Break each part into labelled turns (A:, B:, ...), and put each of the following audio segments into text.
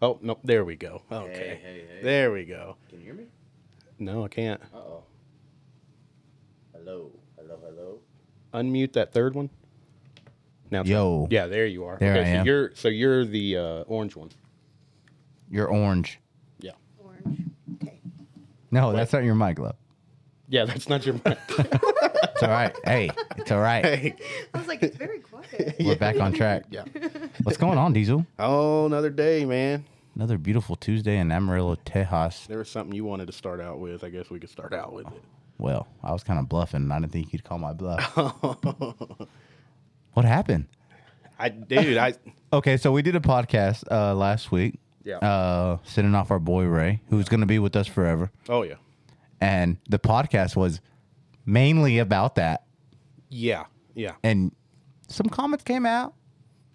A: Oh no, there we go. Okay,
B: hey, hey.
A: there we go.
B: Can you hear me?
A: No, I can't
B: Uh oh. Hello, hello, hello.
A: unmute that third one. Now, it's-
C: Yo.
A: yeah, there you are.
C: There
A: okay,
C: I
A: so
C: am.
A: you're so you're the uh, orange one.
C: You're orange.
A: Yeah,
D: Orange. Okay.
C: No, that's not your mic, love.
A: yeah, that's not your mic.
C: It's all right. hey, it's all right.
D: I was like, it's very quiet.
C: We're back on track.
A: yeah.
C: What's going on, Diesel?
A: Oh, another day, man.
C: Another beautiful Tuesday in Amarillo, Tejas.
A: There was something you wanted to start out with. I guess we could start out with it.
C: Well, I was kind of bluffing. I didn't think you'd call my bluff. what happened?
A: I, dude, I.
C: Okay, so we did a podcast uh, last week.
A: Yeah.
C: Uh, sending off our boy Ray, who's going to be with us forever,
A: Oh yeah,
C: and the podcast was mainly about that.
A: yeah, yeah.
C: And some comments came out.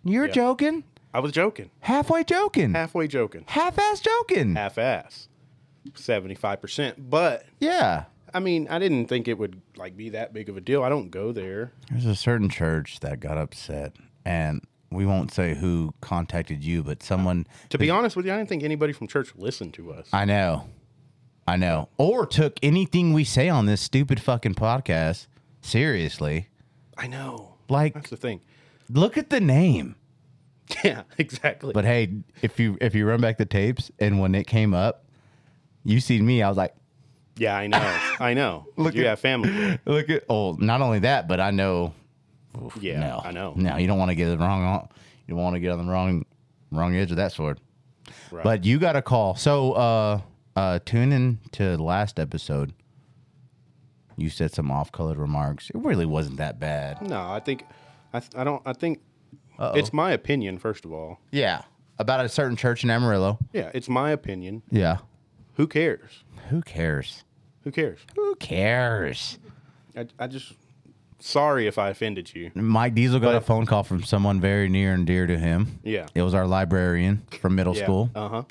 C: You're
A: Yeah.
C: joking,
A: I was joking,
C: halfway joking,
A: halfway joking,
C: half-ass joking.
A: half-ass, seventy-five percent. But
C: yeah.
A: I mean, I didn't think it would like be that big of a deal. I don't go there.
C: There's a certain church that got upset, and we won't say who contacted you, but someone
A: To be honest with you, I didn't think anybody from church listened to us.
C: I know, I know, or took anything we say on this stupid fucking podcast seriously.
A: I know.
C: Like,
A: That's the thing.
C: look at the name.
A: Yeah, exactly.
C: But hey, if you if you run back the tapes, and when it came up, you see me. I was like,
A: yeah, I know. I know.
C: Look
A: you
C: at-
A: have family. there.
C: look at. Oh, not only that, but I know. oof,
A: Yeah,
C: no,
A: I know.
C: No, you don't want to get the wrong. on- You don't want to get on the wrong wrong edge of that sword.
A: Right.
C: But you got a call. So uh uh tune in to the last episode. You said some off colored remarks. It really wasn't that bad.
A: no, I think I, th- I don't. I think it's my opinion. First of all,
C: Yeah. About a certain church in Amarillo.
A: yeah, it's my opinion.
C: Yeah.
A: Who cares?
C: Who cares?
A: Who cares?
C: Who cares?
A: I, I just sorry if I offended you.
C: Mike Diesel got a phone call from someone very near and dear to him.
A: Yeah.
C: It was our librarian from middle school.
A: Uh huh.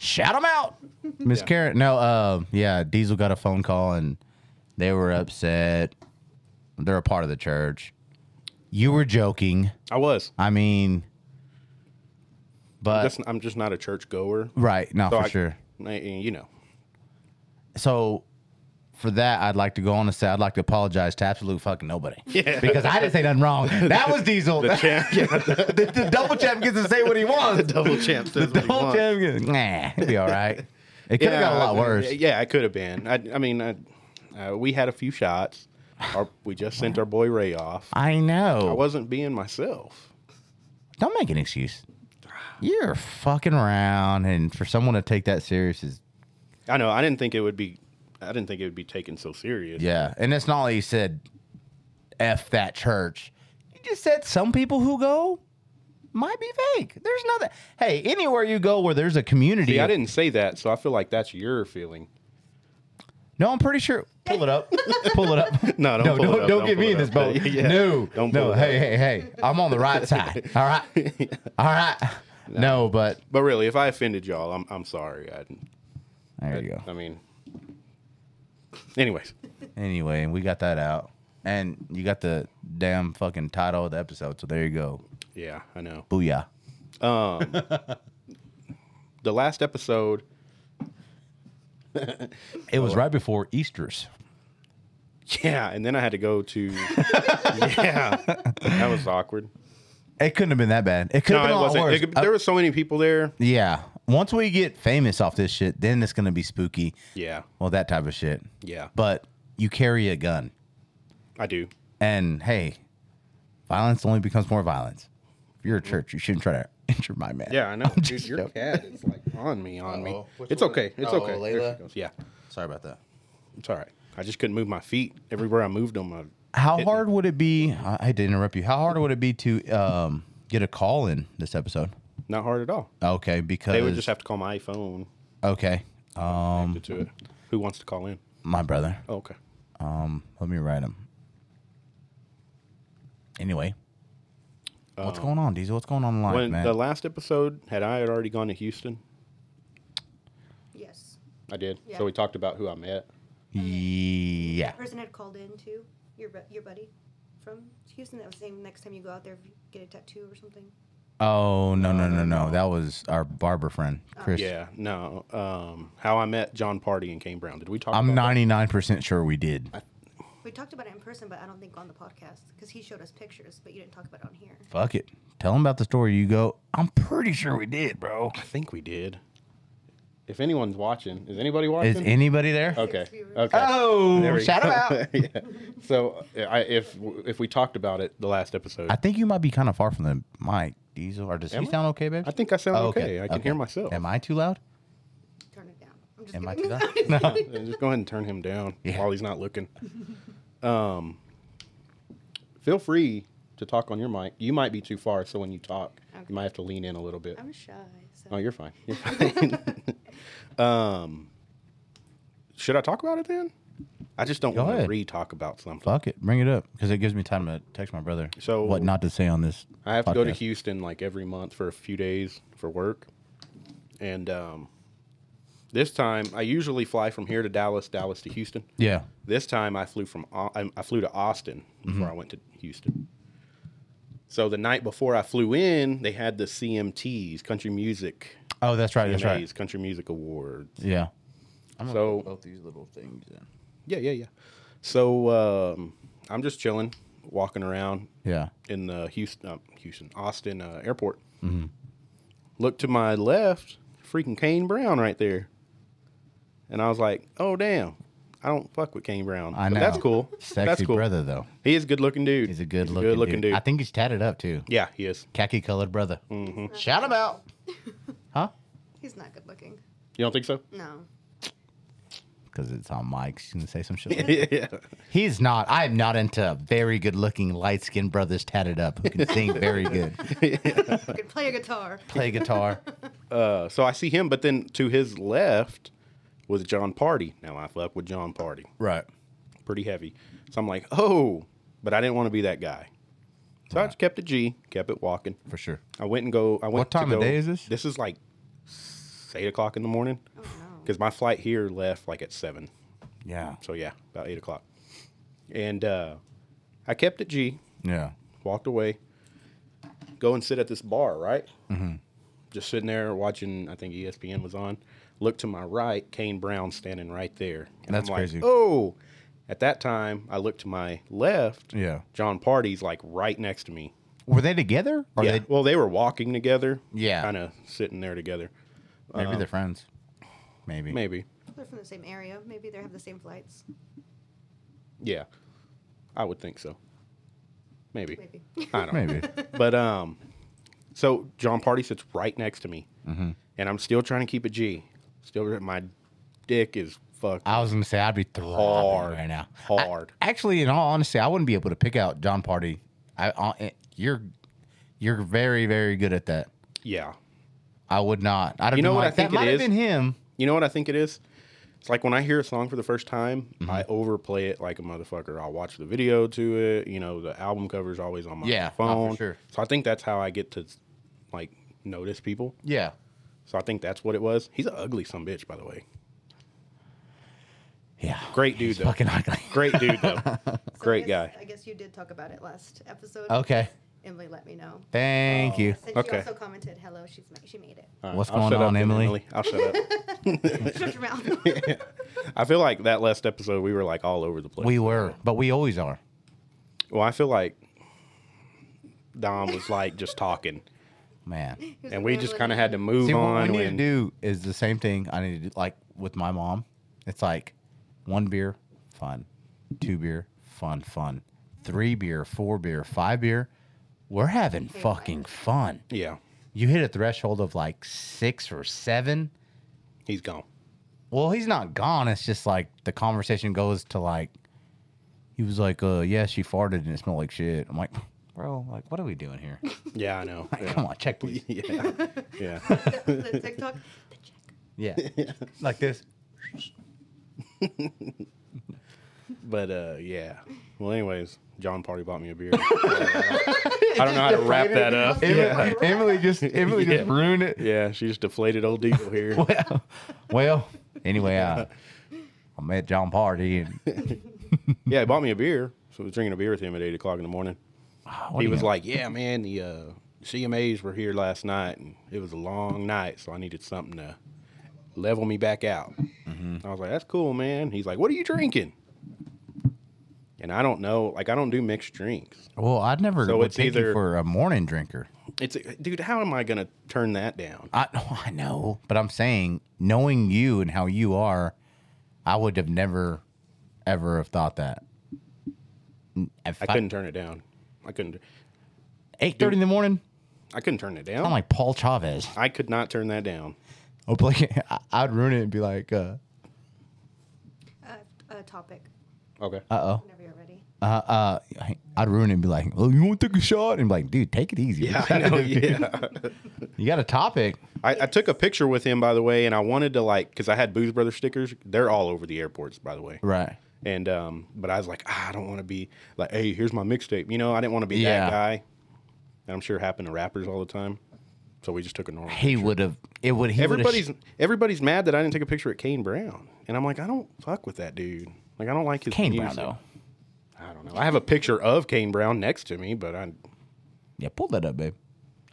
C: Shout him out, Miss Karen. No, uh, yeah, Diesel got a phone call and they were upset. They're a part of the church. You were joking.
A: I was.
C: I mean, but
A: That's, I'm just not a church goer.
C: right, no, for
A: I-
C: sure.
A: I- you know.
C: So for that, I'd like to go on and say I'd like to apologize to absolute fucking nobody because I didn't say nothing wrong. That was Diesel. The,
A: champ-
C: the, the double champ gets to say what he wants.
A: Double champ says
C: The double champ gets nah, it'd be all right. It could have got a lot
A: I-
C: worse.
A: Yeah, it could have been. I, I mean, I, uh, we had a few shots. Our, we just sent our boy Ray off.
C: I know.
A: I wasn't being myself.
C: Don't make an excuse. You're fucking around, and for someone to take that serious is
A: I know. I didn't think it would be. I didn't think it would be taken so serious.
C: yeah. And it's not like you said, "F that church." You just said some people who go might be fake. There's nothing. Hey, anywhere you go where there's a community,
A: See, I didn't say that, so I feel like that's your feeling.
C: No, I'm pretty sure. Pull it up. pull it up.
A: No, don't
C: no,
A: pull it
C: don't,
A: up.
C: don't,
A: Don't
C: get
A: pull it
C: me in
A: up.
C: this boat.
A: Yeah.
C: No,
A: Don't pull
C: no.
A: it
C: Hey, hey, hey! I'm on the right side. All right, all right. No, but
A: But really, if I offended y'all, I'm I'm sorry. I,
C: there you go.
A: I mean, anyways,
C: Anyway, we got that out. And you got the damn fucking title of the episode. So there you go.
A: yeah, I know.
C: Booyah.
A: The last episode,
C: It was right before Easter's.
A: yeah, and then I had to go to, yeah, that was awkward.
C: It couldn't have been that bad. It could
A: No,
C: have
A: it
C: been a lot
A: wasn't.
C: worse.
A: It could-
C: Uh,
A: there were so many people there.
C: yeah. Once we get famous off this shit, then it's going to be spooky.
A: Yeah,
C: Well, that type of shit.
A: yeah,
C: But you carry a gun.
A: I do.
C: And hey, violence only becomes more violence. If you're a church, you shouldn't try to injure my man.
A: Yeah, I know. Dude, your cat is like on me, on me.
C: Uh-oh. Which
A: It's
C: one?
A: okay. It's
C: Oh,
A: okay. There
C: Layla?
A: she goes. Yeah,
C: Sorry about that.
A: it's all right. I just couldn't move my feet. Everywhere I moved them, I,
C: How
A: It-
C: hard would it be? I I had to interrupt you. How hard would it be to um, get a call in this episode?
A: not hard at all.
C: Okay, because
A: They would just have to call my iPhone
C: okay. Um,
A: to it. Who wants to call in?
C: my brother.
A: Oh, okay.
C: Um, let me write him. Anyway, what's going on, Diesel? What's going on in life,
A: Oh. when
C: man?
A: the last episode, had I had already gone to Houston?
D: Yes.
A: I did.
D: Yeah.
A: So we talked about who I met.
C: yeah,
D: That person had called in too. Your bu- your buddy from Houston. That was saying next time you go out there, if you get a tattoo or something.
C: Oh no no no no! That was our barber friend, Chris.
A: Yeah, no. Um, how I met John Party and Kane Brown. Did we talk?
C: I'm
A: about that?
C: ninety nine percent sure we did.
D: We talked about it in person, but I don't think on the podcast because he showed us pictures, but you didn't talk about it on here.
C: Fuck it. Tell him about the story. You go. I'm pretty sure we did, bro.
A: I think we did. If anyone's watching, is anybody
C: Is
A: watching?
C: anybody there?
A: okay.
D: Six viewers.
A: Okay. There
C: Oh,
A: we
C: shout
A: go.
C: him out.
A: yeah. So I, if if we talked about it the last episode,
C: I
A: I,
C: think you might be kind of far from the mic, Diesel. Or does
A: Am
C: he
A: I?
C: sound okay, babe?
A: think I sound
C: Oh,
A: okay. I can
C: okay.
A: hear myself.
C: Am I too loud?
D: Turn it down. I'm just
C: Am I too
D: kidding.
C: loud?
A: Yeah, just go ahead and turn him down
C: Yeah.
A: while he's not looking. Um, feel free to talk on your mic. You might be too far, so when you talk,
D: Okay.
A: you might have to lean in a little bit.
D: I'm shy. So.
A: Oh, you're fine. You're fine. um, should I talk about it then? I just don't
C: Go
A: want to
C: ahead.
A: re-talk about something.
C: Fuck it. Bring it up because it gives me time to text my brother.
A: So-
C: what not to say on this?
A: I have to go to
C: podcast.
A: Houston like every month for a few days for work, and um, this time I usually fly from here to Dallas, Dallas to Houston.
C: Yeah.
A: This time I flew from Au- um, I I flew to Austin before
C: Mm-hmm.
A: I went to Houston. So the night before I flew in, they had the CMTs, Country Music,
C: Oh, that's right. That's right.
A: CMAs, Country Music Awards.
C: Yeah.
A: so
C: both these little things.
A: yeah, yeah, yeah. So um, I'm just chilling, walking around
C: Yeah.
A: in the Houston, uh, Houston, Austin uh, airport.
C: Mm-hmm.
A: Look to my left, freaking Kane Brown right there, and I was like, "Oh damn, I don't fuck with Kane Brown."
C: I
A: But
C: know.
A: that's cool.
C: Sexy
A: that's cool.
C: brother though.
A: He is a good looking dude.
C: He's a good looking, dude. I think he's tatted up too.
A: yeah, he is.
C: Khaki colored brother.
A: Mm-hmm.
D: He's not
C: Shout
D: good
C: him out. Huh?
D: looking. He's not good looking.
A: You don't think so?
D: No.
C: Because it's on mics. You can say some shit. like-
A: yeah.
C: he's not. I'm not into very good looking light skinned brothers tatted up who can sing very good,
D: I could play a guitar.
C: play guitar.
A: Uh, so I see him, but then to his left was John Party. Now I fuck with John Party.
C: Right.
A: pretty heavy. So I'm like, oh, but I didn't want to be that guy. So I just kept it G, kept it walking.
C: For sure.
A: I went and go. I went.
C: What time
A: to
C: of
A: go-
C: day is this?
A: This is like s- eight o'clock in the morning
D: Oh no.
A: because my flight here left like at seven.
C: Yeah.
A: So yeah, about eight o'clock. And uh, I kept it G,
C: Yeah.
A: walked away, go and sit at this bar, right? Mm-hmm. Just sitting there watching. I think E ESPN was on. Look to my right, Kane Brown standing right there. And
C: That's
A: I'm like,
C: crazy.
A: Oh, at that time, I looked to my left.
C: Yeah.
A: John Party's like right next to me.
C: Were they together? Or
A: yeah.
C: they
A: well, they were walking together.
C: Yeah.
A: Kind of sitting there together.
C: maybe they're friends. Maybe.
A: Uh-huh. Maybe.
D: They're from the same area. Maybe they have the same flights.
A: Yeah. I would think so. Maybe.
D: Maybe.
A: I don't know.
C: Maybe.
A: But um, so John Party sits right next to me,
C: Mm-hmm.
A: and I'm still trying to keep a G. Still, my dick is fucked
C: I was gonna say I'd be
A: Hard.
C: hard right now.
A: hard.
C: Actually, in all honesty, I wouldn't be able to pick out John Party. I, I you're you're very very good at that.
A: yeah.
C: I would not. I'd have
A: You know
C: been
A: what I
C: like,
A: think
C: that
A: it
C: might
A: is?
C: have been him.
A: You know what I think it is? It's like when I hear a song for the first time,
C: Mm-hmm.
A: I overplay it like a motherfucker. I'll watch the video to it. You know, the album cover's always on my
C: Yeah, oh, for
A: phone.
C: sure.
A: So I think that's how I get to like notice people.
C: Yeah.
A: So I think that's what it was. He's an ugly some bitch, by the way.
C: Yeah.
A: Great dude
C: He's
A: though.
C: fucking ugly.
A: Great dude though.
D: So
A: Great
D: I guess,
A: guy.
D: I guess you did talk about it last episode.
C: Okay.
D: Emily let me know.
C: Thank
A: Oh.
C: you.
D: Since
A: Okay.
D: she also commented, hello, she's ma- she made it.
A: All right,
C: What's
A: Uh, I'll
C: going
A: shut up
C: on,
A: then,
C: Emily?
A: I'll shut up.
D: Shut your mouth.
A: I feel like that last episode we were like all over the place.
C: We were, but we always are.
A: well, I feel like Dom was like just talking,
C: Man.
D: Here's
A: and
D: a
A: we just
D: rambling
A: kind of had to
D: idiot.
A: move
C: See, what
A: on.
C: we need
A: when-
C: to do is the same thing I need to do, like with my mom. It's like one beer, fun. Two beer, fun, fun. Three beer, four beer, five beer. We're having fucking fun.
A: yeah,
C: You hit a threshold of like six or seven.
A: he's gone.
C: Well, he's not gone. It's just like the conversation goes to like, he was like, uh, yeah, she farted and it smelled like shit. I'm like, bro, like, what are we doing here?
A: Yeah, I know.
C: Like,
A: Yeah.
C: Come on, check, please.
A: yeah, yeah.
D: the, the TikTok. The check.
C: Yeah. like this.
A: But uh, yeah. Well, anyways, John Party bought me a beer. I don't know how to wrap that up.
D: It was
A: Yeah,
D: like-
C: Emily just Emily just
A: Yeah.
C: ruined it.
A: yeah. She just deflated old diesel here.
C: Well, well, anyway, uh, I met John Party and
A: Yeah, he bought me a beer. So I was drinking a beer with him at eight o'clock in the morning.
C: Oh, what
A: he
C: do
A: was
C: you-
A: like, "Yeah, man, the uh, CMAs were here last night, and it was a long night, so I needed something to level me back out. I was like, "That's cool, man." He's like, "What are you drinking?" And I don't know. Like, I don't do mixed drinks.
C: Well, I'd never
A: So
C: would
A: it's
C: take you
A: either-
C: for a morning drinker.
A: It's dude. How am I gonna turn that down?
C: I oh, I know, but I'm saying knowing you and how you are, I would have never ever have thought that. If
A: I couldn't turn it down. I couldn't.
C: eight thirty in the morning.
A: I couldn't turn it
C: I'm
A: down.
C: like Paul Chavez.
A: I could not turn that down.
C: I'll be like, I- I'd ruin it and be like, uh
D: Uh, uh, topic.
A: Okay.
C: oh,
D: Whenever you're ready.
C: uh, uh, I'd ruin it and be like, oh, you want to take a shot? And be like, dude, take it easy.
A: yeah, I know. Yeah.
C: you got a topic.
A: I, I took a picture with him, by the way, and I wanted to like because I had Booze Brothers stickers. They're all over the airports, by the way.
C: Right.
A: And um, but I was like, ah, I don't want to be like, hey, here's my mixtape. You know, I didn't want to be
C: Yeah.
A: that guy. And I'm sure it happened to rappers all the time. So we just took a normal.
C: He would have, it would, he would've sh-
A: everybody's everybody's mad that I didn't take a picture at Kane Brown, and I'm like, I don't fuck with that dude. Like I don't like his
C: Kane Brown,
A: music.
C: though.
A: I don't know. I have a picture of Kane Brown next to me, but I
C: Yeah, pull that up, babe.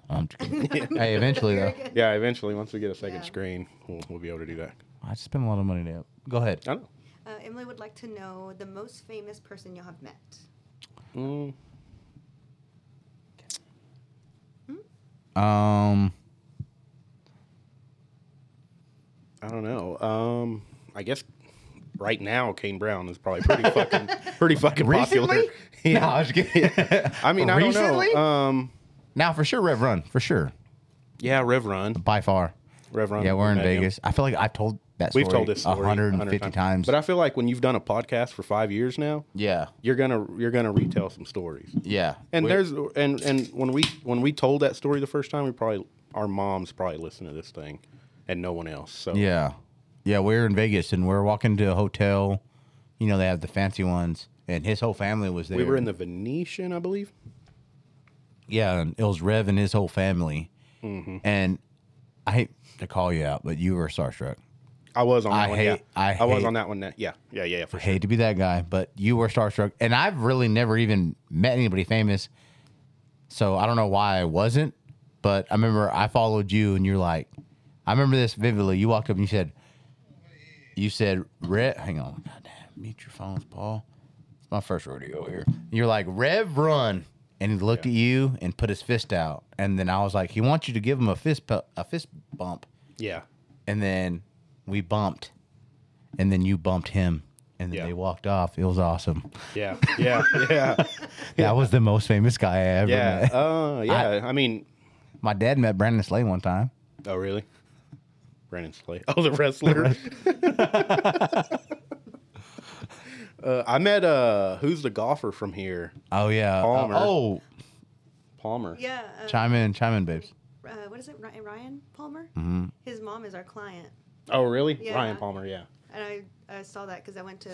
C: Oh, I'm just kidding. hey, eventually, though,
A: yeah. Eventually, once we get a second
D: Yeah.
A: screen, we'll, we'll be able to do that.
C: I just spent a lot of money there. Go ahead.
A: I don't know.
D: Uh, Emily would like to know the most famous person you have met.
A: Mm.
C: Um,
A: I don't know. Um, I guess right now Kane Brown is probably pretty fucking pretty fucking popular.
C: Recently? no, I was kidding.
A: I mean, I
C: Recently?
A: don't know. Um,
C: now for sure, Rev Run, for sure,
A: yeah, Rev Run,
C: by far.
A: Rev Run.
C: yeah, we're in
A: met him.
C: Vegas. I feel like I've told that story
A: We've told this story
C: 150 times.
A: but I feel like when you've done a podcast for five years now,
C: yeah,
A: you're gonna you're gonna retell some stories.
C: yeah,
A: And
C: We-
A: there's and and when we when we told that story the first time, we probably our moms probably listened to this thing, and no one else. So
C: Yeah. Yeah, we were in Vegas and we were walking to a hotel. You know, they have the fancy ones. And his whole family was there.
A: we were in the Venetian, I believe.
C: Yeah, and it was Rev and his whole family. And I hate to call you out, but you were starstruck.
A: I was on that
C: I
A: one.
C: hate-
A: yeah.
C: I
A: was
C: hate-
A: on that one. Yeah, yeah, yeah, yeah, for
C: I
A: sure.
C: hate to be that guy, but you were starstruck. And I've really never even met anybody famous. So I don't know why I wasn't. But I remember I followed you and you're like, I remember this vividly. You walked up and you said, You said, Rev, hang on. Goddamn, mute your phones, Paul. It's my first rodeo here. You're like, Rev, run. And he looked at you and put his fist out. And then I was like, He wants you to give him a fist, pu- a fist bump
A: Yeah.
C: and then we bumped, and then you bumped him, and then
A: Yeah.
C: they walked off. It was awesome.
A: Yeah, yeah, yeah,
C: That was the most famous guy I ever
A: yeah.
C: met.
A: Uh, yeah. I, mean,
C: My dad met Brandon Slay one time.
A: oh really? Brandon Slay. Oh, the wrestler. uh, I met uh, who's the golfer from here?
C: Oh yeah.
A: Palmer.
C: Oh,
A: Palmer.
D: Yeah. Uh,
C: chime in, chime in, babes.
D: uh, what is it? Ry- Ryan Palmer? Mm-hmm. His mom is our client.
A: Oh really?
D: Yeah.
A: Ryan Palmer. Yeah.
D: And I, I saw that because I went to,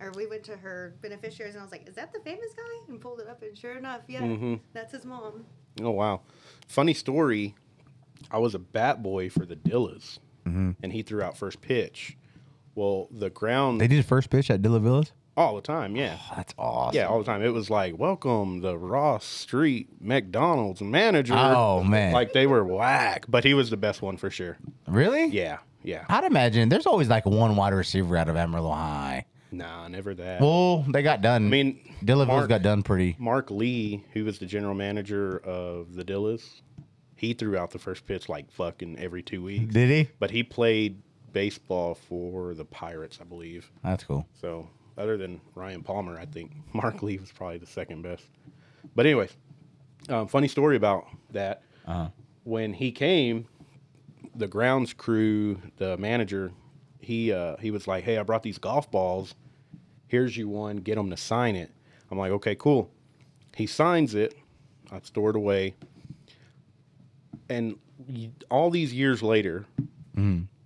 D: or we went to her beneficiaries and I was like, is that the famous guy? And pulled it up and sure enough, yeah,
A: Mm-hmm.
D: that's his mom.
A: Oh wow. Funny story. I was a bat boy for the Dillas, and he threw out first pitch. Well, the ground
C: They did first pitch at Dilla Villas.
A: all the time. Yeah.
C: Oh, that's awesome.
A: Yeah, all the time. It was like, welcome the Ross Street McDonald's manager.
C: Oh, man.
A: Like they were whack, but he was the best one for sure.
C: Really?
A: Yeah, yeah.
C: I'd imagine there's always like one wide receiver out of Amarillo High.
A: Nah, never that.
C: Well, they got done. I
A: mean,
C: Dilla Villas
A: Mark-
C: got done pretty.
A: Mark Lee, who was the general manager of the Dillas, he threw out the first pitch like fucking every two weeks.
C: Did he?
A: But he played baseball for the Pirates, I believe.
C: That's cool.
A: So other than Ryan Palmer, I think Mark Lee was probably the second best. But anyways, um, funny story about that.
C: Uh-huh.
A: When he came, the grounds crew, the manager, he uh, he was like, "Hey, I brought these golf balls. Here's you one. Get them to sign it." I'm like, "Okay, cool." He signs it. I store it away. And y- all these years later,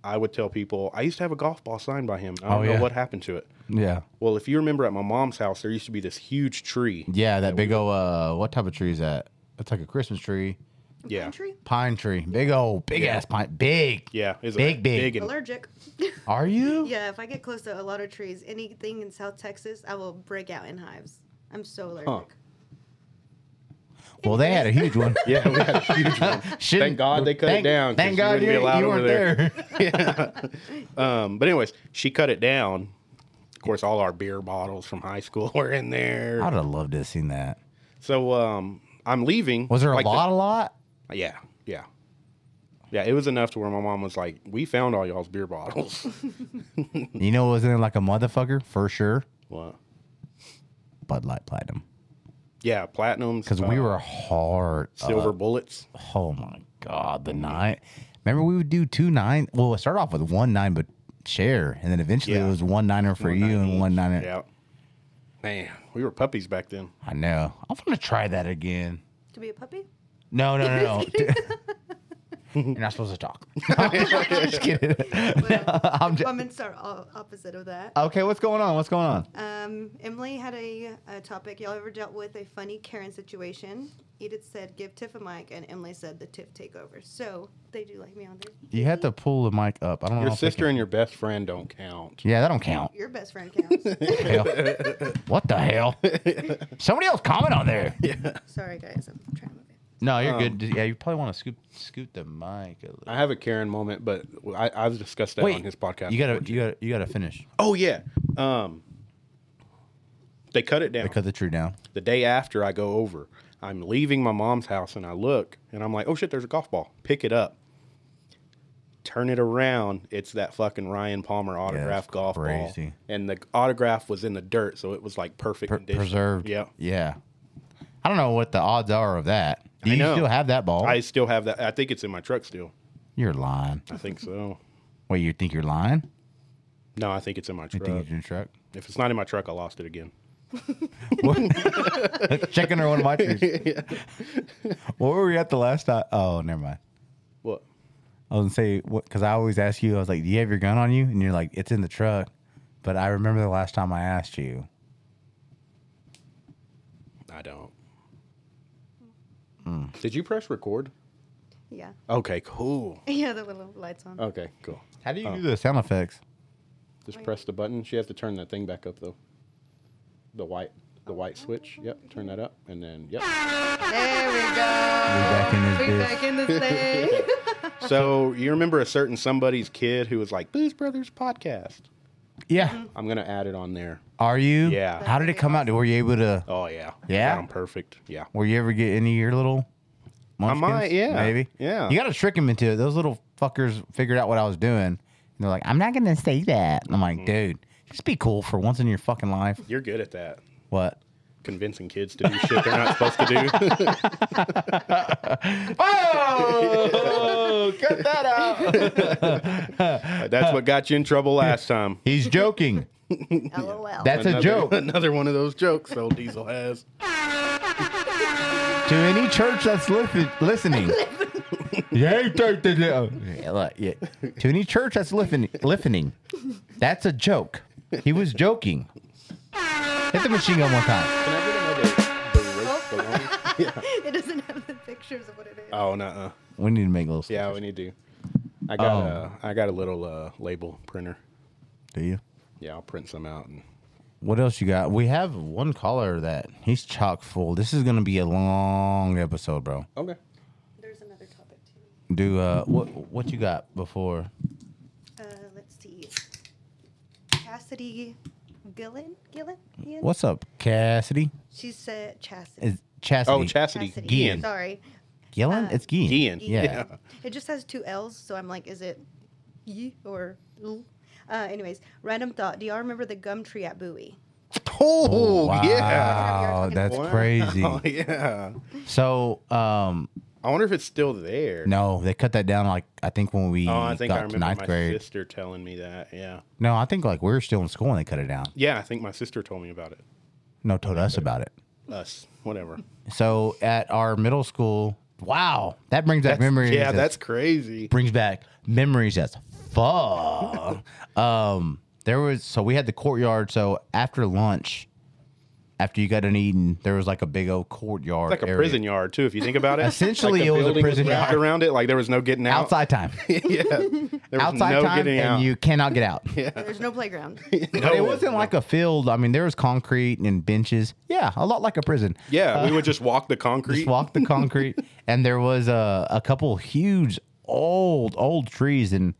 A: I would tell people I used to have a golf ball signed by him. I don't
C: Mm-hmm. Oh,
A: know
C: yeah.
A: what happened to it.
C: Yeah.
A: Well, if you remember at my mom's house, there used to be this huge tree.
C: Yeah, that big old uh, what type of tree is that? It's like a Christmas tree.
A: Yeah.
D: Pine tree?
C: Pine tree, big old, big ass pine, big.
A: Yeah, it's a
C: Big, big.
A: and-
D: Allergic.
C: Are you?
D: yeah, if I get close to a lot of trees, anything in South Texas, I will break out in hives. I'm so allergic.
C: Well, they had a huge one.
A: Yeah, we had a huge one.
C: Shouldn't-
A: God they cut it
C: thank-
A: down, 'cause
C: Thank
A: you
C: God
A: wouldn't
C: you,
A: be
C: you
A: allowed over
C: weren't
A: there.
C: there.
A: Um, but anyways, she cut it down. Of course, all our beer bottles from high school were in there.
C: I'd have loved to have seen that.
A: So um, I'm leaving.
C: Was there a
A: Like the-
C: lot? a lot?
A: Yeah, yeah, yeah. It was enough to where my mom was like, "We found all y'all's beer bottles."
C: You know, wasn't it like a motherfucker for sure?
A: what?
C: Bud Light Platinum
A: Yeah, platinums.
C: because we
A: uh,
C: were uh, hard.
A: silver
C: up.
A: bullets.
C: Oh my god, the nine. Remember we would do two nine. Well, it started off with one nine, but share, and then eventually
A: Yeah.
C: it was one niner for
A: One
C: you
A: nine
C: and
A: each.
C: one niner.
A: Yeah. Man, we were puppies back then.
C: I know. I want to try that again.
D: To be a puppy?
C: No, no, no, no. You're not supposed to talk. just kidding.
D: Well,
C: I'm Uh, just,
D: Women are all opposite of that.
C: okay, what's going on? What's going on?
D: Um, Emily had a, a topic. Y'all ever dealt with a funny Karen situation? Edith said, give Tiff a mic, and Emily said, the Tiff takeover. So they do like me on this.
C: You had to pull the mic up. I don't know.
A: Your
C: if I
A: sister
C: can-
A: and your best friend don't count.
C: Yeah, that don't count.
D: Your best friend counts.
C: Hell. what the hell? Somebody else comment on there.
D: Sorry, guys. I'm trying to move it.
C: No,
A: Um,
C: you're good. Yeah, you probably want to scoop scoot the mic a little.
A: I have a Karen moment, but I, I've discussed that on his podcast.
C: You gotta, you gotta, you gotta finish.
A: Oh yeah. Um, they cut it down.
C: They cut the tree down.
A: the day after I go over, I'm leaving my mom's house and I look and I'm like, oh shit, there's a golf ball. Pick it up. Turn it around. It's that fucking Ryan Palmer autograph golf
C: crazy.
A: ball. And the autograph was in the dirt, so it was like perfect
C: Pre-
A: condition.
C: preserved.
A: Yeah.
C: yeah. I don't know what the odds are of that. Do
A: I
C: you
A: know.
C: still have that ball?
A: I still have that. I think it's in my truck still.
C: you're lying.
A: I think so.
C: Wait, you think you're lying?
A: No, I think it's in my
C: You think
A: truck.
C: it's in your truck?
A: If it's not in my truck, I lost it again.
C: Check under one of my trees. What were we at the last time? Oh, never mind.
A: What?
C: I was gonna say what because I always ask you. I was like, "Do you have your gun on you?" And you're like, "It's in the truck." But I remember the last time I asked you.
A: I don't. Did you press record?
D: Yeah.
A: Hmm. Okay, cool.
D: Yeah, the little light's
C: Oh.
D: on.
A: Okay, cool.
C: How do you do the sound effects?
A: Just press the button. She has to turn that thing back up though. The white the white switch. Yep, turn that up and then yep.
D: There we go.
C: Be back in this
D: We
C: bitch.
D: back in this thing.
A: so you remember a certain somebody's kid who was like, Booze Brothers podcast.
C: Yeah.
A: I'm gonna add it on there.
C: Are you?
A: Yeah.
C: How did it come out? Were you able to?
A: Oh yeah.
C: Yeah?
A: Sound perfect. Yeah.
C: Were you ever get any of your little? Munchkins?
A: might, yeah.
C: Maybe.
A: Yeah.
C: You got to trick them into it. Those little fuckers figured out what I was doing. And they're like, I'm not going to say that. And I'm like, dude, just be cool for once in your fucking life.
A: You're good at that.
C: What?
A: Convincing kids to do shit they're not supposed to do.
C: Oh, cut that out.
A: That's what got you in trouble last time.
C: He's joking.
D: LOL.
C: That's a
A: Another-
C: joke.
A: Another one of those jokes old Diesel has.
C: to any church that's li- listening. yeah, you take the- Yeah, look, yeah. To any church that's listening, listening, that's a joke. He was joking. Hit the machine gun one time.
A: Can I get another the rope baloney?
D: it doesn't have the pictures of what it is.
C: Uh,
A: Oh nuh-uh.
C: We need to make little.
A: Yeah,
C: stickers.
A: we need to. I got
C: Oh.
A: a I got a little uh, label printer.
C: Do you?
A: Yeah, I'll print some out. And
C: What else you got? We have one caller that he's chock full. This is gonna be a long episode, bro.
A: okay,
D: There's another topic too.
C: Do uh, what what you got before?
D: Uh, let's see. Cassidy Gillen? Gillen? Ian?
C: What's up, Cassidy?
D: She said Chastity.
C: Is Chastity?
A: oh Chastity,
D: Chastity.
A: Gian,
D: Sorry.
C: Gillen?
D: uh,
C: it's Gian.
A: Gian,
C: Yeah.
A: yeah.
D: It just has two L's, so I'm like, is it ye or l? Uh, anyways, random thought. Do y'all remember the gum tree at Bowie?
A: Oh,
C: wow,
A: yeah,
C: that's
A: Wow.
C: crazy.
A: Oh, yeah.
C: So, um,
A: I wonder if it's still there.
C: no, they cut that down. Like I think when we
A: Oh, I think
C: got
A: I
C: to
A: remember
C: ninth
A: my
C: grade.
A: sister telling me that. Yeah,
C: No, I think like we were still in school and they cut it down.
A: yeah. I think my sister told me about it.
C: No, told us about it.
A: Us, whatever.
C: So at our middle school, wow, that brings back memories.
A: yeah,
C: as-
A: that's crazy.
C: brings back memories as fuck. um, there was so we had the courtyard. So after lunch, after you got done eating, there was like a big old courtyard.
A: It's like a
C: area.
A: prison yard too, if you think about it.
C: Essentially,
A: Like, the
C: it was a
A: building
C: prison
A: wrapped
C: yard.
A: around it. Like there was no getting out.
C: Outside time.
A: yeah, there was
C: Outside
A: no
C: time,
A: getting
C: and
A: out.
C: you cannot get out.
D: There's no playground.
A: No.
C: But it wasn't like a field. I mean, there was concrete and benches. Yeah, a lot like a prison.
A: Yeah, we would just walk the concrete.
C: Just walked the concrete, and there was a, a couple huge old old trees, and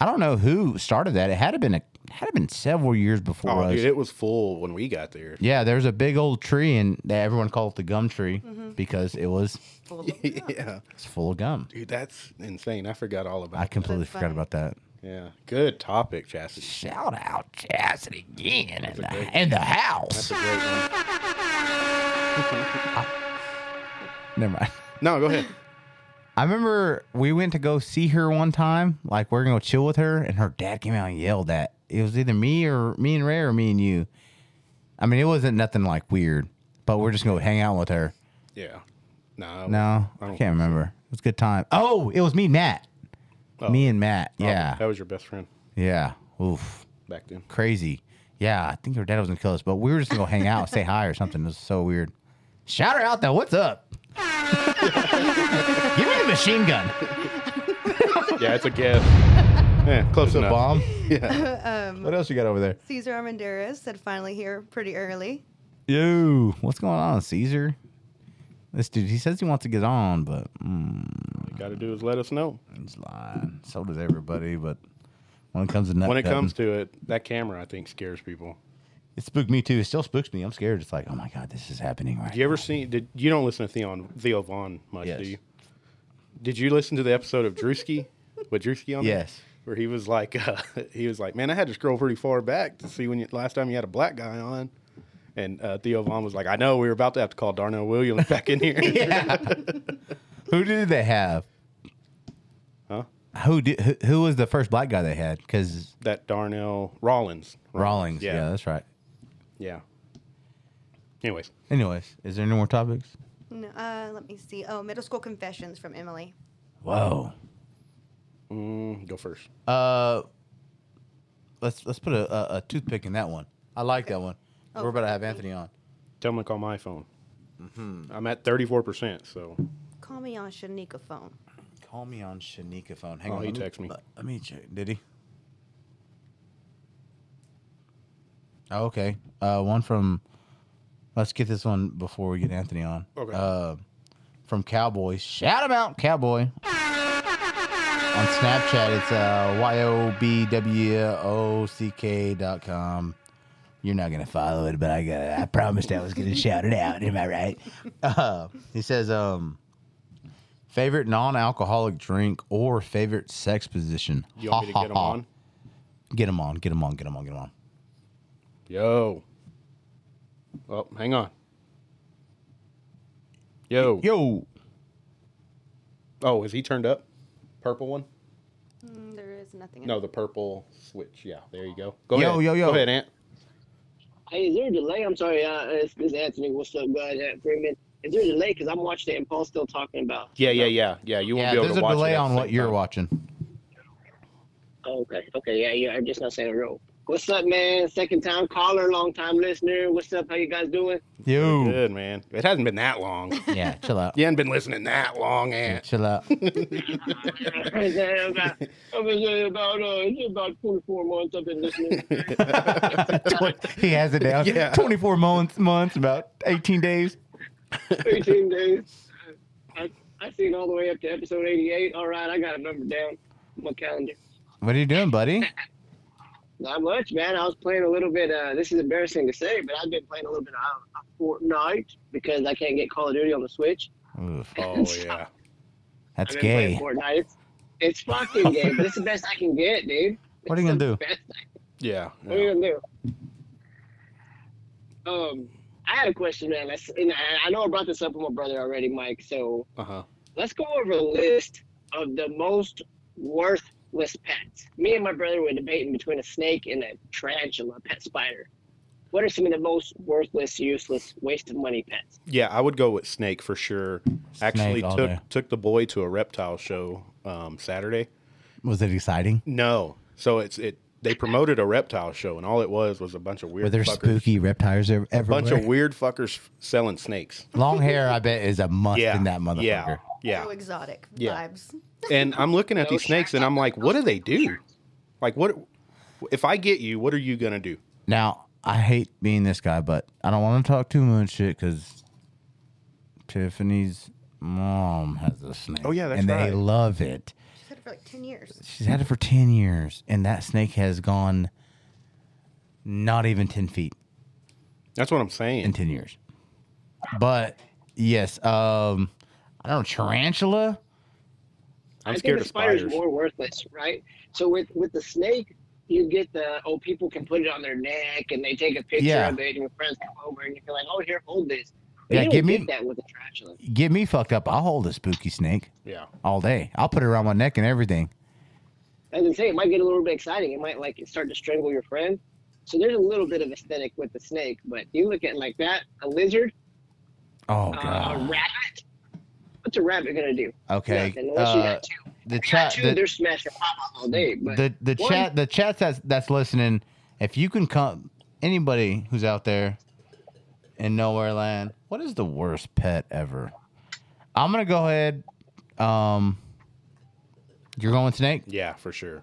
C: I don't know who started that. It had to been a had to been several years before
A: oh,
C: us.
A: dude, it was full when we got there.
C: yeah, there's a big old tree, and they- everyone called it the gum tree
A: Mm-hmm.
C: because it was
D: Full of-
A: yeah,
C: it's full of gum.
A: dude, that's insane. I forgot all about.
C: I completely
D: That's
C: forgot
D: funny.
C: about that.
A: it. Yeah, good topic, Chastity.
C: Shout out Chastity again in the, in the house.
A: That's a great one.
C: Never mind.
A: No, go ahead.
C: I remember we went to go see her one time. Like we're gonna go chill with her, and her dad came out and yelled at. It was either me or me and Ray or me and you. I mean, it wasn't nothing like weird, but we're just gonna hang out with her.
A: Yeah, no,
C: No,
A: I
C: I,
A: don't
C: can't remember. It was a good time. Oh, it was me, and Matt.
A: Oh.
C: Me and Matt.
A: Oh,
C: Yeah,
A: that was your best friend
C: yeah. Oof,
A: back then.
C: crazy. Yeah, I think her dad was gonna kill us, but we were just gonna go hang out, say hi or something. It was so weird. Shout her out though. What's up? Give me the machine gun.
A: Yeah, it's a guess. yeah, close
C: It's a
A: enough.
C: bomb.
A: Yeah,
C: What else you got over there?
D: Cesar Armendariz said finally here pretty early.
C: Yo, what's going on, Caesar? This dude, he says he wants to get on, but mm,
A: got to do is let us know
C: he's lying. So does everybody, but when it comes to nut
A: when it
C: cutting,
A: comes to it. That camera, I think, scares people.
C: it spooked me too. It still spooks me. I'm scared. It's like, oh my god, this is happening right.
A: Do you ever
C: now.
A: see? Did you don't listen to Theon Theo Vaughn much?
C: Yes.
A: Do you? Did you listen to the episode of Drewski with Drewski on? there?
C: Yes.
A: Where he was like, uh, he was like, man, I had to scroll pretty far back to see when you, last time you had a black guy on. And uh, Theo Vaughn was like, I know we were about to have to call Darnell Williams back in here.
C: Who did they have?
A: Huh?
C: Who did? Who, who was the first black guy they had? Because
A: That Darnell Rollins.
C: Rawlings. Yeah. that's right.
A: Yeah. Anyways,
C: Anyways, is there any more topics?
D: No, uh, let me see. Oh, middle school confessions from Emily.
C: Whoa.
A: mm, go first.
C: Uh, let's let's put a, a, a toothpick in that one. I like that one. We're about to have Anthony on.
A: Tell him to call my phone. I'm at 34%. So
D: Call me on Shanika phone.
C: Call me on Shanika phone. Hang
A: Oh,
C: on.
A: he
C: let
A: texted me.
C: Let, let me check. Did he? Oh, okay. Uh, one from. Let's get this one before we get Anthony on.
A: Okay.
C: Uh, from Cowboy. Shout him out, Cowboy. on Snapchat, it's uh, Y-O-B-W-O-C-K dot com. You're not gonna follow it, but I got. I promised I was gonna shout it out. Am I right? Uh, he says, um, favorite non-alcoholic drink or favorite sex position.
A: you want me to
C: Ha,
A: get him
C: ha, ha.
A: on?
C: Get him on. Get him on. Get him on. Get him on.
A: Yo. Oh, hang on. Yo.
C: Yo,
A: Oh, is he turned up? Purple one?
D: Mm, there is nothing.
A: No, the purple switch. Yeah, there you go. Go
C: Yo,
A: ahead.
C: yo, yo.
A: Go ahead, Ant.
E: Hey, is there a delay? I'm sorry, uh, it's, it's Anthony. What's up, guys? At Freeman. Is there a delay? Because I'm watching it and Paul's still talking about.
A: Yeah, yeah, yeah, yeah. You won't
C: yeah.
A: be able
C: There's
A: to
C: a
A: watch.
C: delay
A: it at
C: on
A: the
C: what
A: same
C: you're
A: time.
C: watching.
E: Oh, okay, okay, yeah, yeah. I'm just not saying a roll. What's up, man? Second time caller, long time listener. What's up? How you guys doing?
C: Yo.
A: Good man. It hasn't been that long.
C: Yeah. Chill out.
A: you haven't been listening that long, Ant.
C: Chill out.
E: I've about, I've been about, uh, it's about 24 months I've been listening.
C: Twen- he has it down.
A: Yeah.
C: 24 months, months, about 18 days.
E: 18 days. I, I seen all the way up to episode 88. All right, I got a number down on my calendar.
C: What are you doing, buddy?
E: Not much, man. I was playing a little bit. Uh, this is embarrassing to say, but I've been playing a little bit of uh, Fortnite because I can't get Call of Duty on the Switch.
C: Oof,
A: Oh yeah.
C: that's
E: I've been
C: gay.
E: playing Fortnite. It's, it's fucking gay, but it's the best I can get, dude.
C: What are you
E: It's
C: gonna
E: the
C: do?
E: best
A: Yeah.
E: What are you
A: yeah.
E: gonna do? Um, I had a question, man. Let's, and I, I know I brought this up with my brother already, Mike. So
A: Uh huh.
E: let's go over a list of the most worthless pets. Me and my brother were debating between a snake and a tarantula pet spider. What are some of the most worthless, useless, waste of money pets?
A: Yeah, I would go with Snake for sure. Actually
C: all
A: took
C: day.
A: took the boy to a reptile show um, Saturday.
C: Was it exciting?
A: No. So it's it they promoted a reptile show, and all it was was a bunch of
C: Were
A: weird
C: there
A: fuckers,
C: spooky reptiles ev- everywhere?
A: bunch of weird fuckers f- selling snakes.
C: Long hair, I bet, is a must
A: Yeah,
C: in that motherfucker.
A: yeah, yeah.
D: So exotic
A: Yeah.
D: vibes.
A: And I'm looking at these snakes, and I'm like, what do they do? Like, what if I get you? What are you gonna do?
C: Now, I hate being this guy, but I don't want to talk too much shit because Tiffany's mom has a snake.
A: Oh, yeah, that's
C: and
A: right.
C: they love it.
D: She's had it for like 10 years.
C: She's had it for 10 years, and that snake has gone not even 10 feet
A: That's what I'm
C: in
A: saying.
C: 10 years. But yes, um, I don't know, tarantula?
A: I'm
E: I
A: scared
E: think
A: of
E: the spider's
A: spiders.
E: more worthless, right? So with with the snake, you get the oh people can put it on their neck and they take a picture
C: Yeah.
E: of it and your friends come over and you're like, oh here, hold this.
C: Yeah,
E: you
C: give
E: don't
C: me-
E: get that with a tarantula.
C: Get me fucked up. I'll hold a spooky snake
A: Yeah,
C: all day. I'll put it around my neck and everything.
E: As I say, it might get a little bit exciting. It might like start to strangle your friend. So there's a little bit of aesthetic with the snake, but you look at it like that, a lizard,
C: Oh,
E: uh, a
C: God.
E: rabbit. What's a rabbit gonna do?
C: Okay.
E: Nothing, unless you
C: uh,
E: got two.
C: the
E: You got
C: chat.
E: two,
C: The,
E: they're smashing pop up all day. But
C: the the
E: one-
C: chat the chat that's that's listening if you can come anybody who's out there in nowhere land what is the worst pet ever i'm gonna go ahead um you're going snake
A: yeah, for sure.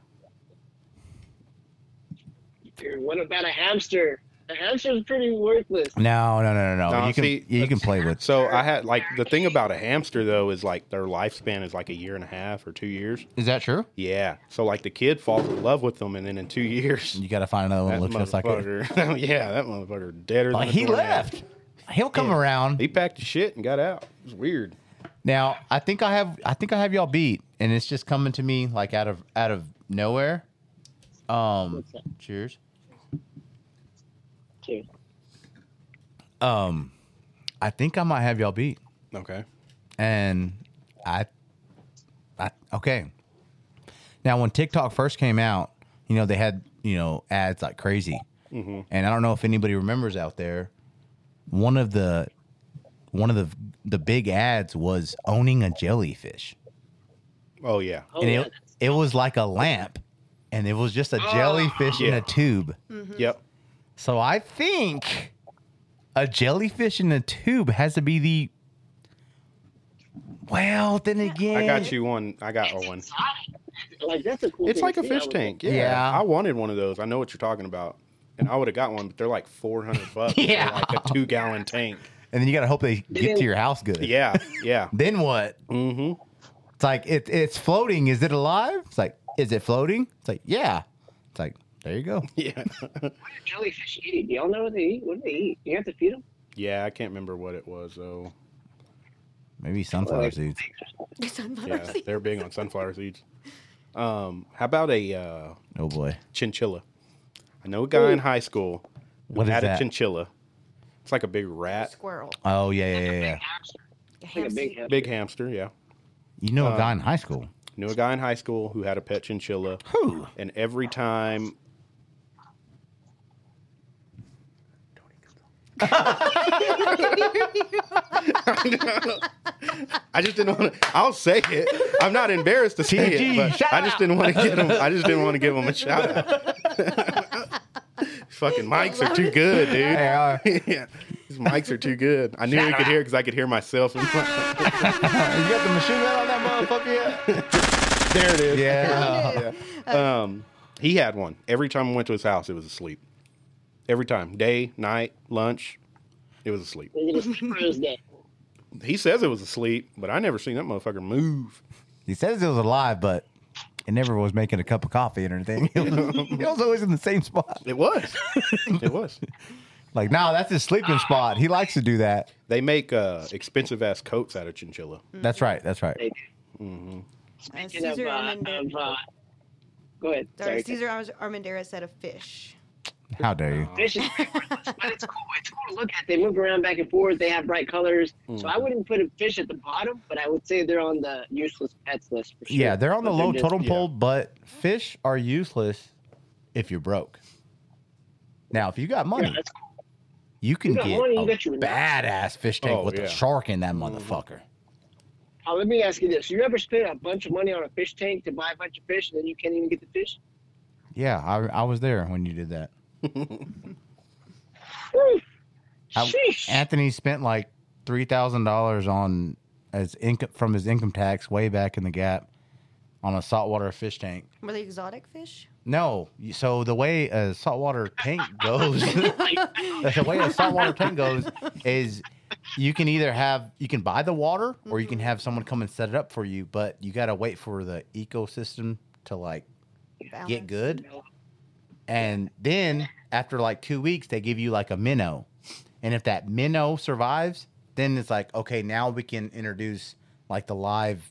E: Dude, what about a hamster? A hamster's pretty worthless.
C: no no no no no,
A: No,
C: you can
A: see,
C: you can play with
A: So I had like the thing about a hamster though is like their lifespan is like a year and a half or two years.
C: is that true
A: Yeah. So like the kid falls in love with them, and then in two years,
C: you gotta find another one
A: that
C: that looks just like it
A: motherfucker. yeah, that motherfucker deader. than
C: like
A: a
C: he
A: doornail.
C: left he'll come around
A: He packed his shit and got out. It was weird.
C: Now, I think I have I think I have y'all beat, and it's just coming to me like out of out of nowhere. Um,
E: What's that?
C: cheers.
E: Cheers.
C: Um, I think I might have y'all beat,
A: Okay.
C: and I, I okay. Now, when TikTok first came out, you know they had you know ads like crazy, and I don't know if anybody remembers out there. One of the one of the the big ads was owning a jellyfish.
A: Oh yeah. Ah,
E: Oh,
C: and
E: yeah.
C: it, it was like a lamp and it was just a
E: Oh.
C: jellyfish in
A: Yeah.
C: a tube
A: Yep.
C: so i think a jellyfish in a tube has to be the well then again
A: I got you one. I got one.
E: like that's a cool.
A: It's
E: thing
A: like
E: to
A: a
E: see. Oh, I
A: fish
E: was-
A: tank. Yeah.
C: Yeah.
A: I wanted one of those. I know what you're talking about. And I would have got one, but they're like 400 bucks. for,
C: Yeah.
A: Like a two gallon tank.
C: and then you gotta hope they get to your house good
A: Yeah. Yeah.
C: then what
A: Mm-hmm.
C: it's like it, it's floating is it alive it's like is it floating it's like yeah it's like there you go
A: Yeah.
E: What are jellyfish eating? Do y'all know what they eat? What do they eat? You have to feed them.
A: Yeah. I can't remember what it was, though.
C: maybe sunflower seeds
D: Sunflower
A: Yeah.
D: seeds.
A: They're big on sunflower seeds. Um, how about a uh,
C: oh boy
A: chinchilla? I know a guy in high school who
C: What is
A: had a
C: that?
A: chinchilla. It's like a big rat,
D: Squirrel.
C: oh yeah yeah yeah, yeah.
E: Like a big
D: Hamster.
E: hamster.
A: big hamster. Yeah.
C: you
A: Uh,
C: know a guy in high school
A: Knew a guy in high school who had a pet chinchilla.
C: who
A: and every time I just didn't want to. I'll say it. I'm not embarrassed to say
C: TG,
A: it, but
C: shout
A: I just didn't want to get him. I just didn't want to give him a shout out. Fucking mics are too good,
C: They
A: dude.
C: are. you
A: yeah, these mics are too good. I knew we could hear because I could hear myself. In front.
C: got the machine gun on that motherfucker yet?
A: there it is.
C: Yeah.
A: Um, he had one. Every time I went to his house, it was asleep. Every time, day, night, lunch, it was asleep.
E: They're gonna sleep on his day.
A: He says it was asleep, but I never seen that motherfucker move.
C: He says it was alive, but it never was making a cup of coffee or anything. It was, it was always in the same spot.
A: It was. it was.
C: Like, nah, that's his sleeping spot. He likes to do that.
A: They make uh, expensive ass coats out of chinchilla.
C: That's right. That's right.
D: Uh,
E: Speaking of,
D: Caesar
E: uh,
D: Armendariz.
E: of, uh, go ahead.
D: Sorry,
E: Sorry.
D: Caesar Armendariz said a fish.
C: How dare you?
E: Fish is pretty worthless, but it's cool. It's cool to look at. They move around back and forth. They have bright colors.
C: Hmm.
E: So I wouldn't put a fish at the bottom, but I would say they're on the useless pets list for sure.
C: Yeah, they're on the
E: But
C: low
E: just-
C: totem
A: yeah.
C: pole, but fish are useless if you're broke. Now, if you got
E: Yeah,
C: money,
E: that's cool.
C: you can
E: You got
C: get
E: money, you Mm-hmm.
C: a
E: got your-
C: badass fish tank
A: Oh,
C: with
A: yeah.
C: a shark in that motherfucker.
E: Oh, let me ask you this: You ever spend a bunch of money on a fish tank to buy a bunch of fish, and then you can't even get the fish?
C: Yeah, I, I was there when you did that.
E: Whew.
C: I-
E: Sheesh.
C: Anthony spent like three thousand dollars on as income from his income tax way back in the gap on a saltwater fish tank.
D: Were they exotic fish?
C: No, you- so the way a saltwater tank goes,
E: Like,
C: the way a saltwater tank goes is you can either have you can buy the water or you can
E: Mm-hmm.
C: have someone come and set it up for you, but you got to wait for the ecosystem to like
D: Balance.
C: get good. And then after like two weeks, they give you like a minnow. And if that minnow survives, then it's like, okay, now we can introduce like the live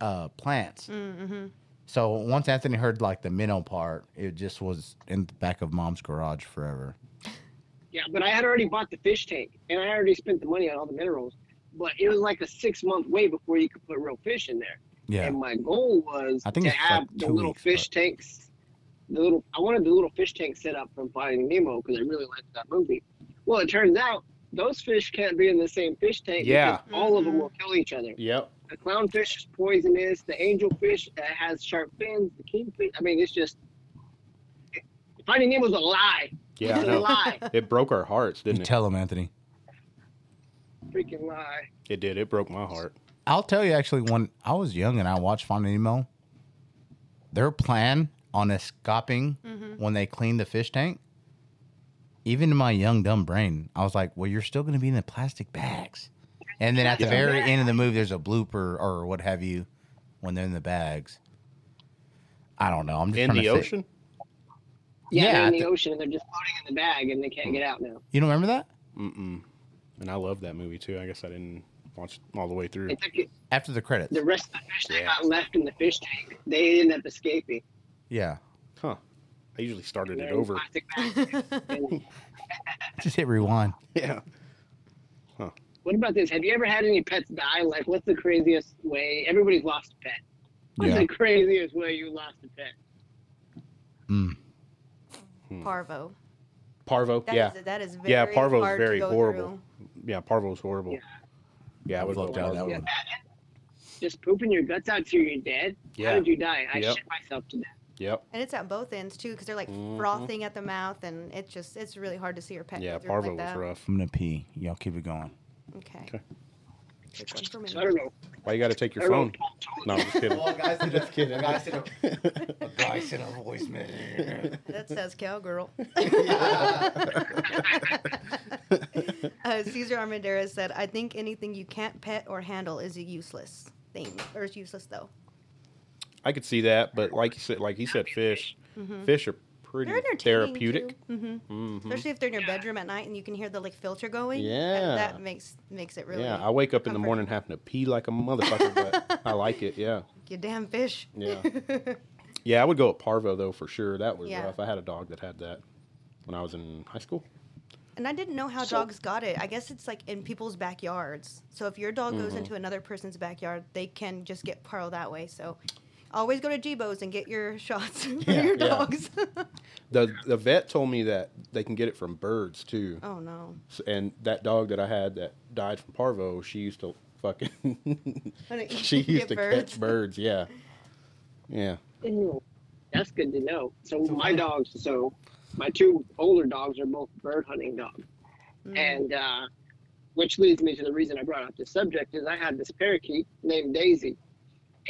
C: uh, plants.
D: Mm-hmm.
C: So once Anthony heard like the minnow part, it just was in the back of mom's garage forever.
E: Yeah, but I had already bought the fish tank and I already spent the money on all the minerals. But it was like a six month wait before you could put real fish in there.
C: Yeah.
E: And my goal was
C: I think
E: to
C: it's
E: have
C: like
E: the
C: two
E: little
C: weeks,
E: fish
C: but-
E: tanks. The little I wanted the little fish tank set up from Finding Nemo because I really liked that movie. Well, it turns out those fish can't be in the same fish tank.
A: Yeah.
E: because all of them will kill each other.
A: Yep.
E: The clownfish is poisonous. The angelfish uh, has sharp fins. The kingfish. I mean, it's just Finding Nemo's a lie.
A: Yeah, I
E: It's a
A: know.
E: lie.
A: it broke our hearts,
C: You
A: didn't it?
C: tell him, Anthony.
E: Freaking lie.
A: it did. It broke my heart.
C: I'll tell you actually when I was young and I watched Finding Nemo, their plan on escaping
A: Mm-hmm.
C: when they cleaned the fish tank, even in my young dumb brain, I was like, "Well, you're still going to be in the plastic bags." And then at the
A: Yeah.
C: very end of the movie, there's a blooper or what have you when they're in the bags. I don't know. I'm just
A: In
C: trying
A: the
C: to think.
A: ocean?
E: Yeah,
C: Yeah,
E: they're
C: I
E: in the
C: thi-
E: ocean and they're just floating in the bag and they can't get out now.
C: You don't remember that?
A: Mm-mm. And I love that movie too. I guess I didn't watch it all the way through.
E: They took it,
C: After the credits.
E: the rest of the fish that
A: Yeah.
E: got left in the fish tank, they ended up escaping.
C: Yeah.
A: Huh. I usually started
E: They're
A: it
E: in
A: over.
E: plastic bags. And
C: Just hit rewind.
A: Yeah.
E: what about this? Have you ever had any pets die? Like, what's the craziest way? Everybody's lost a pet. What's
C: Yeah.
E: the craziest way you lost a pet?
C: Mm.
D: Parvo.
A: Parvo.
D: That
A: Hmm. yeah.
D: is- that is very
A: Yeah, Parvo's
D: hard
A: very
D: to go
A: horrible.
D: through.
A: Yeah, Parvo's horrible.
E: Yeah.
A: Yeah, I would
C: Fucked
A: love
C: out
A: Parvo.
C: that
E: Yeah.
C: one.
E: Just pooping your guts out till you're dead?
A: Yeah.
E: How did you die? I
A: Yep.
E: shit myself to death.
A: Yep.
D: And it's at both ends too, because they're like
A: Mhm.
D: frothing at the mouth, and it just it's really hard to see your pet.
A: Yeah,
D: go through
A: Parvo
D: like
A: was
D: that.
A: rough.
C: I'm going to pee. Y'all keep it going.
D: Okay.
A: Okay.
D: Good one for me.
E: So I don't know.
A: Why you got to take
E: I
A: your
E: don't
A: phone? No,
E: know.
A: I'm just kidding.
B: Oh,
C: guys, just kidding. Guys, in a, guys, in a voicemail.
D: That says cowgirl. uh, Cesar Armendariz said, "I think anything you can't pet or handle is a useless thing, or is useless though.
A: I could see that, but like you said, like he said, fish. Fish are pretty
D: Mm-hmm. They're entertaining
A: therapeutic.
D: hmm
A: hmm
D: Especially if they're in your bedroom at night and you can hear the like filter going. that-
A: Yeah.
D: that makes makes it really.
A: yeah, I wake up in the morning having to pee like a motherfucker, but I like it. Yeah.
D: you damn fish.
A: Yeah. Yeah, I would go at Parvo though for sure. That was
D: Yeah.
A: rough. I had a dog that had that when I was in high school.
D: And I didn't know how
E: So-
D: dogs got it. I guess it's like in people's backyards. So if your dog goes
A: Mm-hmm.
D: into another person's backyard, they can just get parled that way. So always go to Jibo's and get your shots for
A: Yeah,
D: your
A: yeah.
D: dogs.
A: The the vet told me that they can get it from birds too.
D: oh no.
A: S- And that dog that I had that died from Parvo, she used to fucking
D: Wanna
A: she
D: eat-
A: used
D: get
A: to catch
D: birds.
A: birds. Yeah, yeah.
E: Ooh, That's good to know. So my dogs, so my two older dogs are both bird hunting dogs,
C: Mm.
E: and uh, which leads me to the reason I brought up this subject is I had this parakeet named Daisy,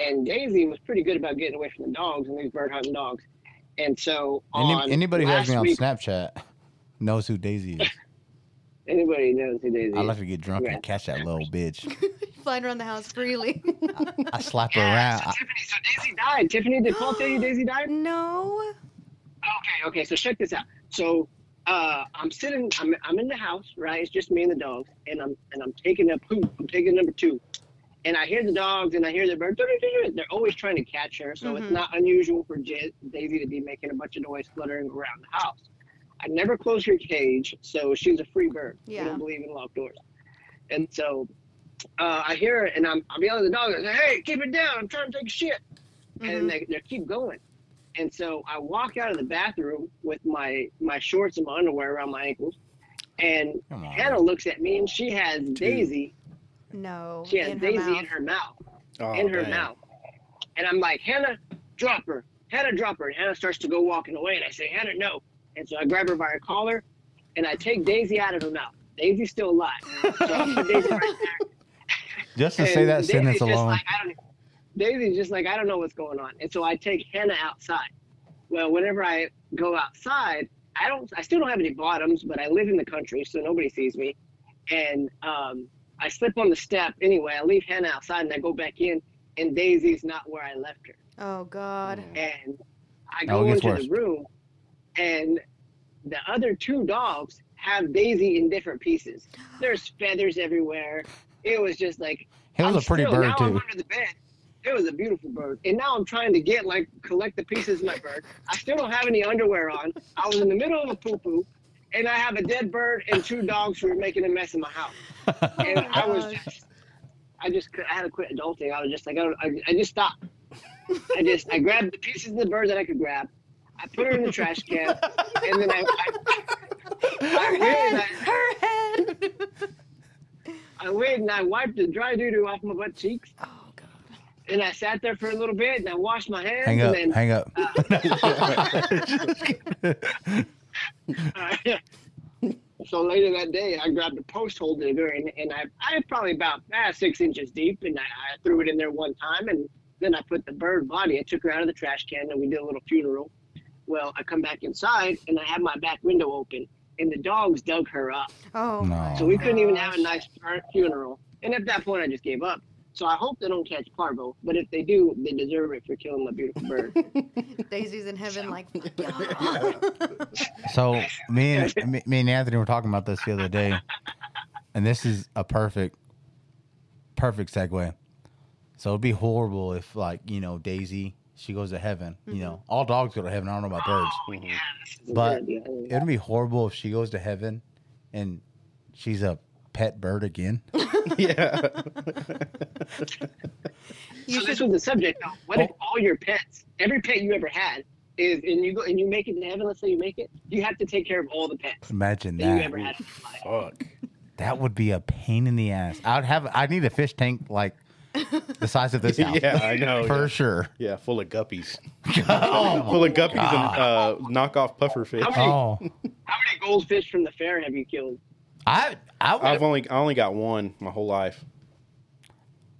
E: and Daisy was pretty good about getting away from the dogs and these bird hunting dogs, and so on
C: Any, anybody who has
E: last
C: me on
E: week-
C: Snapchat knows who Daisy is.
E: anybody knows who Daisy
C: I
E: is.
C: like to get drunk
E: Yeah.
C: and catch that little bitch.
D: Flying around the house freely.
C: I slap her around.
E: Yeah, so
C: I,
E: Tiffany, so Daisy died. Tiffany, did Paul tell you Daisy died?
D: no.
E: Okay, okay. So check this out. So uh, I'm sitting. I'm, I'm in the house, right? It's just me and the dogs, and I'm and I'm taking a poop. I'm taking number two, and I hear the dogs and I hear the birds. They're always trying to catch her, so it's not unusual for Ja- Daisy to be making a bunch of noise, fluttering around the house. I never close her cage, so she's a free bird.
D: Yeah.
E: We don't believe in locked doors, and so uh, I hear her, and I'm I'm yelling at the dog. I say, "Hey, keep it down! I'm trying to take a shit."
D: Mm-hmm.
E: and they, they keep going. And so I walk out of the bathroom with my my shorts and my underwear around my ankles, and
C: Come on.
E: Hannah looks at me and she has Daisy,
D: No.
E: she has
D: in her
E: Daisy
D: mouth.
E: in her mouth,
A: Oh,
E: in her
A: dang.
E: mouth, and I'm like Hannah, drop her, Hannah, drop her. And Hannah starts to go walking away, and I say, Hannah, no. And so I grab her by her collar, and I take Daisy out of her mouth. Daisy's still alive. So I put Daisy right back.
C: Just to say
E: And
C: that
E: Daisy's
C: sentence
E: just
C: alone.
E: Like, I don't, Daisy's just like, I don't know what's going on. And so I take Hannah outside. Well, whenever I go outside, I don't, I still don't have any bottoms, but I live in the country, so nobody sees me. And um, I slip on the step anyway. I leave Hannah outside and I go back in, and Daisy's not where I left her
D: Oh God.
E: and I
C: Mm. Now
E: go
C: it gets
E: into
C: worse.
E: the room, and the other two dogs have Daisy in different pieces. There's feathers everywhere. It was just like
C: It was
E: I'm
C: a pretty
E: still-
C: bird
E: now I'm
C: too.
E: under the bed. It was a beautiful bird, and now I'm trying to get like collect the pieces of my bird. I still don't have any underwear on. I was in the middle of a poo poo, and I have a dead bird and two dogs who are making a mess in my house. And
D: Oh, my
E: I was
D: gosh.
E: just, I just, cou- I had to quit adulting. I was just like, I, don't, I, I just stopped. I just, I grabbed the pieces of the bird that I could grab. I put her in the trash can, and then I, I, I waited. I,
D: Her head.
E: I waited and I wiped the dry doo doo off my butt cheeks,
D: Oh God.
E: and I sat there for a little bit, and I washed my hands,
C: Hang
E: and
C: up.
E: then
C: Hang up.
E: uh, so later that day, I grabbed a post holder there, and, and I, I probably about ah, six inches deep, and I, I threw it in there one time, and then I put the bird body. I took her out of the trash can, and we did a little funeral. Well, I come back inside, and I had my back window open, and the dogs dug her up.
D: Oh.
C: No.
D: my
E: So we couldn't even have
D: gosh.
E: a nice fur- funeral. And at that point, I just gave up. So I hope they don't catch Parvo, but if they do, they deserve it for killing my beautiful bird.
D: Daisy's in heaven, like "Fuck y'all."
B: Yeah.
C: So me and me, me and Anthony were talking about this the other day, and this is a perfect, perfect segue. So it'd be horrible if, like, you know, Daisy, she goes to heaven.
E: Mm-hmm.
C: You know, all dogs go to heaven. I don't know about birds.
A: Mhm.
C: But
E: Yeah, yeah.
C: It'd be horrible if she goes to heaven, and she's a pet bird again.
A: yeah.
D: You
E: so this
D: should.
E: was the subject. Though.
C: Oh.
E: What if all your pets, every pet you ever had, is and you go and you make it to heaven? Let's say you make it, you have to take care of all the pets
C: Imagine
E: that you
C: that.
E: ever had in your life.
A: Fuck.
C: That would be a pain in the ass. I'd have. I need a fish tank like the size of this house
A: Yeah, I know.
C: for
A: yeah.
C: sure.
A: Yeah, full of guppies.
C: oh, my-
A: full of guppies and uh, knockoff puffer fish.
E: How many-
C: oh,
E: How many goldfish from the fair have you killed?
C: I I would
A: I've only I only got one my whole life.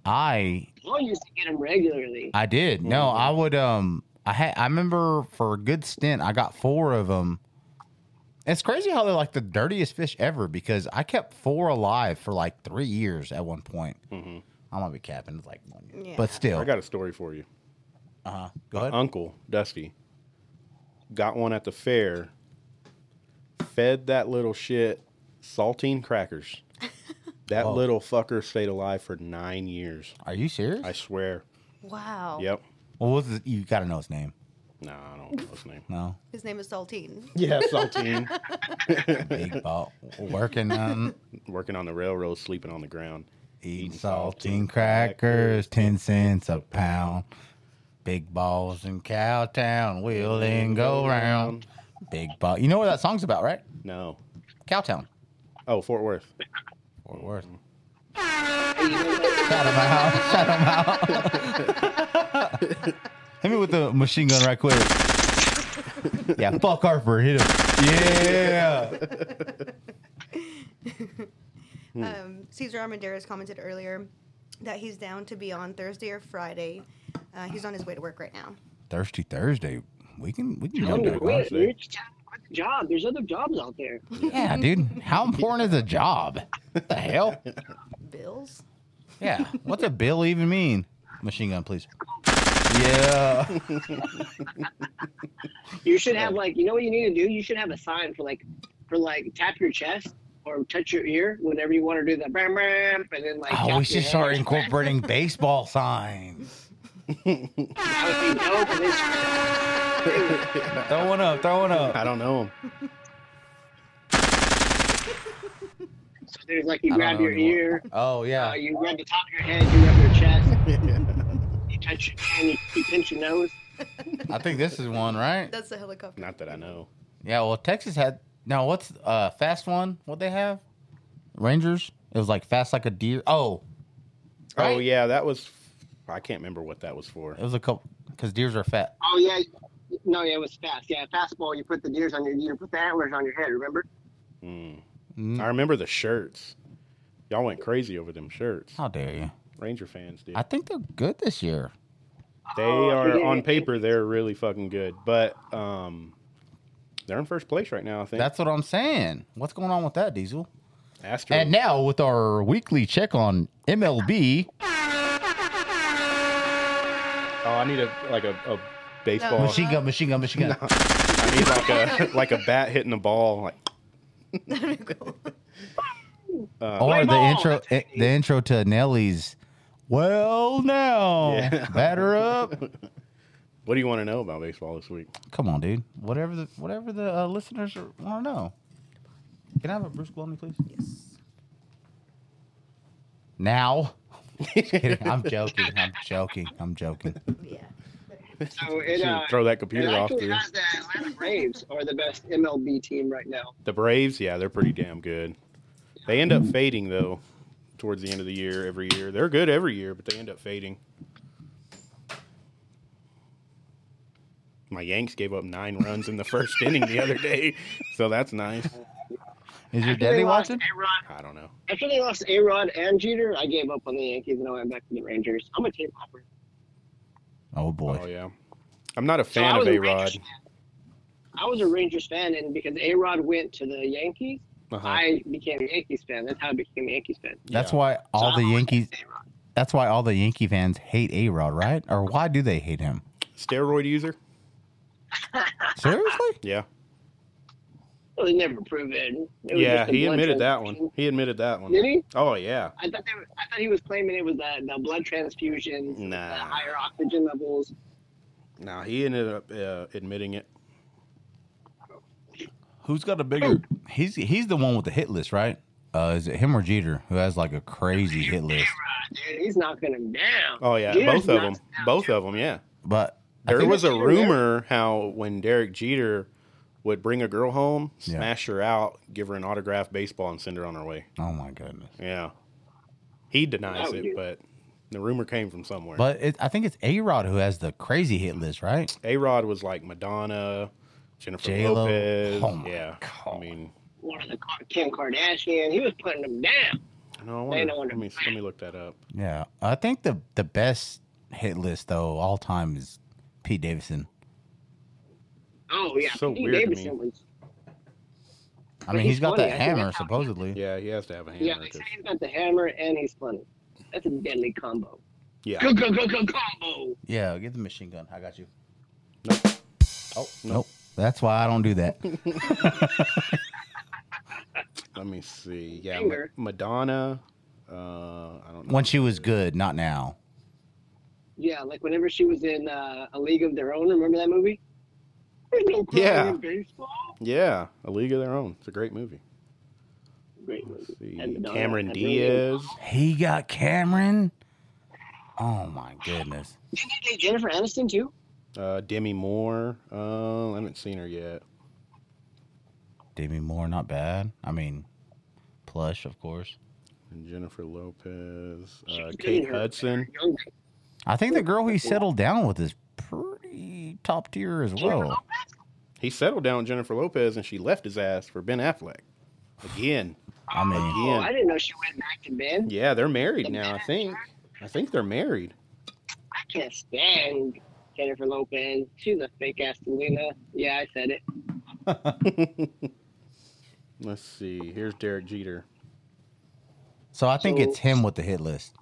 C: I
E: Paul used to get them regularly.
C: I did.
A: Oh,
C: No, I would. Um, I had. I remember for a good stint, I got four of them. It's crazy how they're like the dirtiest fish ever because I kept four alive for like three years at one point.
A: Mhm.
C: I'm gonna be capping. It's like one year,
D: Yeah.
C: but still.
A: I got a story for you.
C: uh, go ahead.
A: Uncle Dusty got one at the fair. Fed that little shit saltine crackers. That
C: Whoa.
A: little fucker stayed alive for nine years.
C: Are you serious?
A: I swear.
D: Wow.
A: Yep.
C: Well, what was it? you got to know his name.
A: No, I don't know his name.
C: No,
D: His name is Saltine.
A: Yeah, saltine.
C: big ball working um, on
A: Working on the railroad, sleeping on the ground.
C: eating
A: Eating saltine
C: saltine crackers, ten cents a pound. Big balls in Cowtown, wheel and go round. Big ball. You know what that song's about, right?
A: No.
C: Cowtown.
A: Oh, Fort Worth.
C: Fort Worth.
E: You know what?
C: Shout him out. Shout him out. Hit me with the machine gun right quick. Yeah, fuck Harper. Hit him. Yeah.
A: Hmm.
D: Um, Cesar Armendariz commented earlier that he's down to be on Thursday or Friday. Uh, he's on his way to work right now.
C: Thirsty Thursday. We can we can
E: Tell
C: go
E: them to
C: back on.
E: quit. You're just trying to quit the job. There's other jobs out there.
C: Yeah, dude. How important is a job? What the hell?
D: Bills.
C: Yeah. What's a bill even mean? Machine gun, please. Yeah.
E: You should have like you know what you need to do. You should have a sign for like for like tap your chest or touch your ear whenever you want to do that. Bam, bam, and then like. tap
C: Oh,
E: your
C: we should
E: head.
C: start incorporating baseball signs.
E: I would think, no, but it's-
C: Throw one up. Throw one
A: I
C: up.
A: don't know him.
E: So there's like you
C: I don't
E: grab
C: know
E: your
C: anymore.
E: ear,
C: Oh
E: uh,
C: yeah.
E: you grab the top of your head, you grab your chest, you touch your hand, you, you pinch your nose.
C: I think this is one, right?
D: That's the helicopter.
A: Not that I know.
C: Yeah, well, Texas had now what's uh fast one? What they have? Rangers. It was like fast like a deer. Oh,
A: Oh
C: Right?
A: yeah, that was. I can't remember what that was for.
C: it was a couple because deers are fat.
E: Oh yeah, no, yeah, it was fast. Yeah, fastball. You put the deers on your, you put the antlers on your head. Remember?
A: Mm.
C: Mm.
A: I remember the shirts. Y'all went crazy over them shirts.
C: How dare you?
A: Ranger fans did.
C: I think they're good this year.
A: They
E: Oh,
A: are
E: yeah.
A: on paper. They're really fucking good, but um, they're in first place right now. I think.
C: That's what I'm saying. What's going on with that, Diesel?
A: Astros.
C: And now with our weekly check on MLB,
A: oh, I need a like a, a baseball.
D: No.
C: machine gun, machine gun, machine gun.
A: I need like a like a bat hitting a ball. Like
C: Or the
E: Ball!
C: intro, i- the intro to Nelly's. Well, now
A: Yeah.
C: batter up.
A: What do you want to know about baseball this week?
C: Come on, dude. Whatever the whatever the uh, listeners want to know. Can I have a Bruce Gluttony, please?
D: Yes.
C: Now. Just kidding. I'm joking. I'm joking. I'm joking.
D: Yeah.
E: So it,
A: Should
E: uh,
A: throw that
E: it
A: computer off.
E: actually
A: The,
E: has the Atlanta Braves are the best MLB team right now.
A: the Braves, yeah, they're pretty damn good. They end up fading though, towards the end of the year. Every year, they're good every year, but they end up fading. My Yanks gave up nine runs in the first inning the other day, so that's nice.
C: Is your
E: After
C: daddy
E: they lost
C: watching?
E: A-Rod,
A: I don't know.
E: after they lost A Rod and Jeter, I gave up on the Yankees and I went back to the Rangers. I'm a team hopper.
C: Oh boy.
A: Oh yeah, I'm not a
E: So
A: fan
E: I
A: of
E: was
A: A
E: Rangers
A: Rod.
E: fan. I was a Rangers fan, and because A Rod went to the Yankees,
A: Uh-huh.
E: I became a Yankees fan. That's how I became a Yankees fan.
C: That's why all the Yankees. That's why all the Yankee fans hate A Rod, right? Or why do they hate him?
A: steroid user.
C: Seriously?
A: Yeah,
E: Well, they never proven. It was
A: yeah.
E: just a
A: He
E: blood
A: admitted that
E: transfusion.
A: one. He admitted that one.
E: Did he?
A: Oh yeah.
E: I thought they were, I thought he was claiming it was the, the blood transfusions,
A: Nah.
E: the higher oxygen levels.
A: Now he ended up uh, admitting it.
C: Who's got a bigger? He's he's the one with the hit list, right? Uh, is it him or Jeter who has like a crazy hit list?
E: Dude, he's knocking him down.
A: Oh yeah,
E: Jeter's
A: both of them.
E: knocking him down,
A: Both
E: too.
A: of them. Yeah.
C: But I
A: There
C: think-
A: was a
E: Jeter there.
A: rumor how when Derek Jeter would bring a girl home, smash her out, give her an autographed baseball, and send her on her way.
C: Oh my goodness!
A: Yeah. He denies
E: That would
A: it,
E: be-
A: but the rumor came from somewhere.
C: But it, I think it's A Rod who has the crazy hit list, right?
A: A Rod was like Madonna, Jennifer
C: J-Lo.
A: Lopez.
C: Oh, my
A: yeah. I
C: God.
A: mean,
E: One of the Car- Kim Kardashian, he was putting him down.
A: no, I wonder,
E: They don't
A: let me
E: understand.
A: let me look that up.
C: Yeah, I think the the best hit list though all time is Pete Davidson.
E: Oh yeah,
A: So
E: Pete
A: weird to
E: Davidson was.
C: I
E: But
C: mean,
E: he's
C: he's got
E: funny.
C: that
E: I think
C: hammer
E: that's how-
C: supposedly.
A: Yeah, he has to have a hammer.
E: Yeah, they
A: 'cause-
E: say he's got the hammer and he's funny. That's a deadly combo.
A: yeah.
E: Go go go go combo.
C: Yeah, get the machine gun. I got you.
A: Nope.
C: Oh nope. That's why I don't do that.
A: Let me see. Yeah, Ma-
E: Finger.
A: Madonna. Uh, I don't know.
C: when she was good, not now.
E: Yeah, like whenever she was in uh, A League of Their Own. Remember that movie? There's no crime
A: Yeah.
E: in baseball.
A: Yeah, A League of Their Own. It's a great movie.
E: Great movie.
A: Let's see.
E: And Madonna
A: Cameron
E: had really
A: Diaz.
C: He got Cameron. Oh my goodness.
E: Didn't they get Jennifer Aniston too?
A: Uh, Demi Moore. Uh, I haven't seen her yet.
C: Demi Moore, not bad. I mean, plush, of course.
A: And Jennifer Lopez.
E: She
A: Uh,
E: was good in
A: Kate
E: her-
A: Hudson.
E: her young-
C: I think the girl he settled down with is pretty top tier as well.
A: He settled down with Jennifer Lopez and she left his ass for Ben Affleck. Again.
C: I mean,
E: Oh,
A: Again.
E: I didn't know she went back to Ben.
A: Yeah, they're married now, I think. I think they're married.
E: I can't stand Jennifer Lopez. She's a fake ass Selena. Yeah, I said it.
A: Let's see. Here's Derek Jeter.
C: so I think
E: So-
C: it's him with the hit list.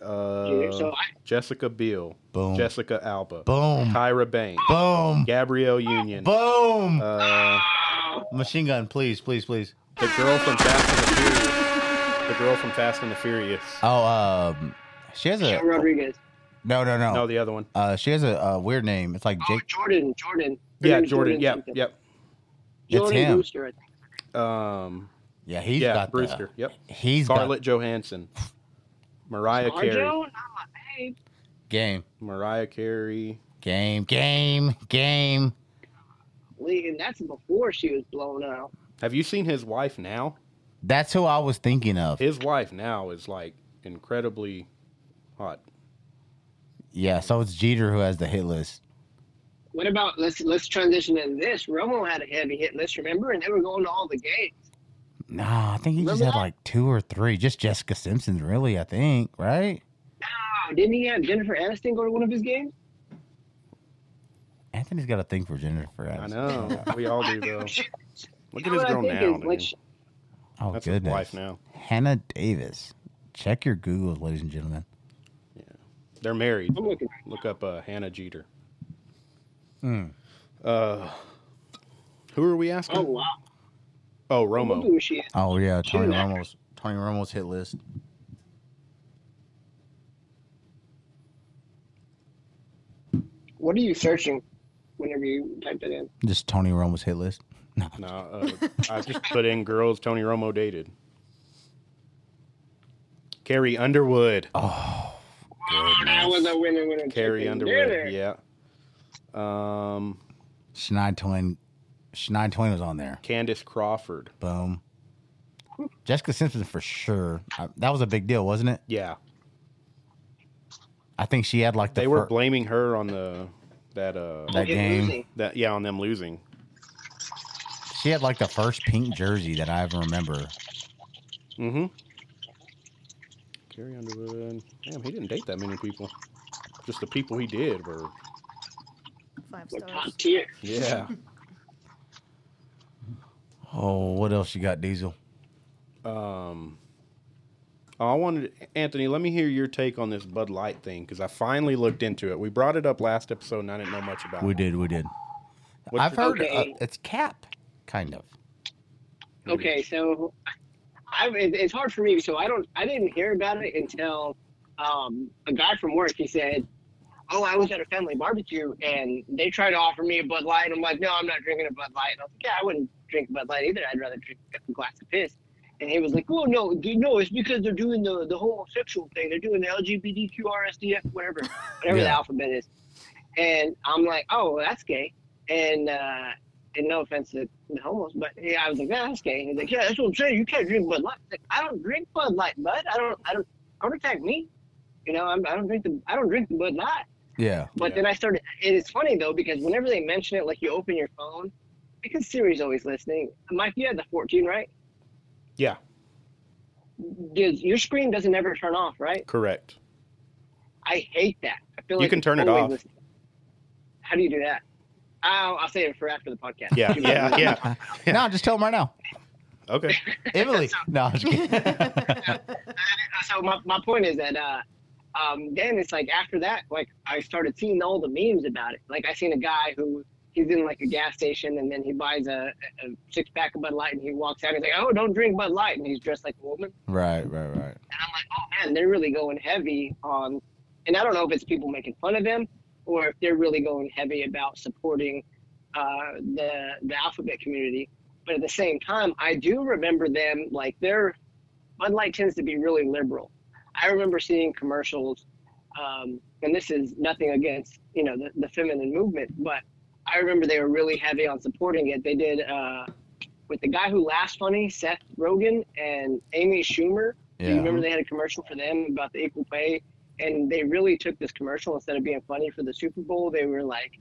A: Uh,
E: so I,
A: Jessica Biel.
C: Boom.
A: Jessica Alba.
C: Boom.
A: Tyra Banks.
C: Boom.
A: Gabrielle Union.
C: Boom.
A: Uh,
C: Machine gun, please, please, please.
A: the girl from Fast and the Furious. The girl from Fast and the Furious.
C: Oh, um, she has a
E: Michelle Rodriguez.
C: no, no,
A: No,
C: no.
A: the other one.
C: Uh, she has a, uh weird name. It's like
E: Oh,
C: Jake.
E: Jordan, Jordan.
A: Yeah,
E: Her name's
A: Jordan. Yep,
E: something.
A: yep.
C: It's
E: Jordan
C: him.
E: Brewster, I think.
A: Um,
C: Yeah, he's
A: yeah,
C: got the-
A: Brewster. Yep.
C: He's
A: Scarlett
C: got
A: Johansson, Mariah Carey,
E: Marjo? Not my babe.
C: game,
A: Mariah Carey.
C: game, game, game.
E: Lee, And that's before she was blown out.
A: Have you seen his wife now?
C: That's who I was thinking of.
A: His wife now is like incredibly hot.
C: Yeah, so it's Jeter who has the hit list.
E: What about let's let's transition into this? Romo had a heavy hit list, remember? And they were going to all the games.
C: Nah, I think he just
E: Remember
C: had
E: that?
C: like two or three. Just Jessica Simpson, really, I think, right?
E: Wow, Oh, didn't he have Jennifer Aniston go to one of his games?
C: Anthony's got a thing for Jennifer Aniston.
A: I know. we all do, though. Look
E: You
A: at this
E: know what I
A: girl
E: think
A: now.
E: is,
A: man.
E: like, she-
C: Oh,
A: That's his
C: goodness.
A: wife now.
C: Hannah Davis. Check your Google, ladies and gentlemen.
A: They're married.
E: I'm looking.
A: Look up uh, Hannah Jeter.
C: Mm.
A: Uh, who are we asking?
E: Oh wow,
A: Oh,
E: Look
A: Romo.
E: who she is.
C: Oh yeah, Tony
E: Shoot.
C: Romo's Tony Romo's hit list.
E: What are you searching? Whenever you type it in,
C: Just Tony Romo's hit list. No.
A: No, uh, I just put in girls Tony Romo dated. Carrie Underwood.
C: Oh,
E: that was a winner winner.
A: Carrie
E: chicken dinner.
A: Underwood. Yeah. Um,
C: Shania Twain. Shania Twain was on there.
A: Candace Crawford.
C: Boom. Jessica Simpson for sure. I, that was a big deal, wasn't it?
A: Yeah,
C: I think she had like the
A: they were
C: fir-
A: blaming her on the that uh
C: That
E: It
C: game.
E: Oh, losing.
A: that yeah on them losing.
C: she had like the first pink jersey that I ever remember.
A: Mm-hmm. Carrie Underwood. Damn, he didn't date that many people. Just the people he did were
D: Five
E: We're
D: stars.
E: top tier.
A: yeah.
C: Oh, what else you got, Diesel?
A: Um, Oh, I wanted Anthony. Let me hear your take on this Bud Light thing because I finally looked into it. We brought it up last episode, and I didn't know much about
C: We
A: it.
C: did, we did.
A: What's
C: I've
A: your-
C: heard uh,
E: Okay.
C: it's cap, kind of.
E: Okay, so I, it, it's hard for me. So I don't, I didn't hear about it until um, a guy from work. He said, "Oh, I was at a family barbecue and they tried to offer me a Bud Light." I'm like, "No, I'm not drinking a Bud Light." And I was like, "Yeah, I wouldn't drink Bud Light either. I'd rather drink a glass of piss." And he was like, "Oh no, dude, no, it's because they're doing the the homosexual thing. They're doing the LGBTQRSDF, whatever, whatever the
C: Yeah.
E: alphabet is." And I'm like, "Oh, well, that's gay." And uh, and no offense to the homos, but yeah, I was like, yeah, that's gay. And he's like, yeah, that's what I'm saying. You can't drink Bud Light. I, was like, I don't drink Bud Light, Bud. I don't, I don't, don't attack me. You know, I'm, I don't drink the, I don't drink the Bud Light.
C: Yeah.
E: But
A: Yeah.
E: then I started. And it's funny though because whenever they mention it, like you open your phone, because Siri's always listening. Mike, you had the 14, right?
A: Yeah,
E: Does your screen doesn't ever turn off, right?
A: correct.
E: I hate that. I feel
A: You
E: like
A: can
E: it's
A: turn it
E: always
A: off.
E: listening. How do you do that? I'll, I'll say it for after the podcast.
A: Yeah, yeah, yeah.
C: No, just tell him right now.
A: Okay.
C: Emily. no, I'm just kidding.
E: so my, my point is that uh, um, then it's like after that, like I started seeing all the memes about it. Like I seen a guy who he's in like a gas station and then he buys a, a six pack of Bud Light and he walks out and he's like, oh, don't drink Bud Light, and he's dressed like a woman.
C: right, right, right.
E: And I'm like, oh man, they're really going heavy on. And I don't know if it's people making fun of them or if they're really going heavy about supporting uh, the the alphabet community. But at the same time, I do remember them like their Bud Light tends to be really liberal. I remember seeing commercials, um, and this is nothing against you know the, the feminine movement, but I remember they were really heavy on supporting it. They did uh, with the guy who laughs funny, Seth Rogen and Amy Schumer. Do
C: Yeah.
E: you remember they had a commercial for them about the equal pay? And they really took this commercial instead of being funny for the Super Bowl. They were like,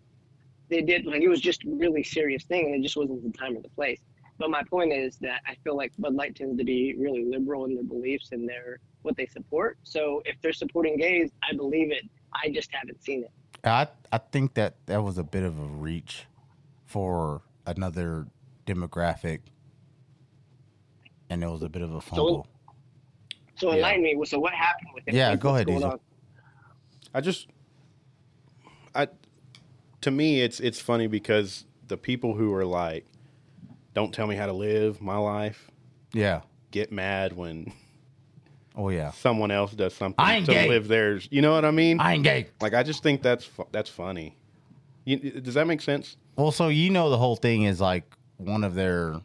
E: they did like it was just a really serious thing, and it just wasn't the time or the place. But my point is that I feel like Bud Light tends to be really liberal in their beliefs and their what they support. So if they're supporting gays, I believe it. I just haven't seen it.
C: I I think that that was a bit of a reach for another demographic, and it was a bit of a fumble.
E: So
C: Yeah.
E: enlighten me. So what happened with it?
C: Yeah,
E: Like,
C: go
E: what's
C: ahead,
E: going
C: Diesel.
E: on?
A: I just, I, to me, it's it's funny because the people who are like, "Don't tell me how to live my life,"
C: yeah.
A: get mad when
C: Oh yeah.
A: someone else does something
C: I ain't
A: to
C: gay.
A: live theirs. You know what I mean?
C: I ain't gay.
A: Like I just think that's fu- that's funny. You, does that make sense?
C: Well, so you know the whole thing is like one of their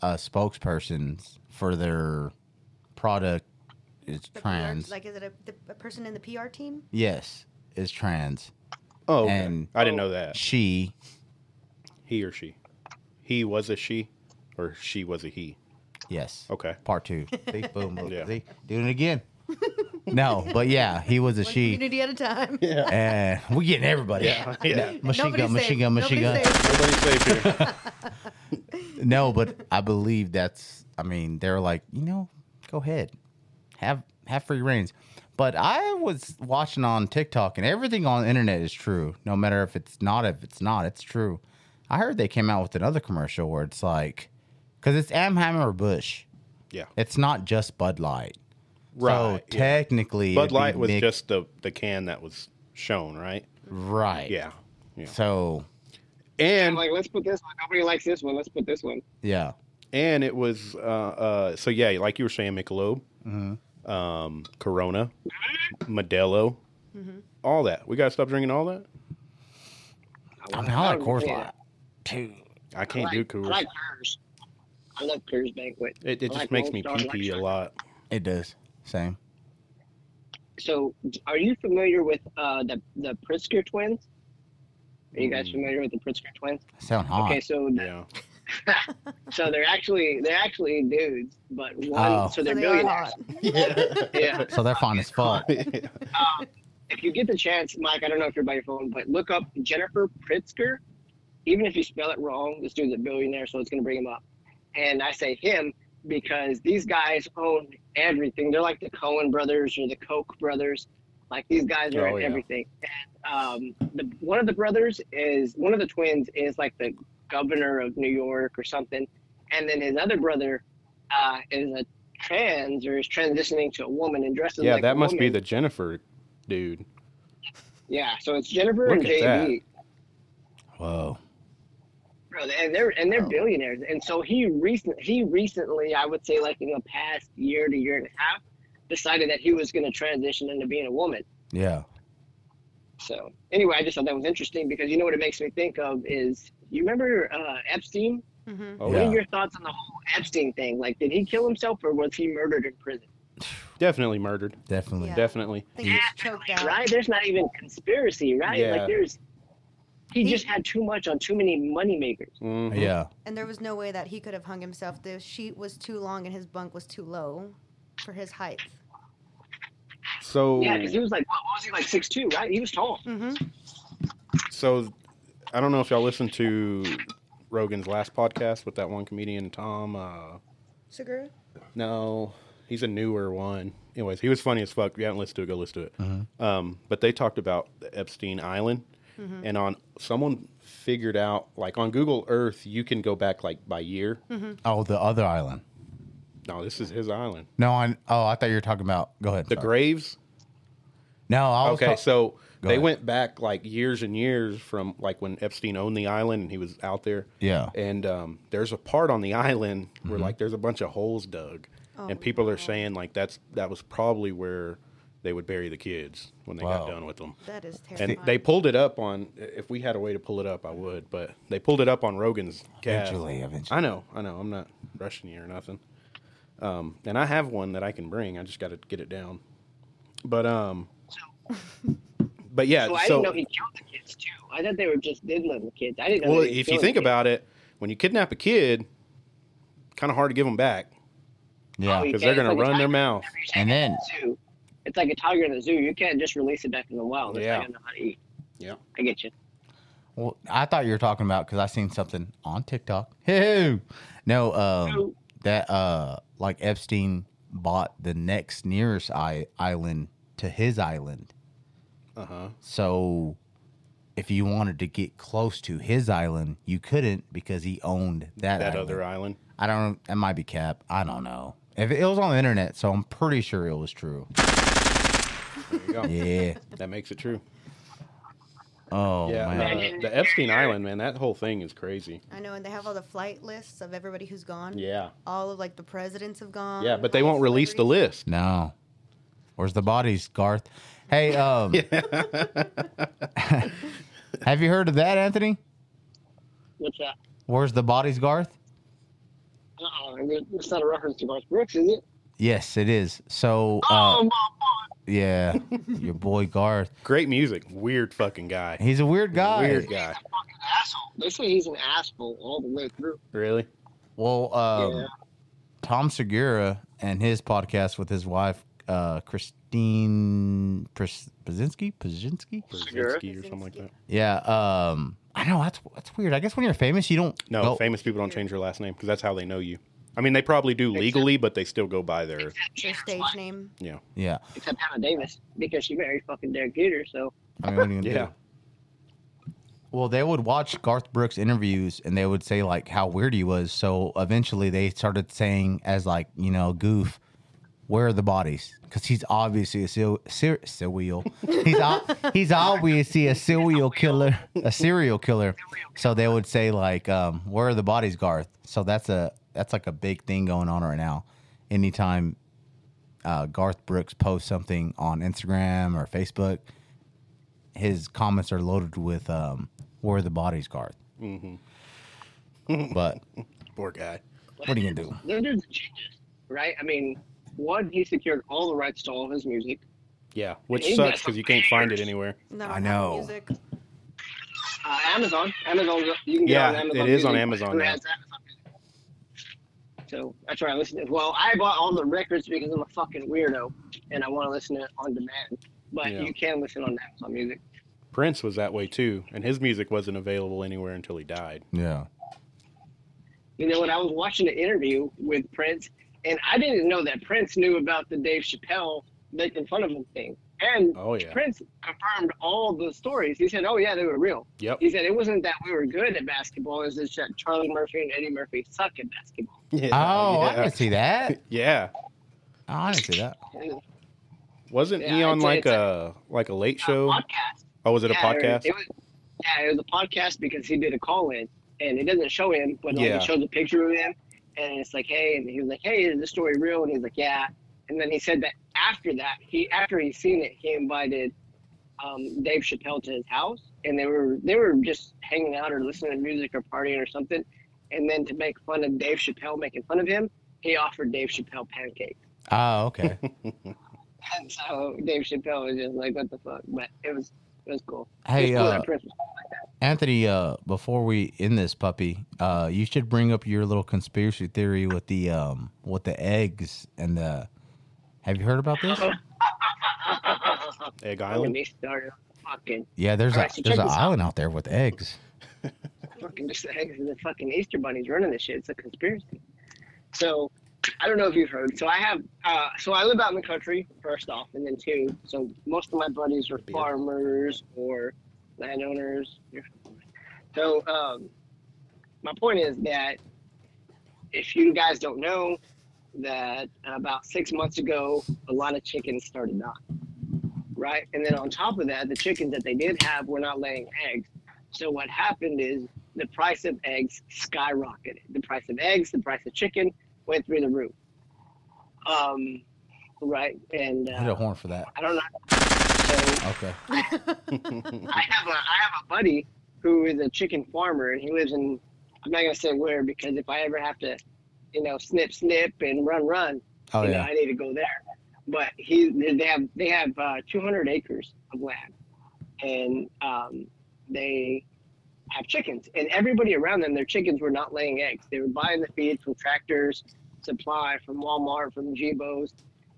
C: uh, spokespersons for their product is
D: The PR
C: trans.
D: like, is it a, the, a person in the PR team?
C: yes, is trans.
A: Oh, okay.
C: And-
A: I didn't know that.
C: She.
A: He or she. He was a she, or she was a he.
C: Yes.
A: Okay.
C: Part two. See, boom, boom.
A: Yeah.
C: See, doing it again. No, but yeah, he was a
D: One
C: she.
D: community at a time.
C: And we're getting everybody.
A: Yeah, yeah.
C: Machine
D: Nobody's
C: gun, machine
D: safe.
C: gun, machine gun.
D: Nobody's safe.
A: Nobody's safe here.
C: No, but I believe that's. I mean, they're like, you know, go ahead, have have free reigns. But I was watching on TikTok, and everything on the internet is true. No matter if it's not, if it's not, it's true. I heard they came out with another commercial where it's like, because it's Amheimer or Bush.
A: Yeah,
C: It's not just Bud Light.
A: right.
C: So
A: yeah.
C: technically, it'd
A: Bud
C: be
A: Light was
C: mixed-
A: just the the can that was shown, right?
C: right.
A: Yeah, yeah.
C: So
E: I'm
A: And
E: like, let's put this one. Nobody likes this one. Let's put this one.
C: yeah,
A: and it was uh, uh so yeah, like you were saying, Michelob, um, Corona, Modelo,
E: Mm-hmm.
A: all that. We gotta stop drinking all that.
C: I mean, I like
E: Oh,
C: Coors Light.
A: I can't
E: like,
A: do Coors.
E: I like Coors. I love Coors Banquet.
A: it it
E: I
A: just
E: like
A: makes
E: Gold
A: me
E: Star, I
A: pee
E: like
A: pee a
E: Shock.
A: lot.
C: It does. Same.
E: So, are you familiar with uh, the the Pritzker twins? Are you
A: Mm.
E: guys familiar with the Pritzker twins?
C: Sound hot.
E: Okay, so
A: Yeah,
E: so they're actually they're actually dudes, but one
C: Oh.
E: so
D: So
E: they're
D: they are
E: billionaires.
D: hot.
E: Yeah.
C: so they're fine as fuck.
E: If you get the chance, Mike, I don't know if you're by your phone, but look up Jennifer Pritzker. Even if you spell it wrong, this dude's a billionaire, so it's gonna bring him up. And I say him because these guys own everything. They're like the Cohen brothers or the Koch brothers. Like these guys are
A: Oh,
E: in
A: yeah.
E: everything. And um, the, one of the brothers is one of the twins is like the governor of New York or something, and then his other brother uh, is a trans or is transitioning to a woman and dresses
A: yeah.
E: like
A: that
E: a
A: must be
E: woman.
A: the Jennifer dude.
E: Yeah, so it's Jennifer
A: Look
E: and
A: at that.
E: JB,
C: Whoa.
E: bro, and they're and they're billionaires. And so he recent he recently, I would say, like in the past year to year and a half, decided that he was going to transition into being a woman.
C: Yeah.
E: So anyway, I just thought that was interesting because you know what it makes me think of is you remember uh, Epstein?
D: Mhm.
A: Oh,
E: What
C: Yeah.
E: are your thoughts on the whole Epstein thing? Like, did he kill himself or was he murdered in prison?
A: definitely murdered.
C: Definitely.
D: Yeah.
A: Definitely.
D: I think he's choked out.
E: Right? There's not even conspiracy, right?
A: Yeah.
E: Like there's. He
D: He-
E: just had too much on too many moneymakers.
A: Mhm.
C: Yeah.
D: And there was no way that he could have hung himself. The sheet was too long and his bunk was too low for his height.
A: So
E: Yeah, because he was like, what was he like six two, right? He was tall.
D: hmm
A: So, I don't know if y'all listened to Rogan's last podcast with that one comedian, Tom. Uh,
D: Segura?
A: no, he's a newer one. Anyways, he was funny as fuck. If you haven't listened to it, go listen to it. Um, but they talked about the Epstein Island, and on someone figured out like on Google Earth, you can go back like by year.
C: Oh, the other island.
A: No, this is his island.
C: No, I. Oh, I thought you were talking about. Go ahead.
A: The
C: sorry.
A: graves.
C: No, I was.
A: Okay,
C: Okay.
A: so
C: Go
A: they
C: ahead.
A: went back like years and years from like when Epstein owned the island and he was out there.
C: Yeah. Mm-hmm.
A: And um, there's a part on the island where like there's a bunch of holes dug, and people are saying like that's that was probably where they would bury the kids when they
C: Wow.
A: got done with them.
D: That is
A: And
D: terrifying.
A: they pulled it up on. If we had a way to pull it up, I would. But they pulled it up on Rogan's. Calf.
C: eventually, eventually.
A: I know, I know. I'm not rushing you or nothing. Um, and I have one that I can bring. I just got to get it down. But um, but yeah.
E: So
A: so
E: I didn't know he killed the kids too. I thought they were just diddling the kids. I didn't know.
A: well,
E: they were
A: if you
E: killing
A: think
E: the kids.
A: about it, when you kidnap a kid, kind of hard to give them back
C: yeah.
E: you
A: because they're going
E: can't.
A: to
E: It's like a
A: run their
E: tiger.
A: mouth.
E: If you take
C: And
E: it
C: then
E: to the zoo, it's like a tiger in the zoo. You can't just release it back in the wild. It's
A: Yeah.
E: not gonna know how to eat.
A: Yeah.
E: I get you.
C: Well, I thought you were talking about because I seen something on TikTok. Hey, no, um,
E: Who?
C: that uh, like Epstein bought the next nearest I- island to his island.
A: Uh huh.
C: So, if you wanted to get close to his island, you couldn't because he owned that
A: That
C: island.
A: other island.
C: I don't. That might be cap. I don't know. If it, it was on the internet, so I'm pretty sure it was true.
A: There you go.
C: Yeah.
A: That makes it true.
C: Oh
A: yeah.
C: man.
A: uh, the Epstein Island, man. That whole thing is crazy.
D: I know, and they have all the flight lists of everybody who's gone.
A: Yeah.
D: All of like the presidents have gone.
A: Yeah, but they won't release the list.
C: No. Where's the bodies, Garth? Hey, um Have you heard of that, Anthony?
E: What's that?
C: Where's the bodies, Garth?
E: Uh-uh. It's not a reference to Garth Brooks, is it?
C: Yes, it is. So
E: oh
C: uh,
E: my God.
C: yeah, your boy Garth.
A: Great music. Weird fucking guy.
C: He's a weird guy.
A: Weird guy.
E: Fucking asshole. They say he's an asshole all the way through.
A: Really?
C: Well, um,
E: Yeah.
C: Tom Segura and his podcast with his wife, uh, uh, Christine Pres- Brzezinski. Brzezinski.
A: Or
E: Sure.
A: Zinsky or something like that.
C: Yeah. Um. I know that's that's weird. I guess when you're famous, you don't.
A: No,
C: go-
A: famous people don't change their last name because that's how they know you. I mean, they probably do legally, but they still go by their
D: Your
E: Except
D: stage name.
A: yeah.
C: Yeah.
E: except Hannah Davis because she married fucking Derek Jeter. So
C: I mean, what are you gonna
A: Yeah.
C: do? Well, they would watch Garth Brooks interviews and they would say like how weird he was. So eventually they started saying as like you know goof, where are the bodies? Because he's obviously a serial serial. He's al- he's obviously a serial killer, a serial killer. So they would say like, um, where are the bodies, Garth? So that's a that's like a big thing going on right now. Anytime uh, Garth Brooks posts something on Instagram or Facebook, his comments are loaded with um, "Where are the bodies, Garth?" Mm-hmm. but
A: Poor guy.
C: what are you gonna do?
E: this dude's a genius, right? I mean, one, he secured all the rights to all of his music.
A: Yeah, which
E: He
A: sucks
E: got
A: because
E: some
A: you can't find it
E: bangers.
A: anywhere.
D: Not
C: I
D: on Apple
C: know.
D: Music.
E: Uh, Amazon, Amazon, you can get
A: Yeah,
E: on Amazon.
A: it is on
E: Music.
A: Amazon
E: Who
A: now.
E: has Amazon Music? So that's where I listen to. Well, I bought all the records because I'm a fucking weirdo and I want to listen to it on demand. But
A: Yeah.
E: you can listen on Amazon Music.
A: Prince was that way too, and his music wasn't available anywhere until he died.
C: Yeah,
E: You know, when I was watching the interview with Prince, and I didn't know that Prince knew about the Dave Chappelle making fun of him thing. And
A: Oh, yeah.
E: Prince confirmed all the stories. He said, "Oh yeah, they were real."
A: Yep.
E: He said it wasn't that we were good at basketball; it's just that Charlie Murphy and Eddie Murphy suck at basketball.
A: Yeah,
C: oh, I
A: yeah.
C: didn't see that.
A: yeah.
C: I didn't see that.
E: And
A: Wasn't he
E: Yeah,
A: on
E: it's a-
A: like
E: it's
A: a like a late show?
E: podcast.
A: Oh, was it a
E: Yeah, it-
A: podcast?
E: It was, yeah, it was a podcast because he did a call in, and it doesn't show him, but like,
A: Yeah.
E: it shows a picture of him, and it's like, hey, and he was like, hey, is this story real? And he's like, yeah. And then he said that after that, he after he seen it, he invited um, Dave Chappelle to his house, and they were they were just hanging out or listening to music or partying or something, and then to make fun of Dave Chappelle making fun of him, he offered Dave Chappelle pancakes.
C: Oh, okay.
E: And so Dave Chappelle was just like, what the fuck? But it was it was cool.
C: Hey,
E: it was cool
C: uh,
E: that Prince was
C: Anthony, uh, before we end this puppy, uh, you should bring up your little conspiracy theory with the um, with the eggs and the. Have you heard about this?
E: Oh.
A: Egg
E: Don't get
A: Island.
E: me started. on Fucking,
C: Yeah, there's a
E: Alright, so
C: there's
E: check
C: an
E: this out.
C: island out there with eggs.
E: fucking, just the eggs and the fucking Easter bunnies running this shit. It's a conspiracy. So, I don't know if you've heard. So I have. Uh, so I live out in the country, first off, and then two. So most of my buddies are farmers or landowners. So um, my point is that if you guys don't know that about six months ago, a lot of chickens started not. Right, and then on top of that, the chickens that they did have were not laying eggs. So what happened is the price of eggs skyrocketed. The price of eggs, the price of chicken went through the roof. Um, right, and
C: I need a
E: uh,
C: horn for that.
E: I don't know. So
C: Okay.
E: I have a I have a buddy who is a chicken farmer and he lives in I'm not gonna say where because if I ever have to, you know, snip snip and run run,
C: Oh
E: you know,
C: yeah.
E: I need to go there. But he they have they have uh, 200 acres of land, and um, they have chickens, and everybody around them their chickens were not laying eggs. They were buying the feed from tractors, supply from Walmart, from Jebo's.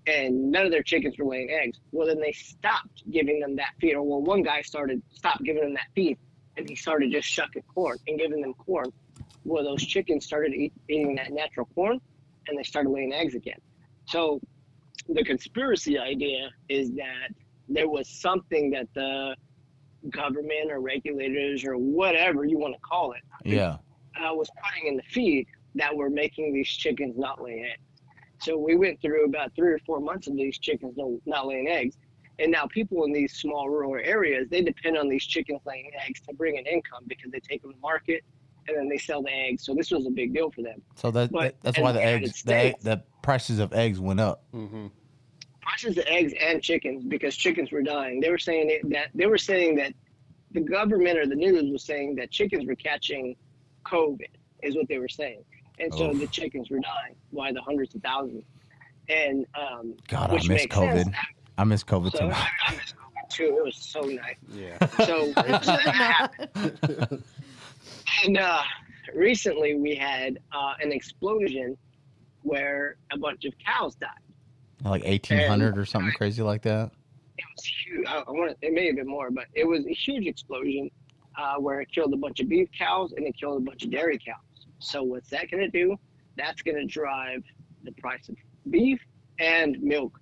E: And none of their chickens were laying eggs. Well, then they stopped giving them that feed. Or well, one guy started stopped giving them that feed, and he started just shucking corn and giving them corn. Well, those chickens started eat, eating that natural corn, and they started laying eggs again. So the conspiracy idea is that there was something that the government or regulators or whatever you want to call it
C: Yeah.
E: uh, was putting in the feed that were making these chickens not lay eggs. So we went through about three or four months of these chickens no- not laying eggs. And now people in these small rural areas, they depend on these chickens laying eggs to bring in income because they take them to market and then they sell the eggs. So this was a big deal for them.
C: So that,
E: But
C: that- that's
E: in
C: why
E: the
C: the
E: United
C: eggs the, egg-
E: States-
C: the prices of eggs went up.
A: hmm
E: prices of eggs and chickens because chickens were dying. They were saying it, that they were saying that the government or the news was saying that chickens were catching COVID is what they were saying, and so
C: Oof.
E: the chickens were dying by the hundreds of thousands. And um,
C: God, I
E: which
C: miss
E: makes sense.
C: COVID. I miss COVID
E: So
C: too.
E: I, I miss COVID too. It was so nice.
A: Yeah.
E: So, so that happened. and uh, recently we had uh, an explosion where a bunch of cows died.
C: Like 1800 or something crazy like that.
E: it was huge. I, I want it may have been more, but it was a huge explosion uh, where it killed a bunch of beef cows and it killed a bunch of dairy cows. So what's that going to do? That's going to drive the price of beef and milk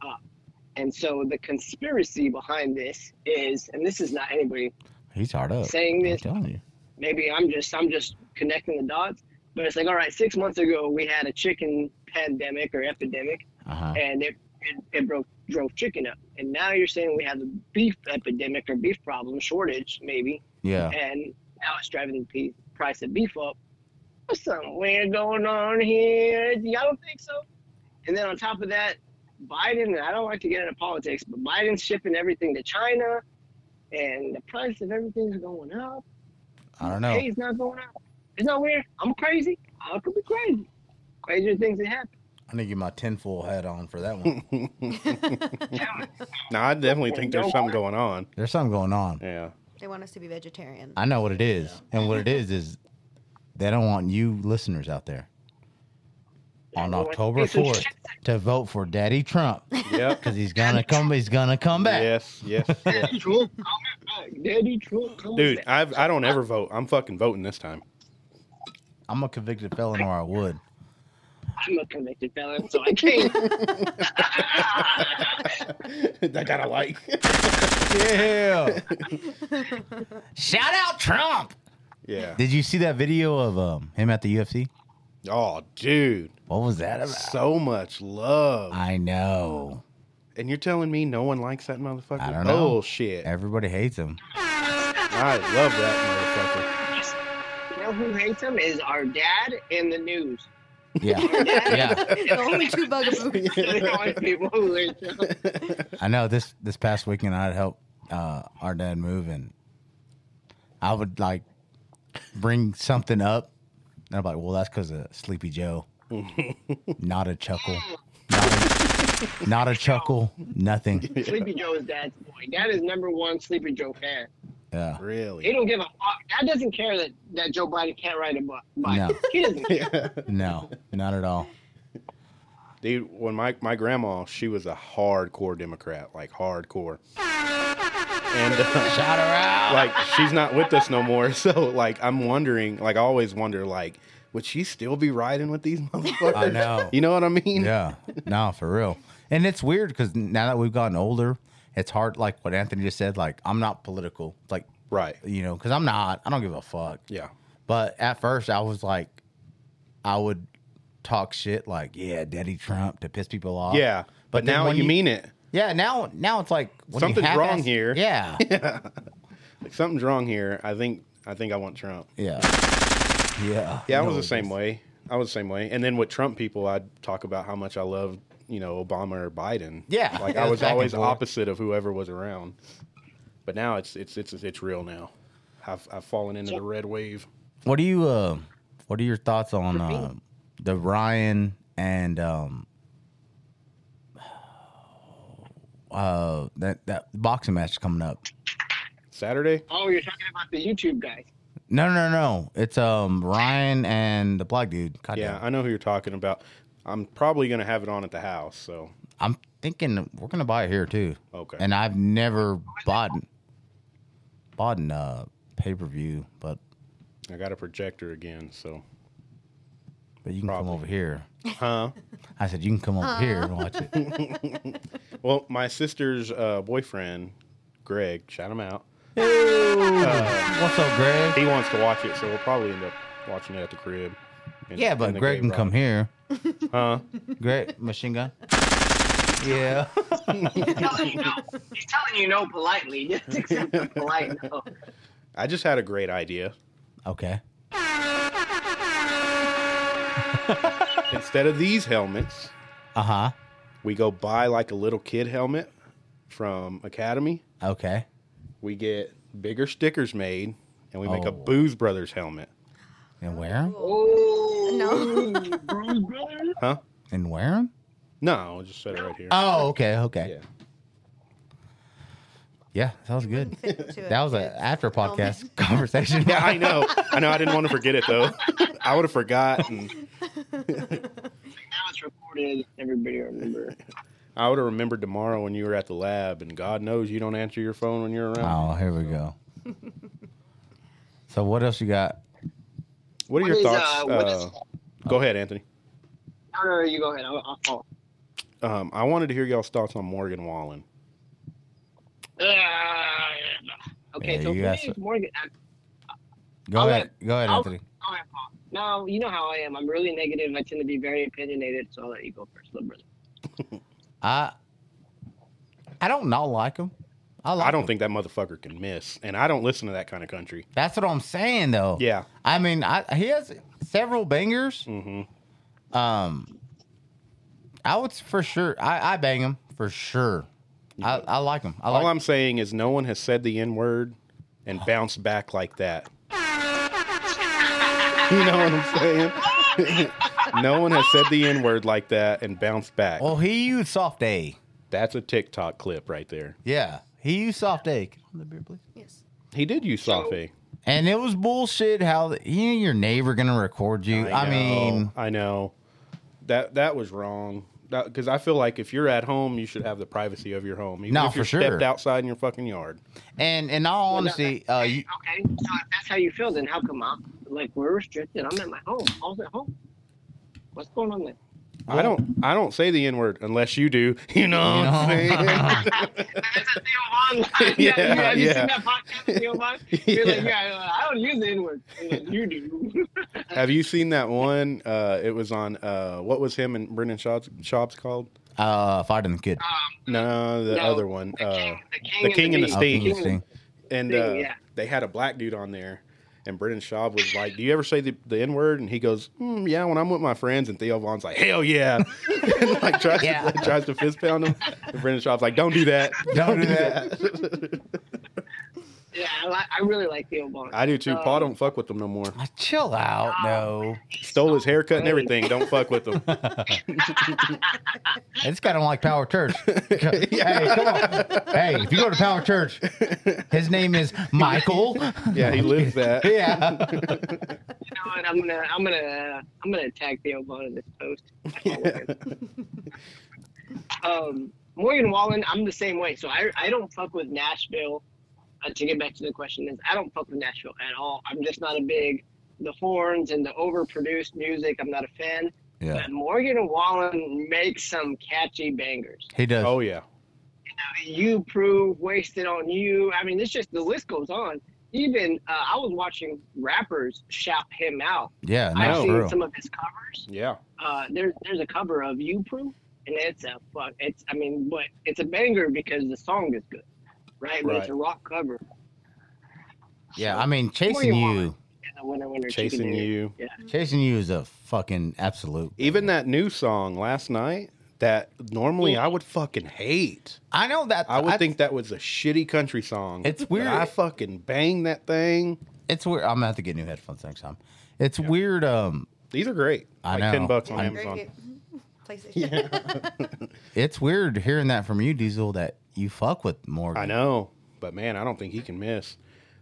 E: up. And so the conspiracy behind this is, and this is not anybody
C: He's hard up.
E: saying
C: I'm
E: this.
C: telling you.
E: Maybe I'm just I'm just connecting the dots. But it's like, all right, six months ago we had a chicken pandemic or epidemic
C: Uh huh.
E: and it, it, it broke, drove chicken up. And now you're saying we have a beef epidemic or beef problem, shortage maybe,
C: Yeah.
E: and now it's driving the pe- price of beef up. There's something weird going on here. Y'all don't think so? And then on top of that, Biden, and I don't like to get into politics, but Biden's shipping everything to China, and the price of everything's going up.
C: I don't know.
E: Hey, it's not going up. It's not weird. I'm crazy. I could be crazy. Crazier things that happen.
C: I need to get my tinfoil hat on for that one.
A: No, I definitely think there's something going on.
C: There's something going on.
A: Yeah.
D: They want us to be vegetarian.
C: I know what it is. And what it is is they don't want you listeners out there on
E: Everyone
C: October
E: piece of
C: 4th
E: shit.
C: to vote for Daddy Trump
A: Yep.
C: cuz he's going to come he's going to come back.
A: Yes, yes, yes.
E: Daddy Trump, coming back. Daddy Trump, coming
A: Dude,
E: back.
A: I've, I don't ever vote. I'm fucking voting this time.
C: I'm a convicted felon or I would.
E: I'm a convicted felon, so I can't.
A: I gotta like.
C: Yeah. Shout out Trump.
A: Yeah.
C: Did you see that video of um, him at the UFC?
A: Oh, dude.
C: What was that about?
A: So much love.
C: I know.
A: And you're telling me no one likes that motherfucker?
C: I don't know.
A: Bullshit.
C: Everybody hates him.
A: I love that
E: you know who hates him is our dad in the news.
C: Yeah. yeah.
D: the only two bugaboos.
E: They're the only people who hate him.
C: I know this this past weekend I'd help uh, our dad move and I would like bring something up and I'm like, well that's because of Sleepy Joe. not a chuckle. Not a, not a chuckle. Nothing.
E: Sleepy Joe is dad's boy. Dad is number one Sleepy Joe fan.
C: Yeah.
A: motherfucker.
E: He
A: Really?
E: don't give a fuck. Dad doesn't care that, that Joe Biden can't ride a bu- bike.
C: No.
E: He doesn't care.
C: No. Not at all.
A: Dude, when my, my grandma, she was a hardcore Democrat, like hardcore. And uh,
C: Shout her out.
A: like she's not with us no more. So like I'm wondering, like I always wonder, like would she still be riding with these motherfuckers?
C: I know.
A: You know what I mean?
C: Yeah, no, for real. And it's weird because now that we've gotten older, it's hard. Like what Anthony just said, like I'm not political, like
A: Right.
C: you know, because I'm not. I don't give a fuck.
A: Yeah.
C: But at first, I was like, I would talk shit like, yeah, Daddy Trump to piss people off.
A: Yeah. But,
C: Uh, then
A: now
C: when
A: you mean it.
C: Yeah, now now it's like when you
A: Something's
C: half-ass-
A: wrong here.
C: Yeah,
A: Like, something's wrong here. I think I think I want Trump.
C: yeah, yeah.
A: Yeah, I
C: No,
A: was the
C: it
A: same
C: is.
A: way. I was the same way. And then with Trump people, I'd talk about how much I loved, you know, Obama or Biden.
C: Yeah.
A: Like
C: It
A: I
C: was
A: was
C: back and
A: always
C: forth.
A: opposite of whoever was around. But now it's it's it's it's real now. I've I've fallen into the red wave.
C: What do you? Uh, what are your thoughts on uh, the Ryan and um, uh, that that boxing match coming up?
A: Saturday?
E: Oh, you're talking about the YouTube guys.
C: No, no, no. It's um Ryan and the black dude. God
A: Yeah,
C: damn.
A: I know who you're talking about. I'm probably gonna have it on at the house, so
C: I'm thinking we're gonna buy it here too.
A: Oh, Okay.
C: And I've never bought bought in uh pay per view, but
A: I got a projector again, so
C: but you can
A: Probably.
C: come over here.
A: huh.
C: I said you can come over here and watch it.
A: Well, my sister's uh, boyfriend, Greg, shout him out.
C: What's up, Greg?
A: He wants to watch it, so we'll probably end up watching it at the crib. in-
C: Yeah,
A: in
C: but
A: the
C: Greg
A: gay
C: can come
A: rock.
C: here.
A: Huh?
C: Greg machine gun. Yeah.
E: He's telling you no. He's telling you no politely. Just accept the polite no.
A: I just had a great idea.
C: Okay.
A: Instead of these helmets,
C: Uh huh.
A: we go buy like a little kid helmet from Academy.
C: Okay.
A: We get bigger stickers made, and we make a
C: Oh.
A: Booze Brothers helmet.
C: And wear 'em?
E: Oh,
D: No.
E: Bruce Brothers.
A: Huh?
C: And wear 'em?
A: No, I'll just set it right here.
C: Oh, okay, okay.
A: Yeah.
C: Yeah, sounds good.
D: Fit into it.
C: That was a after podcast conversation.
A: Yeah, I know. I know. I didn't want to forget it though. I would have forgotten.
E: Now it's recorded. did everybody remember?
A: I would have remembered tomorrow when you were at the lab, and God knows you don't answer your phone when you're around.
C: Oh, here we go. so what else you got?
A: What are
E: What
A: your
E: is,
A: thoughts?
E: uh, what is-
A: uh, go ahead, Anthony.
E: No, no, no, you go ahead. I'll, I'll follow.
A: Um, I wanted to hear y'all's thoughts on Morgan Wallen.
E: Ah, okay,
C: Yeah,
E: so
C: you
E: for
C: got
E: me,
C: some-
E: it's uh, Morgan. I,
C: Go
E: I'll
C: ahead. Go ahead,
E: I'll-
C: Anthony.
E: I'll have Paul. No, you know how I am. I'm really negative. I tend to be very opinionated, so I'll let you go first, little brother.
C: I I don't not like him. I like
A: I don't
C: him.
A: think that motherfucker can miss, and I don't listen to that kind of country.
C: that's what I'm saying though.
A: Yeah.
C: I mean, I, he has several bangers.
A: hmm
C: Um, I would for sure. I, I bang him for sure. I, I like him. I
A: All
C: like.
A: I'm saying is no one has said the N word and bounced back like that. You know what I'm saying? no one has said the N word like that and bounced back.
C: Well, he used soft A.
A: That's a TikTok clip right there.
C: Yeah, he used soft A. Can I have the beer, please?
D: Yes.
A: He did use soft A.
C: And it was bullshit. How the, you and your neighbor gonna record you? I,
A: know,
C: mean,
A: I know that that was wrong. Because I feel like if you're at home, you should have the privacy of your home. Even
C: No,
A: if you're
C: for sure.
A: stepped outside in your fucking yard.
C: and in all
E: Well, no,
C: honesty,
E: that-
C: uh,
E: hey,
C: you,
E: okay. So if that's how you feel, then how come I'm like we're restricted? I'm at my home. I was at home. What's going on there?
A: I don't. I don't say the n word unless you do. You know. What I'm
C: You know.
A: saying?
E: That's a Theo Vaughn. yeah,
A: Yeah,
E: yeah. You, have you
A: yeah.
E: seen that podcast with Theo Vaughn? You're like,
A: Yeah.
E: yeah, uh, I don't use the N word. Like, you do.
A: Have you seen that one? Uh, it was on. Uh, what was him and Brendan Schaub's, Schaub's called?
C: uh, fighting the kid.
A: No, the
E: No,
A: other one.
E: the
A: uh,
E: king- the king
A: the
E: and
A: King
E: the
A: and the
E: Bee.
C: Oh,
A: Sting.
C: King of Sting.
A: and
E: Sting,
A: uh,
E: yeah.
A: they had a black dude on there, and Brendan Schaub was like, "Do you ever say the, the N word?" And he goes, mm, "Yeah, when I'm with my friends." And Theo Vaughn's like, "Hell yeah!" and like tries
C: Yeah.
A: to like, tries to fist pound him. And Brendan Schaub's like, "Don't do that!
C: Don't do
A: that!"
E: Yeah, I, li- I really like Theo Vaughn.
A: I do too.
E: Um,
A: Paul don't fuck with them no more.
C: Ah, chill out, no.
A: Stole his haircut and everything. Don't fuck with them.
C: It's kind of like Power Church. Hey, come on. Hey, if you go to Power Church, his name is Michael.
A: Yeah, he lives that.
C: yeah.
E: You know what? I'm gonna, I'm gonna, I'm gonna tag Theo Vaughn in this post. um, Morgan Wallen, I'm the same way. So I, I don't fuck with Nashville. Uh, to get back to the question, is I don't fuck with Nashville at all. I'm just not a big the horns and the overproduced music. I'm not a fan.
C: Yeah.
E: But Morgan Wallen makes some catchy bangers.
C: He does.
A: Oh yeah.
E: You prove wasted on you. I mean, it's just the list goes on. Even uh, I was watching rappers shout him out.
C: yeah, no,
E: I've
A: know.
E: seen
C: for real.
E: some of his covers
A: Yeah.
E: uh, there's there's a cover of You Proof, and it's a fuck. It's I mean, but it's a banger because the song is good, right? But it's a rock cover.
C: yeah, I mean, chasing
E: Morgan
C: you,
E: Wallen. And the winner, winner, chicken
A: Chasing
E: dinner.
A: you.
C: chasing you is a fucking absolute.
A: Even that new song last night that normally I would fucking hate.
C: I know that.
A: I would think that was a shitty country song.
C: It's
A: But
C: weird.
A: I fucking banged that thing.
C: it's weird. I'm gonna have to get new headphones next time. It's weird. Um,
A: These are great.
C: I
A: like
C: know.
A: ten bucks on
C: I-
A: Amazon.
D: Great. Mm-hmm. PlayStation.
C: it's weird hearing that from you, Diesel. That you fuck with Morgan.
A: I know, but man, I don't think he can miss.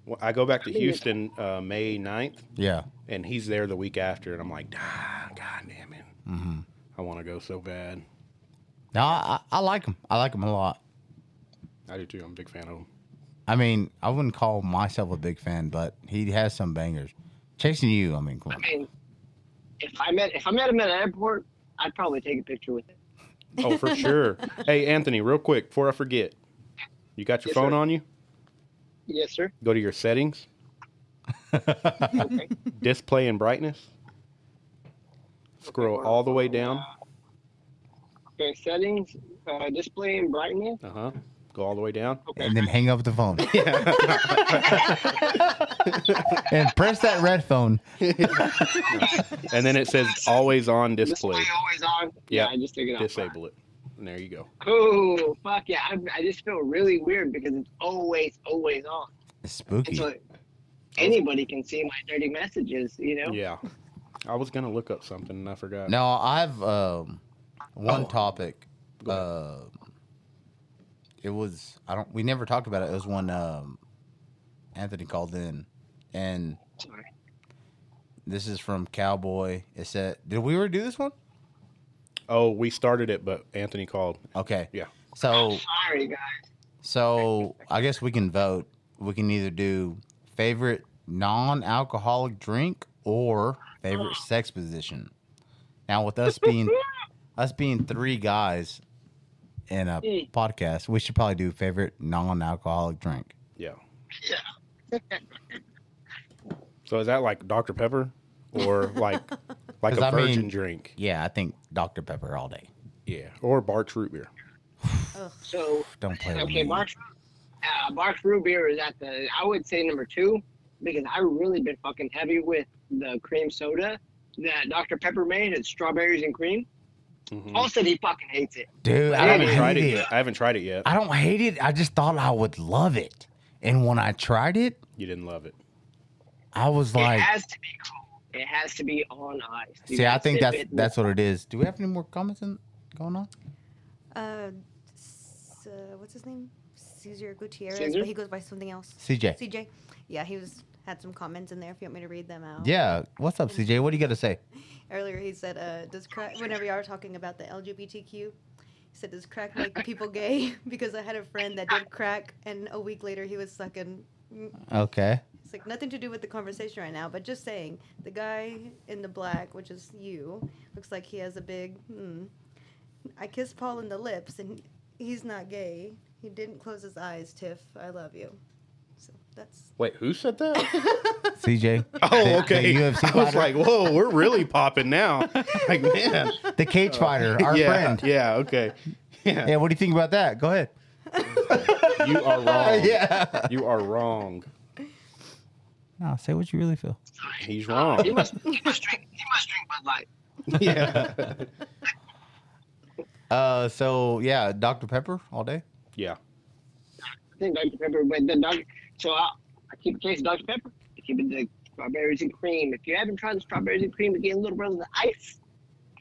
A: Well, I go back to Houston uh, May 9th,
C: Yeah.
A: and he's there the week after, and I'm like, ah, god damn it,
C: Mm-hmm.
A: I want to go so bad.
C: No, I, I I like him. I like him a lot.
A: I do too. I'm a big fan of him.
C: I mean, I wouldn't call myself a big fan, but he has some bangers. Chasing you, I mean, come on.
E: I mean, if I met if I met him at an airport, I'd probably take a picture with him.
A: Oh, for sure. hey, Anthony, real quick before I forget, you got your
E: Yes,
A: phone
E: sir.
A: on you?
E: Yes, sir.
A: Go to your settings,
E: Okay.
A: display and brightness. Scroll all the way down.
E: okay. Settings, uh, display and brightness.
A: Uh huh. Go all the way down.
E: Okay.
C: and then hang up the phone. and press that red phone.
A: And then it says always on display.
E: Display always on.
A: Yeah.
E: Yeah, I just took it off.
A: Disable it. And there you go.
E: Oh fuck yeah! I, I just feel really weird because it's always always on.
C: It's
E: And
C: spooky.
E: so anybody can see my dirty messages, you know?
A: Yeah. I was going to look up something and I forgot.
C: Now I've um, one topic.
A: Oh. Go ahead.
C: Uh, it was I don't. We never talked about it. It was when um, Anthony called in, and
E: Sorry.
C: this is from Cowboy. It said, "Did we already do this one?"
A: Oh, we started it, but Anthony called.
C: Okay.
A: Yeah.
E: Oh.
C: So
E: Sorry, guys.
C: so I guess we can vote. We can either do favorite non-alcoholic drink or favorite sex position. Now with us being us being three guys in a
E: Mm.
C: podcast, we should probably do favorite non-alcoholic drink.
A: Yeah.
E: Yeah.
A: So is that like Dr. Pepper or like like
C: 'Cause
A: a
C: I
A: virgin
C: mean-
A: drink?
C: Yeah, I think Dr Pepper all day.
A: Yeah. Or Bart's root beer.
D: Ugh.
E: So
C: Don't play with me.
E: okay, Mark's uh, Mark's root beer is at the I would say number two because I've really been fucking heavy with the cream soda that Dr Pepper made. It's strawberries and cream.
A: Mhm.
E: Also, he fucking hates it.
C: Dude,
A: I
C: I don't
A: haven't tried
C: hate
A: it
C: it.
A: yet. I haven't tried it yet.
C: I don't hate it. I just thought I would love it. And when I tried it,
A: You didn't love it.
C: I was
E: it
C: like,
E: has to be cold. It has to be on ice. You
C: see, I
E: gotta
C: think
E: sip
C: that's
E: it.
C: that's what it is. Do we have any more comments in, going on?
D: Uh, s- uh, what's his name? Cesar Gutierrez,
E: Cesar?
D: but he goes by something else.
C: CJ.
D: CJ. Yeah, he was had some comments in there. If you want me to read them out.
C: Yeah. What's up, CJ? What do you got to say?
D: Earlier, he said, uh, "Does crack?" Whenever you are talking about the LGBTQ, he said, "Does crack make people gay?" because I had a friend that did crack, and a week later he was sucking.
C: Okay.
D: It's like nothing to do with the conversation right now, but just saying the guy in the black, which is you, looks like he has a big. Hmm. I kissed Paul in the lips, and he's not gay. He didn't close his eyes. Tiff, I love you. So that's.
A: Wait, who said that?
C: CJ.
A: Oh,
C: the-
A: okay.
C: The UFC
A: I was
C: fighter,
A: like, whoa, we're really popping now. like, man.
C: the cage fighter, our
A: yeah,
C: friend.
A: Yeah, okay. Yeah.
C: Yeah. What do you think about that? Go ahead.
A: You are wrong.
C: yeah.
A: You are wrong.
C: No, say what you really feel.
A: He's
E: He
A: wrong.
E: must, he must drink. He must drink Bud Light.
A: yeah.
C: Uh. So yeah, Dr Pepper all day.
A: Yeah.
E: I think Dr Pepper, but then Dr. So I, I keep a case of Dr Pepper. I keep it the strawberries and cream. If you haven't tried the strawberries and cream again, little brother, the ice,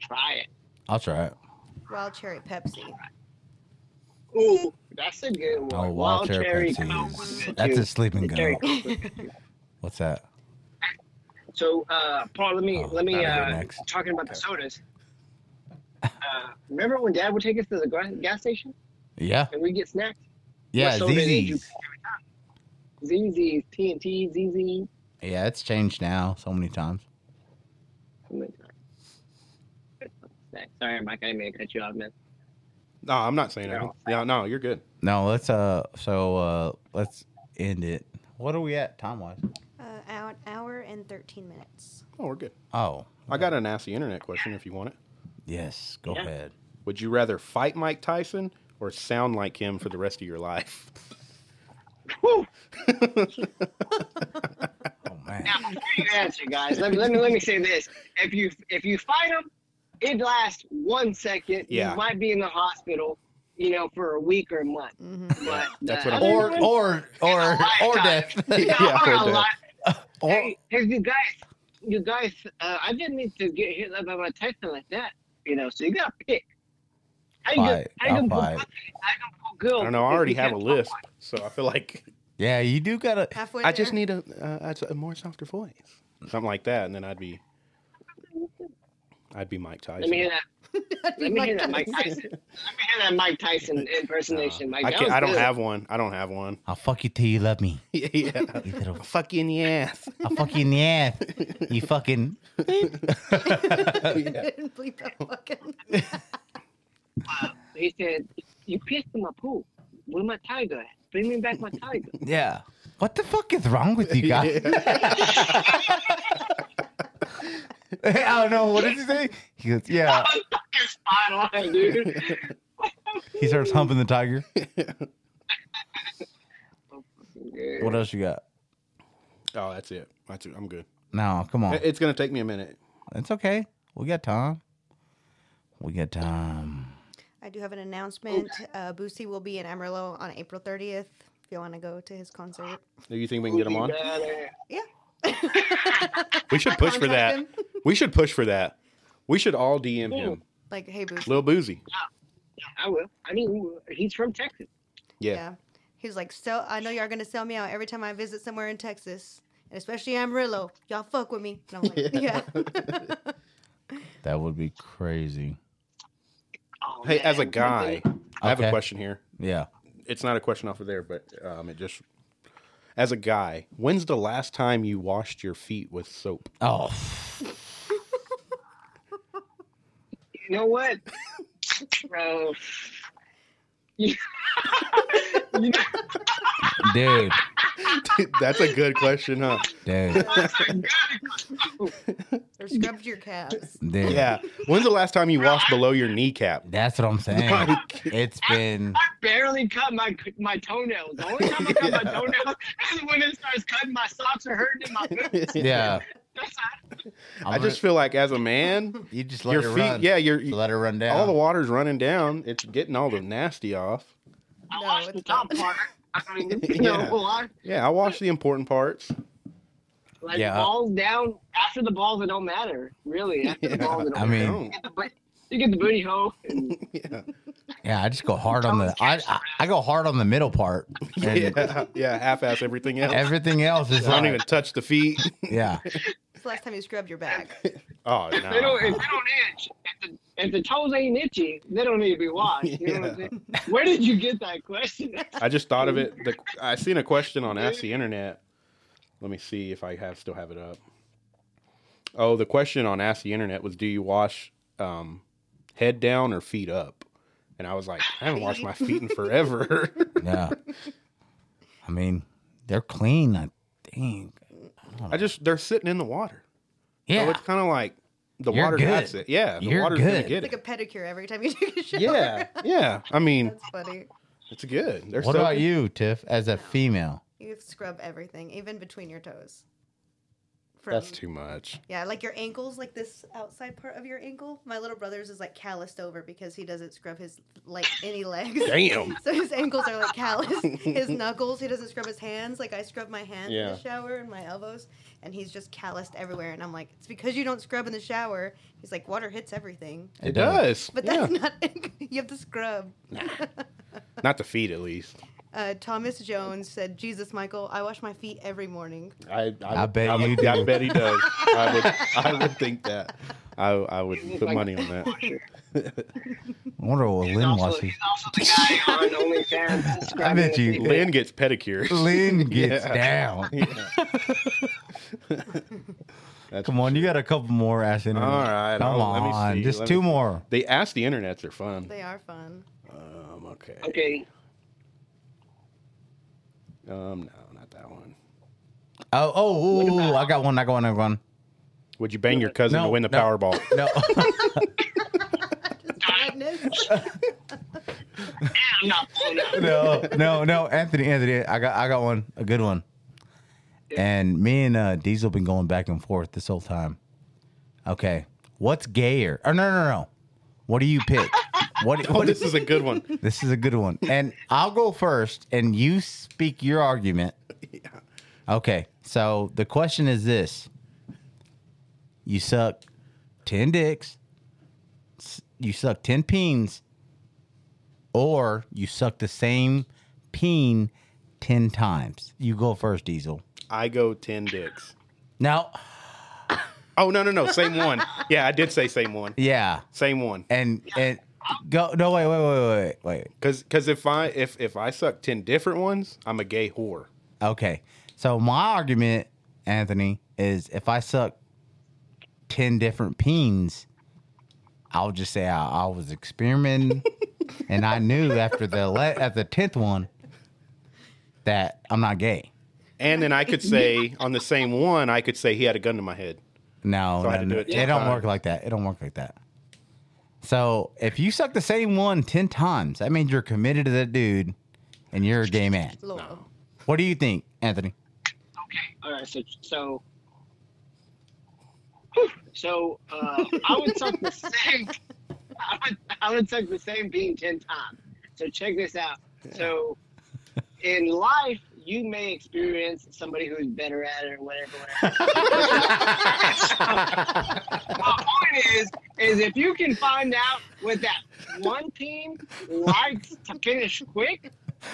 E: try it.
C: I'll try it.
D: Wild cherry Pepsi.
E: Ooh, that's a good one.
C: Oh, wild cherry
E: Coke was
C: Pepsi.
E: good,
C: is- That's
E: too.
C: a sleeping
E: The cherry
C: gun.
E: Coke was-
C: What's that?
E: So, uh, Paul, let me
C: Oh,
E: let me
C: gotta go
E: uh,
C: next.
E: talking about the sodas. Uh, remember when Dad would take us to the gra- gas station
C: Yeah.
E: and we get snacks?
C: Yeah.
E: soda did you
C: ZZ's.
E: ZZ's, TNT, ZZ.
C: Yeah, it's changed now so many times.
E: Sorry, Mike, I didn't mean to cut you off, man.
A: No, I'm not saying that. Yeah, no, you're good.
C: No, let's uh so uh let's end it. What are we at time wise?
D: Uh, hour, hour and 13 minutes.
A: Oh, we're good.
C: Oh.
A: I got a nasty internet question if you want it.
C: Yes, go
E: Yeah.
C: ahead.
A: Would you rather fight Mike Tyson or sound like him for the rest of your life?
E: Whew.
C: Oh man.
E: Now, before you answer, guys, let me let me let me say this: if you if you fight him, it lasts one second.
A: Yeah.
E: You might be in the hospital, you know, for a week or a month.
D: Mm-hmm.
E: But uh,
A: That's
E: the
A: what I'm-
E: other
C: Or
E: one-
C: or or or death.
E: Yeah,
A: Yeah,
E: or
A: or
E: a
A: death.
E: lot-
C: or
E: Hey, hey, you guys, you guys, uh, I didn't need to get hit up by my Tyson like that, you know. So you gotta pick. I
C: Fight. I'll fight.
A: I don't know. I already have a list, so I feel like
C: Yeah, you do gotta
D: Halfway
A: I just
D: there.
A: need a, uh, a more softer voice, something like that, and then I'd be, I'd be Mike
E: Let me hear
A: Tyson.
E: that. Let me hear that Mike Tyson. Let me hear that Mike Tyson impersonation. Mike,
A: I
E: that
A: can't.
E: was
A: I don't
E: good.
A: have one. I don't have one.
C: I'll fuck you till you love me.
A: yeah.
C: You little
A: Fucking yes.
C: I'll fuck you in the ass. You fucking
D: Didn't bleep that fucking.
E: He said, "You pissed in my pool. Where my tiger at? Bring me back my tiger."
C: Yeah. What the fuck is wrong with you guys? I don't know. What did he say? He goes, Yeah.
E: I'm fucking spot on, dude.
C: He starts humping the tiger.
E: Yeah.
C: What else you got?
A: Oh, that's it. That's it. I'm good.
C: No, come on.
A: It- It's gonna take me a minute.
C: It's okay. We got time. We got time.
D: I do have an announcement. Uh, Boosie will be in Amarillo on April 30th. If you want to go to his concert,
A: Do you think we can get him on? We should
D: I
A: push for that.
D: contact him.
A: We should push for that. We should all DM him,
D: like, hey, Boosie.
A: Lil Boozy.
E: I will. I mean, he's from Texas.
A: Yeah.
D: He was like, so I know y'all are gonna sell me out every time I visit somewhere in Texas, and especially Amarillo. Y'all fuck with me. And I'm like, yeah.
C: That would be crazy.
A: Hey, as a
E: Oh, man.
A: guy, I have a
C: Okay.
A: question here.
C: Yeah.
A: It's not a question off of there, but um, it just as a guy, when's the last time you washed your feet with soap?
C: Oh,
E: You know what? Bro. You know,
C: dude,
A: That's a good question, huh?
C: dude,
D: Or scrubbed your calves.
C: dude.
A: Yeah. When's the last time you washed below your kneecap?
C: That's what I'm saying. It's been
E: I barely cut my my toenails. The only time I cut my
A: Yeah.
E: toenails is when it starts cutting my socks or hurting in my boots.
C: yeah.
E: That's
C: I'm
A: I just feel like as a man,
C: gonna- you just let
A: your
C: it
A: feet,
C: run.
A: yeah, your
C: let it run down.
A: all the water's running down. It's getting all the nasty off.
E: I
D: No,
E: washed the
D: it's not.
E: top part. I mean, you know,
A: Yeah.
E: well, I
A: Yeah, I wash the important parts.
E: like
C: Yeah.
E: balls down. After the balls, it don't matter really. After the
A: Yeah.
E: balls, it don't
C: I mean-
E: matter. You get the bo- you get the booty hole. And
A: Yeah.
C: yeah, I just go hard on the. I, I I go hard on the middle part. And
A: Yeah. Yeah. Half ass everything else.
C: Everything else is
A: I don't
C: like,
A: even touch the feet.
C: yeah.
D: It's the last time you scrubbed your back.
A: Oh
E: if they don't,
A: no.
C: Uh-huh.
E: if they don't itch, if the, if the toes ain't itchy, they don't need to be washed. You know what I'm
A: Yeah.
E: saying? Where did you get that question?
A: I just thought of it. The, I seen a question on Ask the Internet. Let me see if I have still have it up. Oh, the question on Ask the Internet was, "Do you wash um, head down or feet up?" And I was like, "I haven't washed my feet in forever."
C: Yeah. I mean, they're clean, I think.
A: I just they're sitting in the water, so
C: Yeah.
A: Oh, it's kind of like the
C: You're
A: water
C: good.
A: gets it. Yeah, the
C: You're
A: water's
C: good.
A: gonna
D: It's
A: get
D: like a
A: it.
D: pedicure every time you take a shower.
A: Yeah, yeah. I mean,
D: That's funny.
A: it's good. They're
C: What
A: so
C: about
A: good.
C: you, Tiff, as a female?
D: You scrub everything, even between your toes. From,
A: That's too much.
D: Yeah, like your ankles, like this outside part of your ankle. My little brother's is like calloused over because he doesn't scrub his like any legs.
A: Damn.
D: So his ankles are like calloused. His knuckles, he doesn't scrub his hands. Like I scrub my hands in
A: Yeah.
D: the shower and my elbows, and he's just calloused everywhere. And I'm like, it's because you don't scrub in the shower. He's like, water hits everything.
A: It, does.
D: But
A: yeah.
D: that's not. you have to scrub.
A: not the feet, at least.
D: Uh, Thomas Jones said, "Jesus, Michael, I wash my feet every morning."
A: I,
C: I bet
A: I
C: you
A: would,
C: do.
A: I bet he does. I would, I would think that. I, I would put money on that.
C: I wonder what
E: He's
C: Lynn
E: also,
C: watches.
E: he's also the guy on OnlyFans.
C: I
E: describing
C: bet
E: the
C: you
E: thing.
A: Lynn gets pedicures.
C: Lynn gets
A: Yeah.
C: down.
A: That's-
C: Come on, you got a couple more ass in
A: All right,
C: Come
A: I'll- let me
C: on,
A: see,
C: just
A: let
C: two
A: me-
C: more.
A: They ask the internets are fun.
D: They are fun.
A: Um, okay.
E: Okay.
A: Um, no, not that one.
C: Oh, oh, ooh, I got one. I got one. I got one.
A: Would you bang your cousin
C: No,
A: to win the
C: no.
A: Powerball?
C: No,
D: Goodness.
E: Yeah, I'm not pulling up.
C: no, no, no. Anthony, Anthony, I got, I got one. A good one. And me and uh, Diesel been going back and forth this whole time. Okay, what's gayer? Oh no, no, no. What do you pick? What?
A: Oh,
C: what
A: this is a good one.
C: This is a good one. And I'll go first and you speak your argument. Okay. So the question is this You suck 10 dicks, s- you suck 10 peens, or you suck the same peen 10 times. You go first, Diesel.
A: I go ten dicks.
C: Now,
A: Oh no no no, same one. Yeah, I did say same one.
C: yeah.
A: Same one.
C: And, and, Go no wait wait wait wait wait
A: Cause, cause if I if if I suck ten different ones, I'm a gay whore.
C: Okay. So my argument, Anthony, is if I suck ten different peens, I'll just say I, I was experimenting, and I knew after the le- at the tenth one that I'm not gay.
A: And then I could say on the same one, I could say he had a gun to my head.
C: No,
A: So I
C: no,
A: had to do
C: no.
A: it
C: it,
A: 10
C: don't
A: times.
C: work like that. It don't work like that. So if you suck the same one ten times, that means you're committed to that dude, and you're a gay man.
D: Lord.
C: What do you think, Anthony?
E: Okay. All right. So so Whew. so uh, I would suck the same. I would, I would suck the same bean ten times. So check this out. So in life, you may experience somebody who's better at it or whatever. whatever. My point is, is if you can find out what that one team likes to finish quick,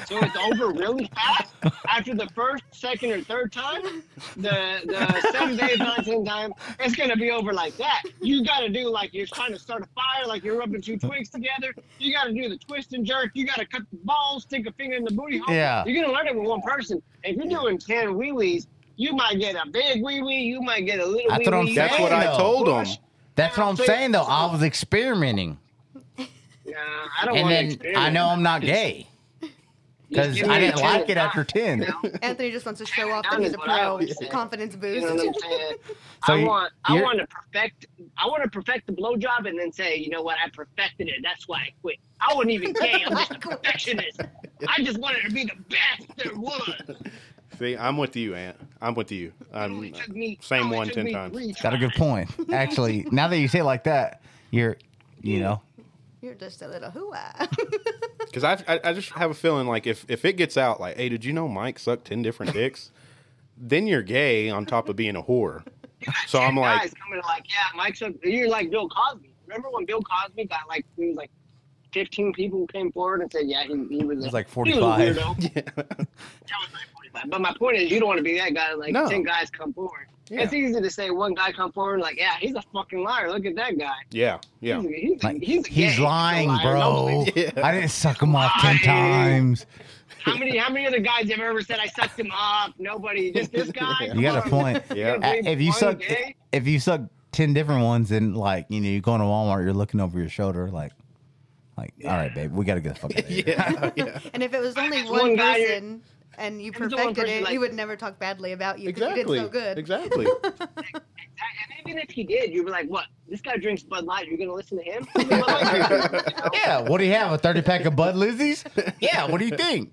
E: So it's over really fast. After the first, second, or third time, the the seventh, eighth, ninth, tenth time, it's gonna be over like that. You gotta do like you're trying to start a fire, like you're rubbing two twigs together. You gotta do the twist and jerk. You gotta cut the ball, stick a finger in the booty hole.
C: Yeah.
E: You're gonna learn it with one person. If you're doing ten wee wees, you might get a big wee wee. You might get a little.
C: That's what I'm
E: wee-wee.
A: That's what I
C: Damn.
A: told him.
C: That's what I'm saying, though. I was experimenting,
E: Nah, I don't
C: and
E: want
C: then
E: to.
C: I know I'm not gay because I didn't like it after ten.
D: Anthony just wants to show off that
E: That
D: he's
E: is
D: a
E: what I
D: pro.
E: would say.
D: Confidence
E: You know what
D: boost.
E: I'm saying?
C: So
E: I
C: you-
E: want I
C: you're-
E: want to perfect I want to perfect the blowjob and then say, you know what, I perfected it. That's why I quit. I wouldn't even care. I'm just a perfectionist. I just wanted to be the best there was.
A: See, I'm with you, Aunt. I'm with you.
E: It
A: I'm
E: only took me- oh, it
A: same
E: only
A: one
E: took
A: ten
E: me
A: times.
E: three
C: Got a good
E: tries.
C: point. Actually, now that you say it like that, you're, you know,
D: You're just a little hoo-ah.
A: Because I, I, I just have a feeling like if if it gets out, like, hey, did you know Mike sucked ten different dicks? then you're gay on top of being a whore. So I'm
E: Ten
A: like,
E: guys coming like, yeah, Mike's up. You're like Bill Cosby. Remember when Bill Cosby got like he was like 15 people who came forward and said, yeah, he, he was.
C: It was
E: a-
C: like
E: He was a
C: 45.
E: weirdo.
A: yeah,
E: That was like 45. But my point is, you don't want to be that guy. Like
A: No.
E: 10 guys come forward.
A: Yeah.
E: It's easy to say one guy come forward and like, yeah, he's a fucking liar. Look at that guy.
A: yeah, yeah.
E: He's, a- he's, a-
C: like,
E: he's, a gay.
C: he's
E: a
C: lying,
E: liar.
C: bro.
E: Nobody-
A: Yeah.
C: I didn't suck him off ten times.
E: How many how many other guys have ever said I sucked him up? Nobody. Just this guy.
A: You
C: You got a point.
A: Yeah.
E: You're
C: Uh,
E: being
C: if you
E: funny,
C: suck,
E: gay?
C: if you suck ten different ones, and like you know, you go to Walmart, you're looking over your shoulder, like, like, all right, babe, we gotta get the fuck out of here.
A: yeah, yeah.
D: and if it was only
E: Just
D: one,
E: one guy,
D: person and you
E: If it's only one
D: perfected
E: person,
D: it,
E: like-
D: he would never talk badly about you because
A: Exactly.
D: you did so good.
A: Exactly.
E: And even if he did, you'd be like, what? This guy drinks Bud Light. You're gonna listen to him? Bud Light drinker.
C: Yeah, what do you have? A thirty pack of Bud Lizzie's? Yeah, what do you think?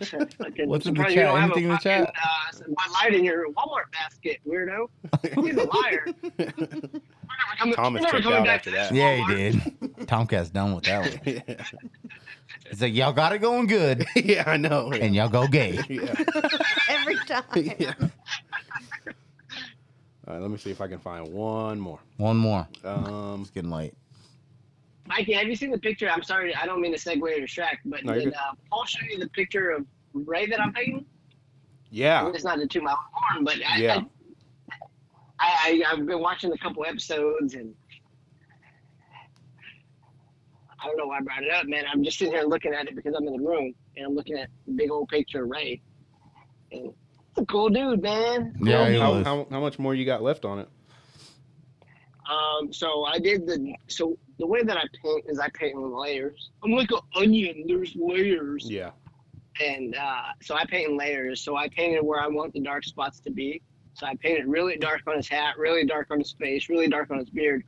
E: Fucking-
C: What's in the chat?
E: surprised You don't have
C: Anything in the
E: a fucking,
C: chat?
E: Uh, Bud Light in your Walmart basket, weirdo. He's a liar. We're never coming,
A: Thomas
E: we're never
A: checked
E: coming
A: out
E: back
A: after
E: to this
A: that.
C: Yeah,
E: Walmart.
C: he did. Tomcat's done with that one.
A: yeah.
C: It's like y'all got it going good,
A: yeah, I know.
C: and y'all go gay.
A: Yeah.
D: Every time.
A: yeah. All right, let me see if I can find one more.
C: One more.
A: Um,
C: It's getting late.
E: Mikey, have you seen the picture? I'm sorry, I don't mean to segue or distract, but
A: No, you're
E: did
A: good.
E: uh, Paul show you the picture of Ray that I'm painting? I
A: yeah,
E: mean, it's not a two mile horn, but I,
A: Yeah.
E: I, I, I've been watching a couple episodes and I don't know why I brought it up, man. I'm just sitting here looking at it because I'm in the room and I'm looking at the big old picture of Ray. And it's a cool dude, man.
C: Yeah, he
A: how,
C: was.
A: how, how much more you got left on it?
E: Um, so I did the so the way that I paint is I paint in layers. I'm like an onion. There's layers.
A: Yeah,
E: and uh, so I paint in layers. So I painted where I want the dark spots to be. So I painted really dark on his hat, really dark on his face, really dark on his beard,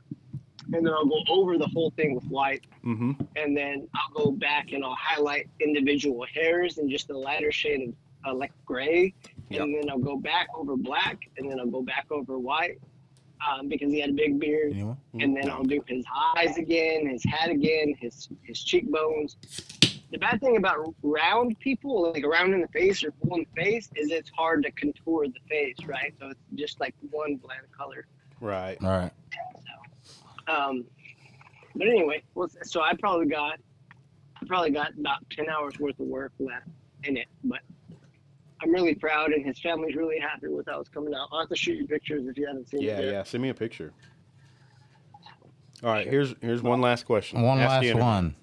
E: and then I'll go over the whole thing with white,
A: mm-hmm.
E: and then I'll go back and I'll highlight individual hairs in just a lighter shade of uh, like gray, and then I'll go back over black, and then I'll go back over white, um, because he had a big beard
C: Anyone?
E: and then I'll do his eyes again, his hat again, his his cheekbones. The bad thing about round people, like round in the face or full in the face, is it's hard to contour the face, right? So it's just like one bland color.
A: Right.
C: All right.
E: Um, but anyway, well, so I probably got I probably got about ten hours worth of work left in it, but I'm really proud, and his family's really happy with how it's coming out. I'll have to shoot you pictures if you haven't seen
A: Yeah,
E: it. yet.
A: yeah. Send me a picture. All right, here's here's one last question.
C: One
A: Ask the
C: last
A: internet.
C: one.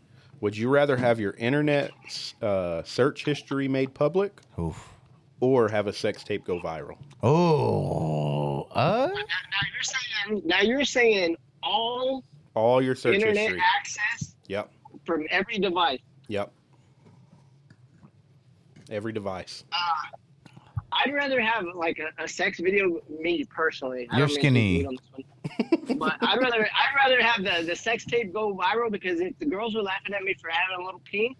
A: Would you rather have your internet uh, search history made public
C: Oof.
A: or have a sex tape go viral?
C: Oh. Uh.
E: Now you're saying now you're saying all
A: All your search
E: internet
A: history.
E: access
A: Yep,
E: from every device.
A: yep. Every device.
E: I'd rather have like a, a sex video. Me personally, I
C: You're
E: don't mean to
C: skinny.
E: beat on this one. but I'd rather I'd rather have the, the sex tape go viral because if the girls were laughing at me for having a little pee,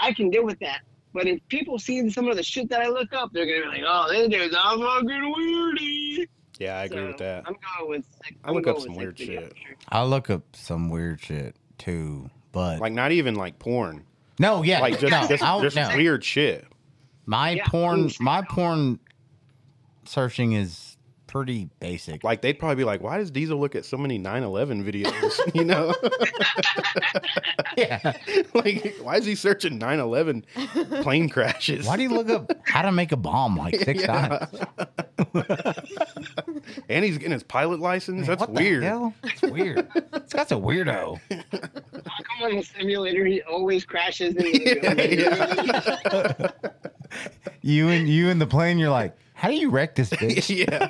E: I can deal with that. But if people see some of the shit that I look up, they're gonna be like, "Oh, this dude's a fucking weirdy."
A: Yeah, I agree with that.
E: I'm going with. Sex,
A: I
E: I'm
A: look
E: going
A: up
E: with
A: some
E: sex
A: weird
E: video
A: shit.
E: for sure.
C: I look up some weird shit too, but
A: Like not even like porn.
C: no, yeah,
A: Like just
C: no,
A: just,
C: I don't
A: just
C: know.
A: weird shit.
C: My
E: Yeah.
C: porn,
E: Oof.
C: my porn searching is pretty basic.
A: Like they'd probably be like, "Why does Diesel look at so many 9/11 videos?" you know,
C: yeah.
A: like why is he searching 9/11 plane crashes?
C: Why do you look up how to make a bomb like six times?
A: and he's getting his pilot license. That's
C: what
A: weird.
C: The hell? It's weird. This guy's a weirdo.
E: How come on the simulator he always crashes? In the
A: Yeah, yeah.
C: You and you in the plane, you're like, how do you wreck this bitch?
A: yeah.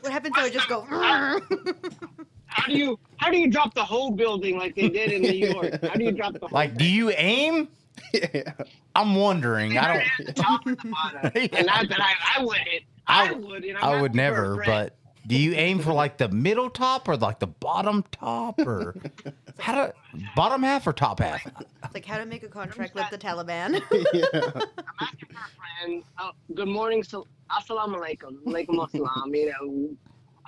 D: What happens if I just go?
E: How do you how do you drop the whole building like they did in New York? How do you drop the whole
C: Like, do you aim?
A: yeah.
C: I'm wondering. I don't.
E: at the top and the bottom? And not that I, I wouldn't. I, would. And I'm
C: I
E: not
C: would
E: for a
C: never,
E: friend.
C: but do you aim for like the middle top or like the bottom top or how do bottom half or top half?
D: It's like how to make a contract with the Taliban.
E: I'm asking for a friend. Oh, good morning, uh, so assalamu alaikum, alaikum assalam. You know,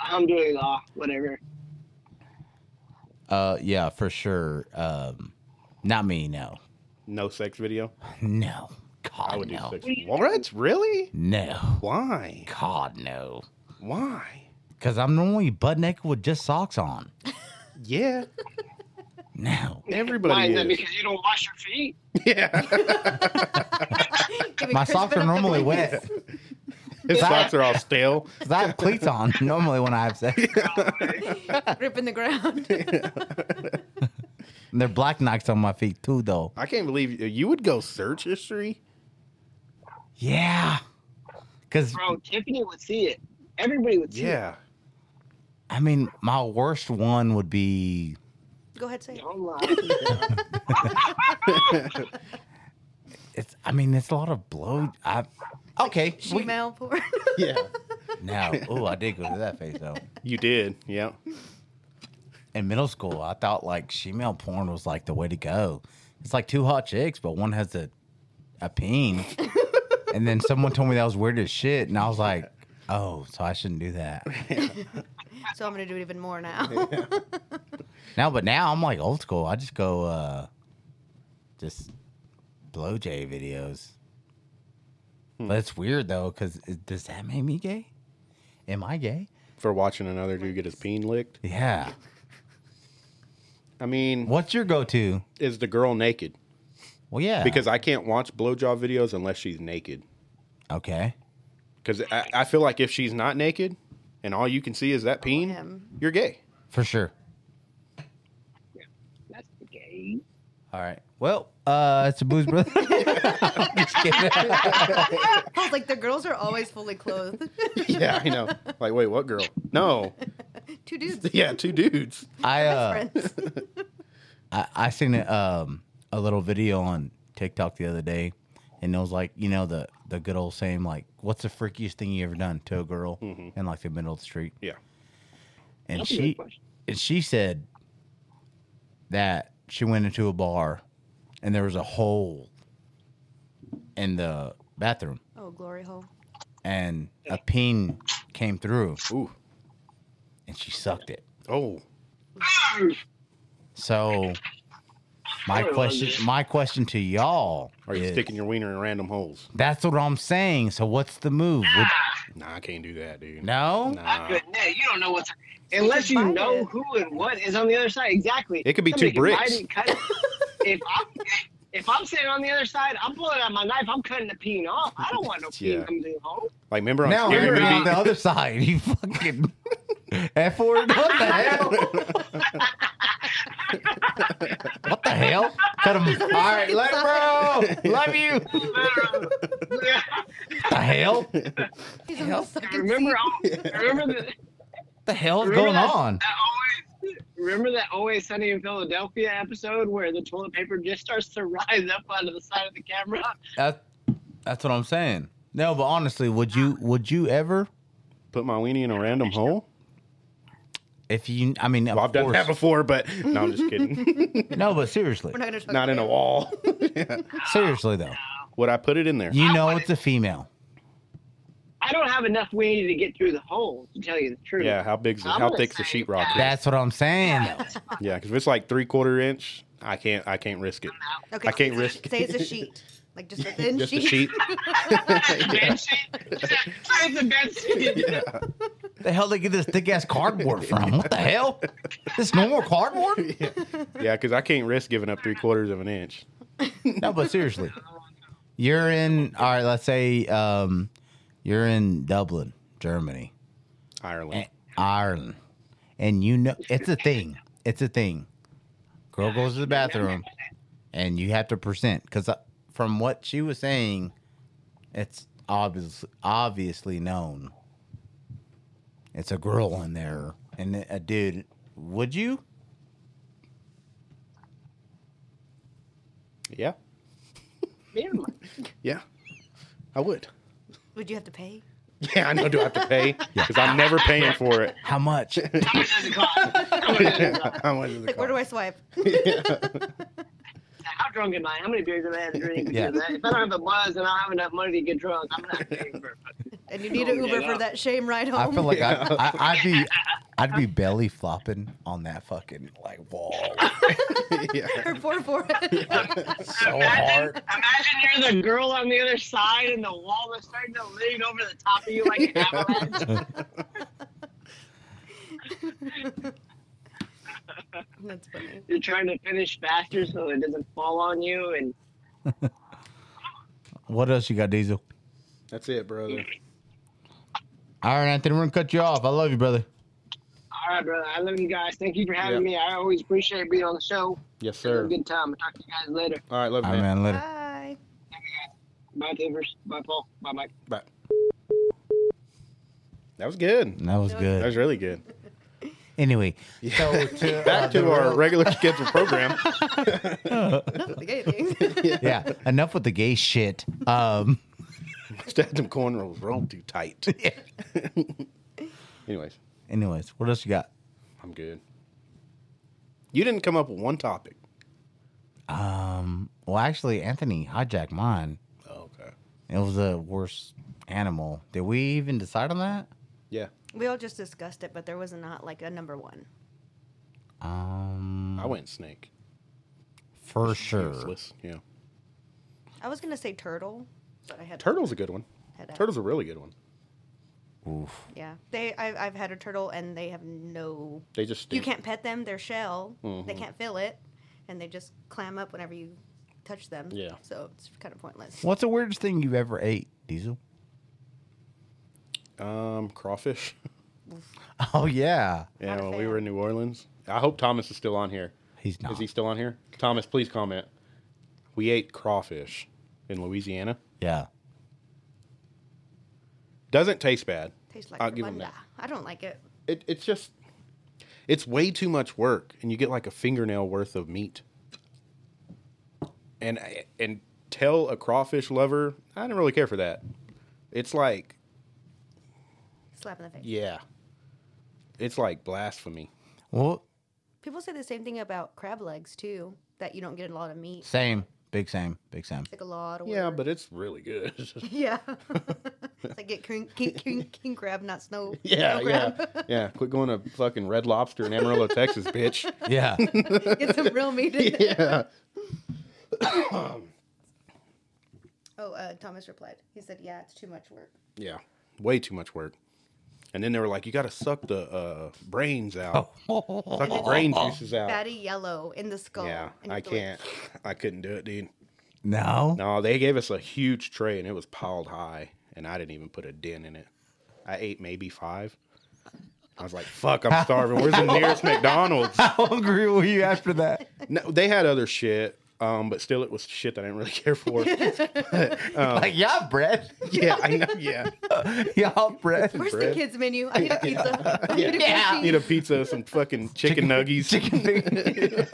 E: alhamdulillah, whatever.
C: Uh, yeah, for sure. Um, not me. No,
A: No sex video.
C: no, God,
A: I would do
C: no,
A: sex. What? Really?
C: no,
A: Why?
C: God, no.
A: Why?
C: Because I'm normally butt naked with just socks on.
A: Yeah.
C: No,
A: Everybody
E: Why is that?
A: is.
E: Because you don't wash your feet.
A: Yeah.
D: Give me
C: my
D: Chris
C: socks
D: Benoit
C: are
D: the
C: normally
D: Greek.
C: wet
A: His socks are all stale.
C: 'cause I have cleats on normally when I have sex.
D: Gripping the ground.
C: And they're black Nikes on my feet too, though.
A: I can't believe you, you would go search history.
C: Yeah, because
E: Bro, Tiffany would see it. Everybody would see
A: Yeah.
C: I mean, my worst one would be
D: go ahead, say
E: it.
D: it.
E: Don't lie.
C: it's. I mean, it's a lot of blow. I okay. we-
D: Gmail porn.
A: Yeah.
C: now, oh, I did go to that phase though.
A: You did. Yeah.
C: In middle school, I thought like shemale porn was like the way to go. It's like two hot chicks, but one has a a peen. and then someone told me that was weird as shit, and I was like, oh, so I shouldn't do that.
D: so I'm gonna do it even more now.
C: Now, but now I'm like old school. I just go uh just blow J videos. But it's weird though, because does that make me gay? Am I gay?
A: For watching another dude get his peen licked.
C: Yeah.
A: I mean,
C: What's your go to?
A: is the girl naked?
C: Well, yeah.
A: Because I can't watch blowjob videos unless she's naked.
C: okay.
A: Because I, I feel like if she's not naked and all you can see is that peen,
D: him.
A: you're gay.
C: For sure.
E: That's gay.
C: All right. Well, uh, it's a booze brother. I'm just kidding.
D: I was like, the girls are always fully clothed.
A: yeah, I know. Like, wait, what girl? No.
D: Two dudes.
A: Yeah, two dudes.
C: I, uh,
D: Friends.
C: I I seen a, um a little video on TikTok the other day, and it was like you know the the good old saying like what's the freakiest thing you ever done to a girl in like the middle of the street,
A: Yeah.
C: and
E: That's a
C: she
E: good question.
C: and she said that she went into a bar, and there was a hole in the bathroom,
D: Oh, glory hole.
C: and a peen came through,
A: Ooh.
C: and she sucked it.
A: Oh.
C: So my
E: Sorry,
C: question
E: Lindsay.
C: my question to y'all
A: Are you
C: is-
A: sticking your wiener in random holes?
C: That's what I'm saying. So what's the move? Would-
A: Nah, I can't do that, dude.
C: no?
A: Nah.
E: Good day. You don't know what's unless you
D: Bite
E: know
D: it.
E: who and what is on the other side. Exactly.
A: It could be
E: Somebody
A: two
E: can
A: bricks.
E: bite it, cut it. if I'm if I'm sitting on the other side, I'm pulling out my knife. I'm cutting the peen off. I don't want no peen
A: Yeah.
E: coming through the hole.
A: Like, remember on
C: Now
A: Scary
C: we're on
A: Movie?
C: the other side. You fucking F word. What the hell? what the hell? Cut him. All right, let bro. Love you. What the hell? What
D: He's on the second
E: remember,
D: seat.
E: I remember the.
C: the hell is
E: Remember
C: going
E: that-
C: on?
E: that always- Remember that Always Sunny in Philadelphia episode where the toilet paper just starts to rise up onto the side of the camera?
C: That, that's what I'm saying. No, but honestly, would you would you ever
A: Put my weenie in a random hole?
C: if you I mean of
A: Well, I've done
C: course-
A: that before, but no, I'm just kidding.
C: No, but seriously.
D: We're not gonna talk
A: Not in a
D: about
A: wall.
C: Seriously though.
A: Would I put it in there?
C: You know it's a female.
E: I don't have enough weenie to get through the hole, to tell you the truth.
A: Yeah, how big's the,
E: I'm
A: how
E: gonna
A: thick's the
E: say
A: sheetrock?
E: that-
A: is?
C: That's what I'm saying. though.
A: Yeah, because if it's like three quarter inch, I can't I can't risk it.
D: Okay,
A: I can't
D: say-
A: risk
D: Say it's a sheet. Like just a thin
A: Just a sheet.
D: sheet.
E: Bed sheet? Where's the bed sheet?
A: yeah.
C: the hell they get this thick ass cardboard from? What the hell? This normal cardboard?
A: Yeah, because I can't risk giving up three quarters of an inch.
C: No, but seriously, you're in. All right, let's say um, you're in Dublin, Germany,
A: Ireland.
C: and Ireland, and you know it's a thing. It's a thing. Girl goes to the bathroom, and you have to present because from what she was saying, it's obviously obviously known. It's a girl in there and a dude. Would you?
A: Yeah.
E: Yeah,
A: Yeah. I would.
D: Would you have to pay?
A: Yeah, I know. Do I have to pay? Because I'm never paying for it.
C: How much?
E: How much does it cost? How much does it cost?
A: How much is
D: Like
A: it
D: where do
A: cost?
D: I swipe?
E: How drunk am I? How many beers have I had to drink?
C: Yeah.
E: If I don't have a buzz and I don't have enough money to get drunk, I'm not paying for it.
D: And you need an
E: Oh, yeah,
D: Uber for
E: no.
D: that shame ride
C: I
D: home.
C: feel like I, I, I'd be, I'd be belly flopping on that fucking like wall
A: yeah.
D: Or four for it.
C: so hard.
E: imagine, imagine you're the girl on the other side and the wall is starting to lean over the top of you like an avalanche.
D: That's funny.
E: You're trying to finish faster so it doesn't fall on you. And
C: What else you got, Diesel?
A: That's it, brother.
C: All right, Anthony, we're gonna cut you off. I love you, brother.
E: all right, brother, I love you guys. Thank you for having
A: Yeah.
E: me. I always appreciate being on the show.
A: Yes,
E: It was a
A: sir.
E: good time. I'll talk to you guys later.
A: All right, love you,
C: All right,
A: man.
C: man. Later.
D: Bye.
E: Bye, Timbers. Bye, Paul. Bye, Mike.
A: Bye. That was good.
C: That was
A: That
C: good.
A: was really good.
C: Anyway, so to, uh,
A: Back to our regular scheduled program.
D: Not the gay thing.
C: yeah, enough with the gay shit. Um,
A: Stabbed them cornrows rolled too tight. Anyways,
C: anyways, what else you got?
A: I'm good. You didn't come up with one topic.
C: Um, well, actually, Anthony hijacked mine.
A: Oh, okay.
C: It was a worse animal. Did we even decide on that?
A: Yeah.
D: we all just discussed it, but there was not like a number one.
C: Um,
A: I went snake.
C: for sure.
A: Useless. Yeah.
D: I was gonna say turtle, but I had
A: Turtle's a good one.
D: Had a-
A: Turtle's a really good one.
C: Oof.
D: Yeah, they. I, I've had a turtle, and they have no.
A: They just
D: You
A: stink.
D: can't pet them. Their shell, they
A: Mhm.
D: can't feel it, and they just clam up whenever you touch them.
A: Yeah.
D: So it's kind of pointless.
C: What's the weirdest thing you've ever ate, Diesel?
A: Um, crawfish.
C: Oh yeah,
A: Yeah,
D: Not a
A: when we
D: fan.
A: were in New Orleans. I hope Thomas is still on here.
C: he's not.
A: Is he still on here? Thomas, please comment. We ate crawfish in Louisiana.
C: yeah,
A: Doesn't taste bad.
D: Tastes like
A: I'll give 'em
D: Rwanda.
A: that.
D: I don't like it.
A: It, it's just, it's way too much work, and you get like a fingernail worth of meat. And I- and tell a crawfish lover, I didn't really care for that. It's like,
D: Slap in the face.
A: yeah, it's like blasphemy.
C: Well,
D: People say the same thing about crab legs too. That you don't get a lot of meat.
C: same, big same, big same.
D: It's like a lot of
A: Yeah,
D: work.
A: but it's really good.
D: yeah. it's like get king, king, king, king crab, not snow.
A: yeah,
D: snow
A: yeah,
D: crab.
A: yeah. Quit going to fucking Red Lobster in Amarillo, Texas, bitch.
C: Yeah,
D: get some real meat. In it.
A: yeah.
D: Oh, uh, Thomas replied. He said, "Yeah, it's too much work."
A: Yeah. Way too much work. And then they were like, you got to suck the uh, brains out. Suck the brain juices out.
D: Fatty yellow in the skull.
A: Oh. yeah.
D: And you
A: I
D: have to, like,
A: can't. I couldn't do it, dude.
C: no,
A: No, they gave us a huge tray and it was piled high. And I didn't even put a dent in it. I ate maybe five. I was like, fuck, I'm starving. Where's the nearest McDonald's?
C: How hungry were you after that?
A: No, they had other shit. Um, but still, it was shit that I didn't really care for.
D: Oh.
C: like, yeah, bread.
A: yeah, I know. Yeah,
C: Yeah, bread.
D: Where's
A: bread.
D: the kids menu? I need a pizza. I need a
C: Yeah.
A: need a pizza, some fucking chicken, nuggies,
C: Chicken fingers.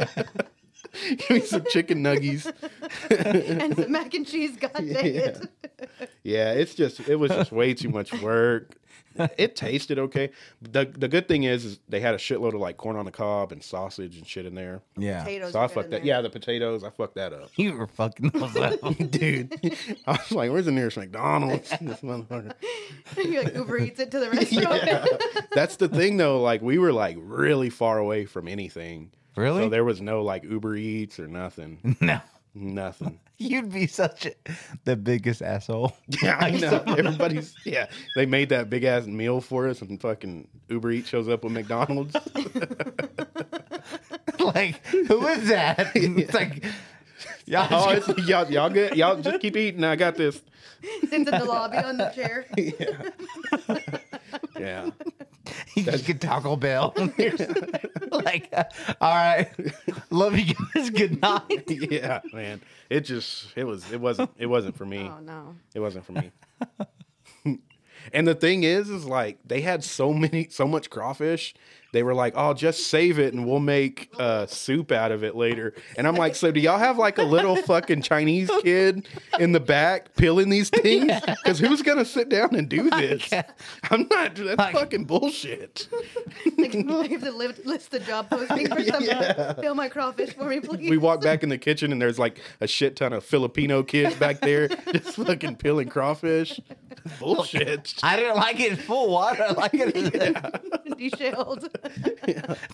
A: give me some chicken nuggies.
D: cookie and some mac and cheese. God dang it.
A: Yeah, it's just it was just way too much work. It tasted okay. The the good thing is, is they had a shitload of like corn on the cob and sausage and shit in there.
C: Yeah.
D: Potatoes.
A: so
D: are
A: I
D: good in
A: fucked that.
D: there.
A: Yeah, the potatoes, I fucked that up.
C: You were fucking those up.
A: Dude, I was like, "Where's the nearest McDonald's?" This motherfucker.
D: you like Uber eats it to the restaurant.
A: Yeah, that's the thing though. Like we were like really far away from anything,
C: Really?
A: so there was no like Uber Eats or nothing.
C: no.
A: Nothing.
C: You'd be such a, the biggest asshole.
A: Yeah, I know. Everybody's yeah. They made that big ass meal for us, and fucking Uber Eats shows up with McDonald's.
C: like, who is that? It's like, yeah,
A: oh, it's, y'all, y'all good? Y'all just keep eating. I got this.
D: Sits in the lobby on the chair.
A: Yeah.
C: you just get Taco Bell. like, uh, all right, love you guys. Good night.
A: Yeah, man. It just it was it wasn't it wasn't for me.
D: Oh no.
A: It wasn't for me. and the thing is, is like they had so many, so much crawfish. They were like, "Oh, just save it, and we'll make uh, soup out of it later." And I'm like, "So do y'all have like a little fucking Chinese kid in the back peeling these things? Because who's gonna sit down and do this? I'm not. That's
C: Like-
A: fucking bullship.
D: They can- they have to li- list the job posting for someone. Fill my crawfish for me, please.
A: We walk back in the kitchen, and there's like a shit ton of Filipino kids back there just fucking peeling crawfish. Bullshit.
C: I didn't like it in full water. I like it. In
D: Deshelled.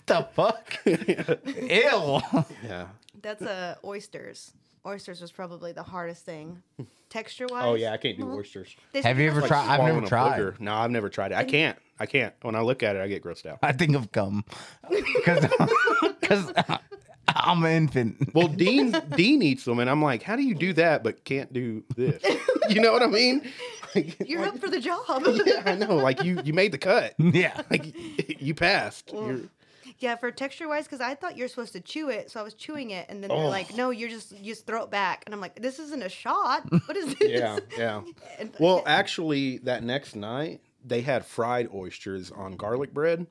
C: the fuck? Ew.
A: Yeah.
D: That's uh, oysters. Oysters was probably the hardest thing, texture wise.
A: Oh yeah, I can't do oysters.
C: Have you ever
A: Like
C: tried? I've
A: swallowing
C: never
A: a
C: tried.
A: booger. No, I've never tried it. I can't. I can't. When I look at it, I get grossed out.
C: I think of cum because I'm an infant.
A: Well, Dean Dean eats them, and I'm like, how do you do that but can't do this? You know what I mean? Like,
D: You're up for the job.
A: yeah, I know. Like you, you made the cut.
C: Yeah,
A: Like you passed. You're,
D: Yeah, for texture wise, because I thought you're supposed to chew it, so I was chewing it, and then
A: Oh.
D: they're like, "No, you're just you just throw it back," and I'm like, "This isn't a shot. What is this?"
A: yeah, yeah.
D: And-
A: Well, actually, that next night they had fried oysters on garlic bread,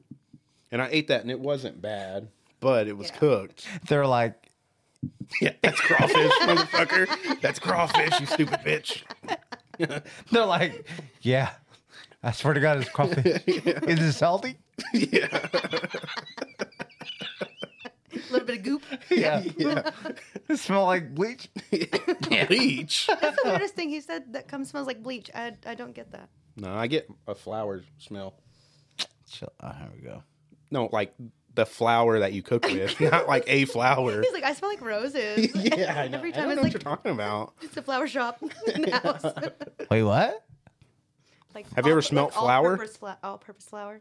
A: and I ate that, and it wasn't bad, but it was
D: Yeah.
A: cooked.
C: they're like,
A: Yeah, that's crawfish, motherfucker. That's crawfish, you stupid bitch.
C: they're like, yeah. I swear to God, it's crawfish. Is it salty?
A: Yeah.
D: a little bit of goop.
C: Yeah.
A: Yeah.
C: It smell like bleach.
A: Bleach.
D: That's the weirdest thing he said. That cum smells like bleach. I I don't get that.
A: No, I get a flower smell.
C: Chill. Oh, here we go.
A: No, like the flower that you cook with, not like a flower.
D: He's like, I smell like roses.
A: yeah, I know.
D: Every
A: Every time I don't
D: time it's
A: know
D: like-
A: what you're talking about.
D: It's a flower shop in the house.
C: Wait, what?
D: like,
A: Have you ever smelt flour?
D: All-purpose fla- all-purpose flour.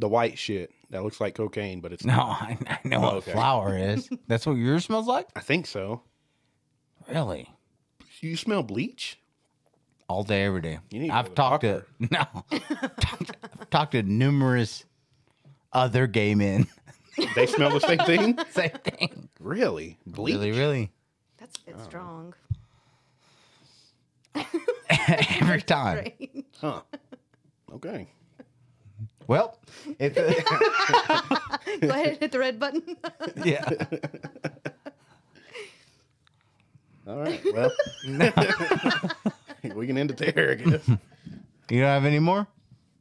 A: The white shit that looks like cocaine, but it's
C: No, I, I know what
A: okay.
C: flour is. That's what yours smells like.
A: I think so.
C: Really?
A: You smell bleach?
C: All day, every day.
A: You need to go to
C: I've
A: the
C: talked to no, talked, I've talked to numerous other gay men.
A: They smell the same thing?
C: Same thing.
A: Really? Bleach?
C: Really, really.
D: That's a bit
A: Oh.
D: strong.
C: every time.
D: Right.
A: Huh. Okay.
C: Well, it's a,
D: Go ahead and hit the red button.
C: yeah.
A: All right. Well, we can end it there, I guess.
C: You don't have any more?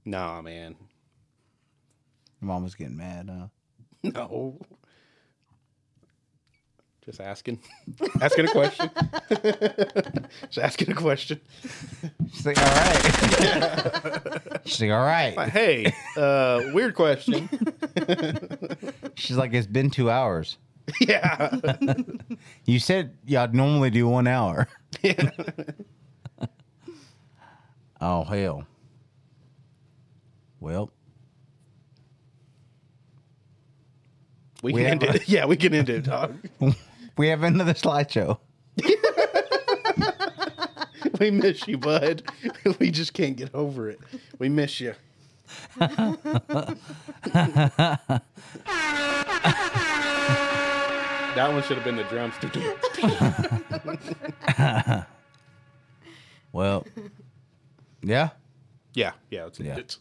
A: nah, man.
C: Your mom was getting mad. Huh?
A: No. Just asking. Asking a question. Just asking a question.
C: She's like, all right. She's like, all right.
A: Hey, uh, weird question.
C: She's like, it's been two hours.
A: yeah.
C: You said y'all normally do one hour.
A: yeah.
C: Oh hell. Well,
A: We
C: We
A: can end
C: have-
A: it. Yeah, we can end it, dog.
C: we have another slideshow.
A: We miss you, bud. We just can't get over it. We miss you. that one should have been the drums.
C: Well, yeah.
A: yeah, yeah, it's,
C: Yeah.
A: it's-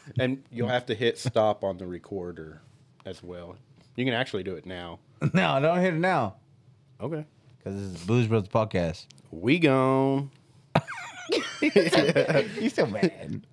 A: and you'll have to hit stop on the recorder as well. You can actually do it now.
C: No, don't hit it now
A: Okay.
C: because this is Blues Brothers podcast.
A: We gone.
C: You so mad?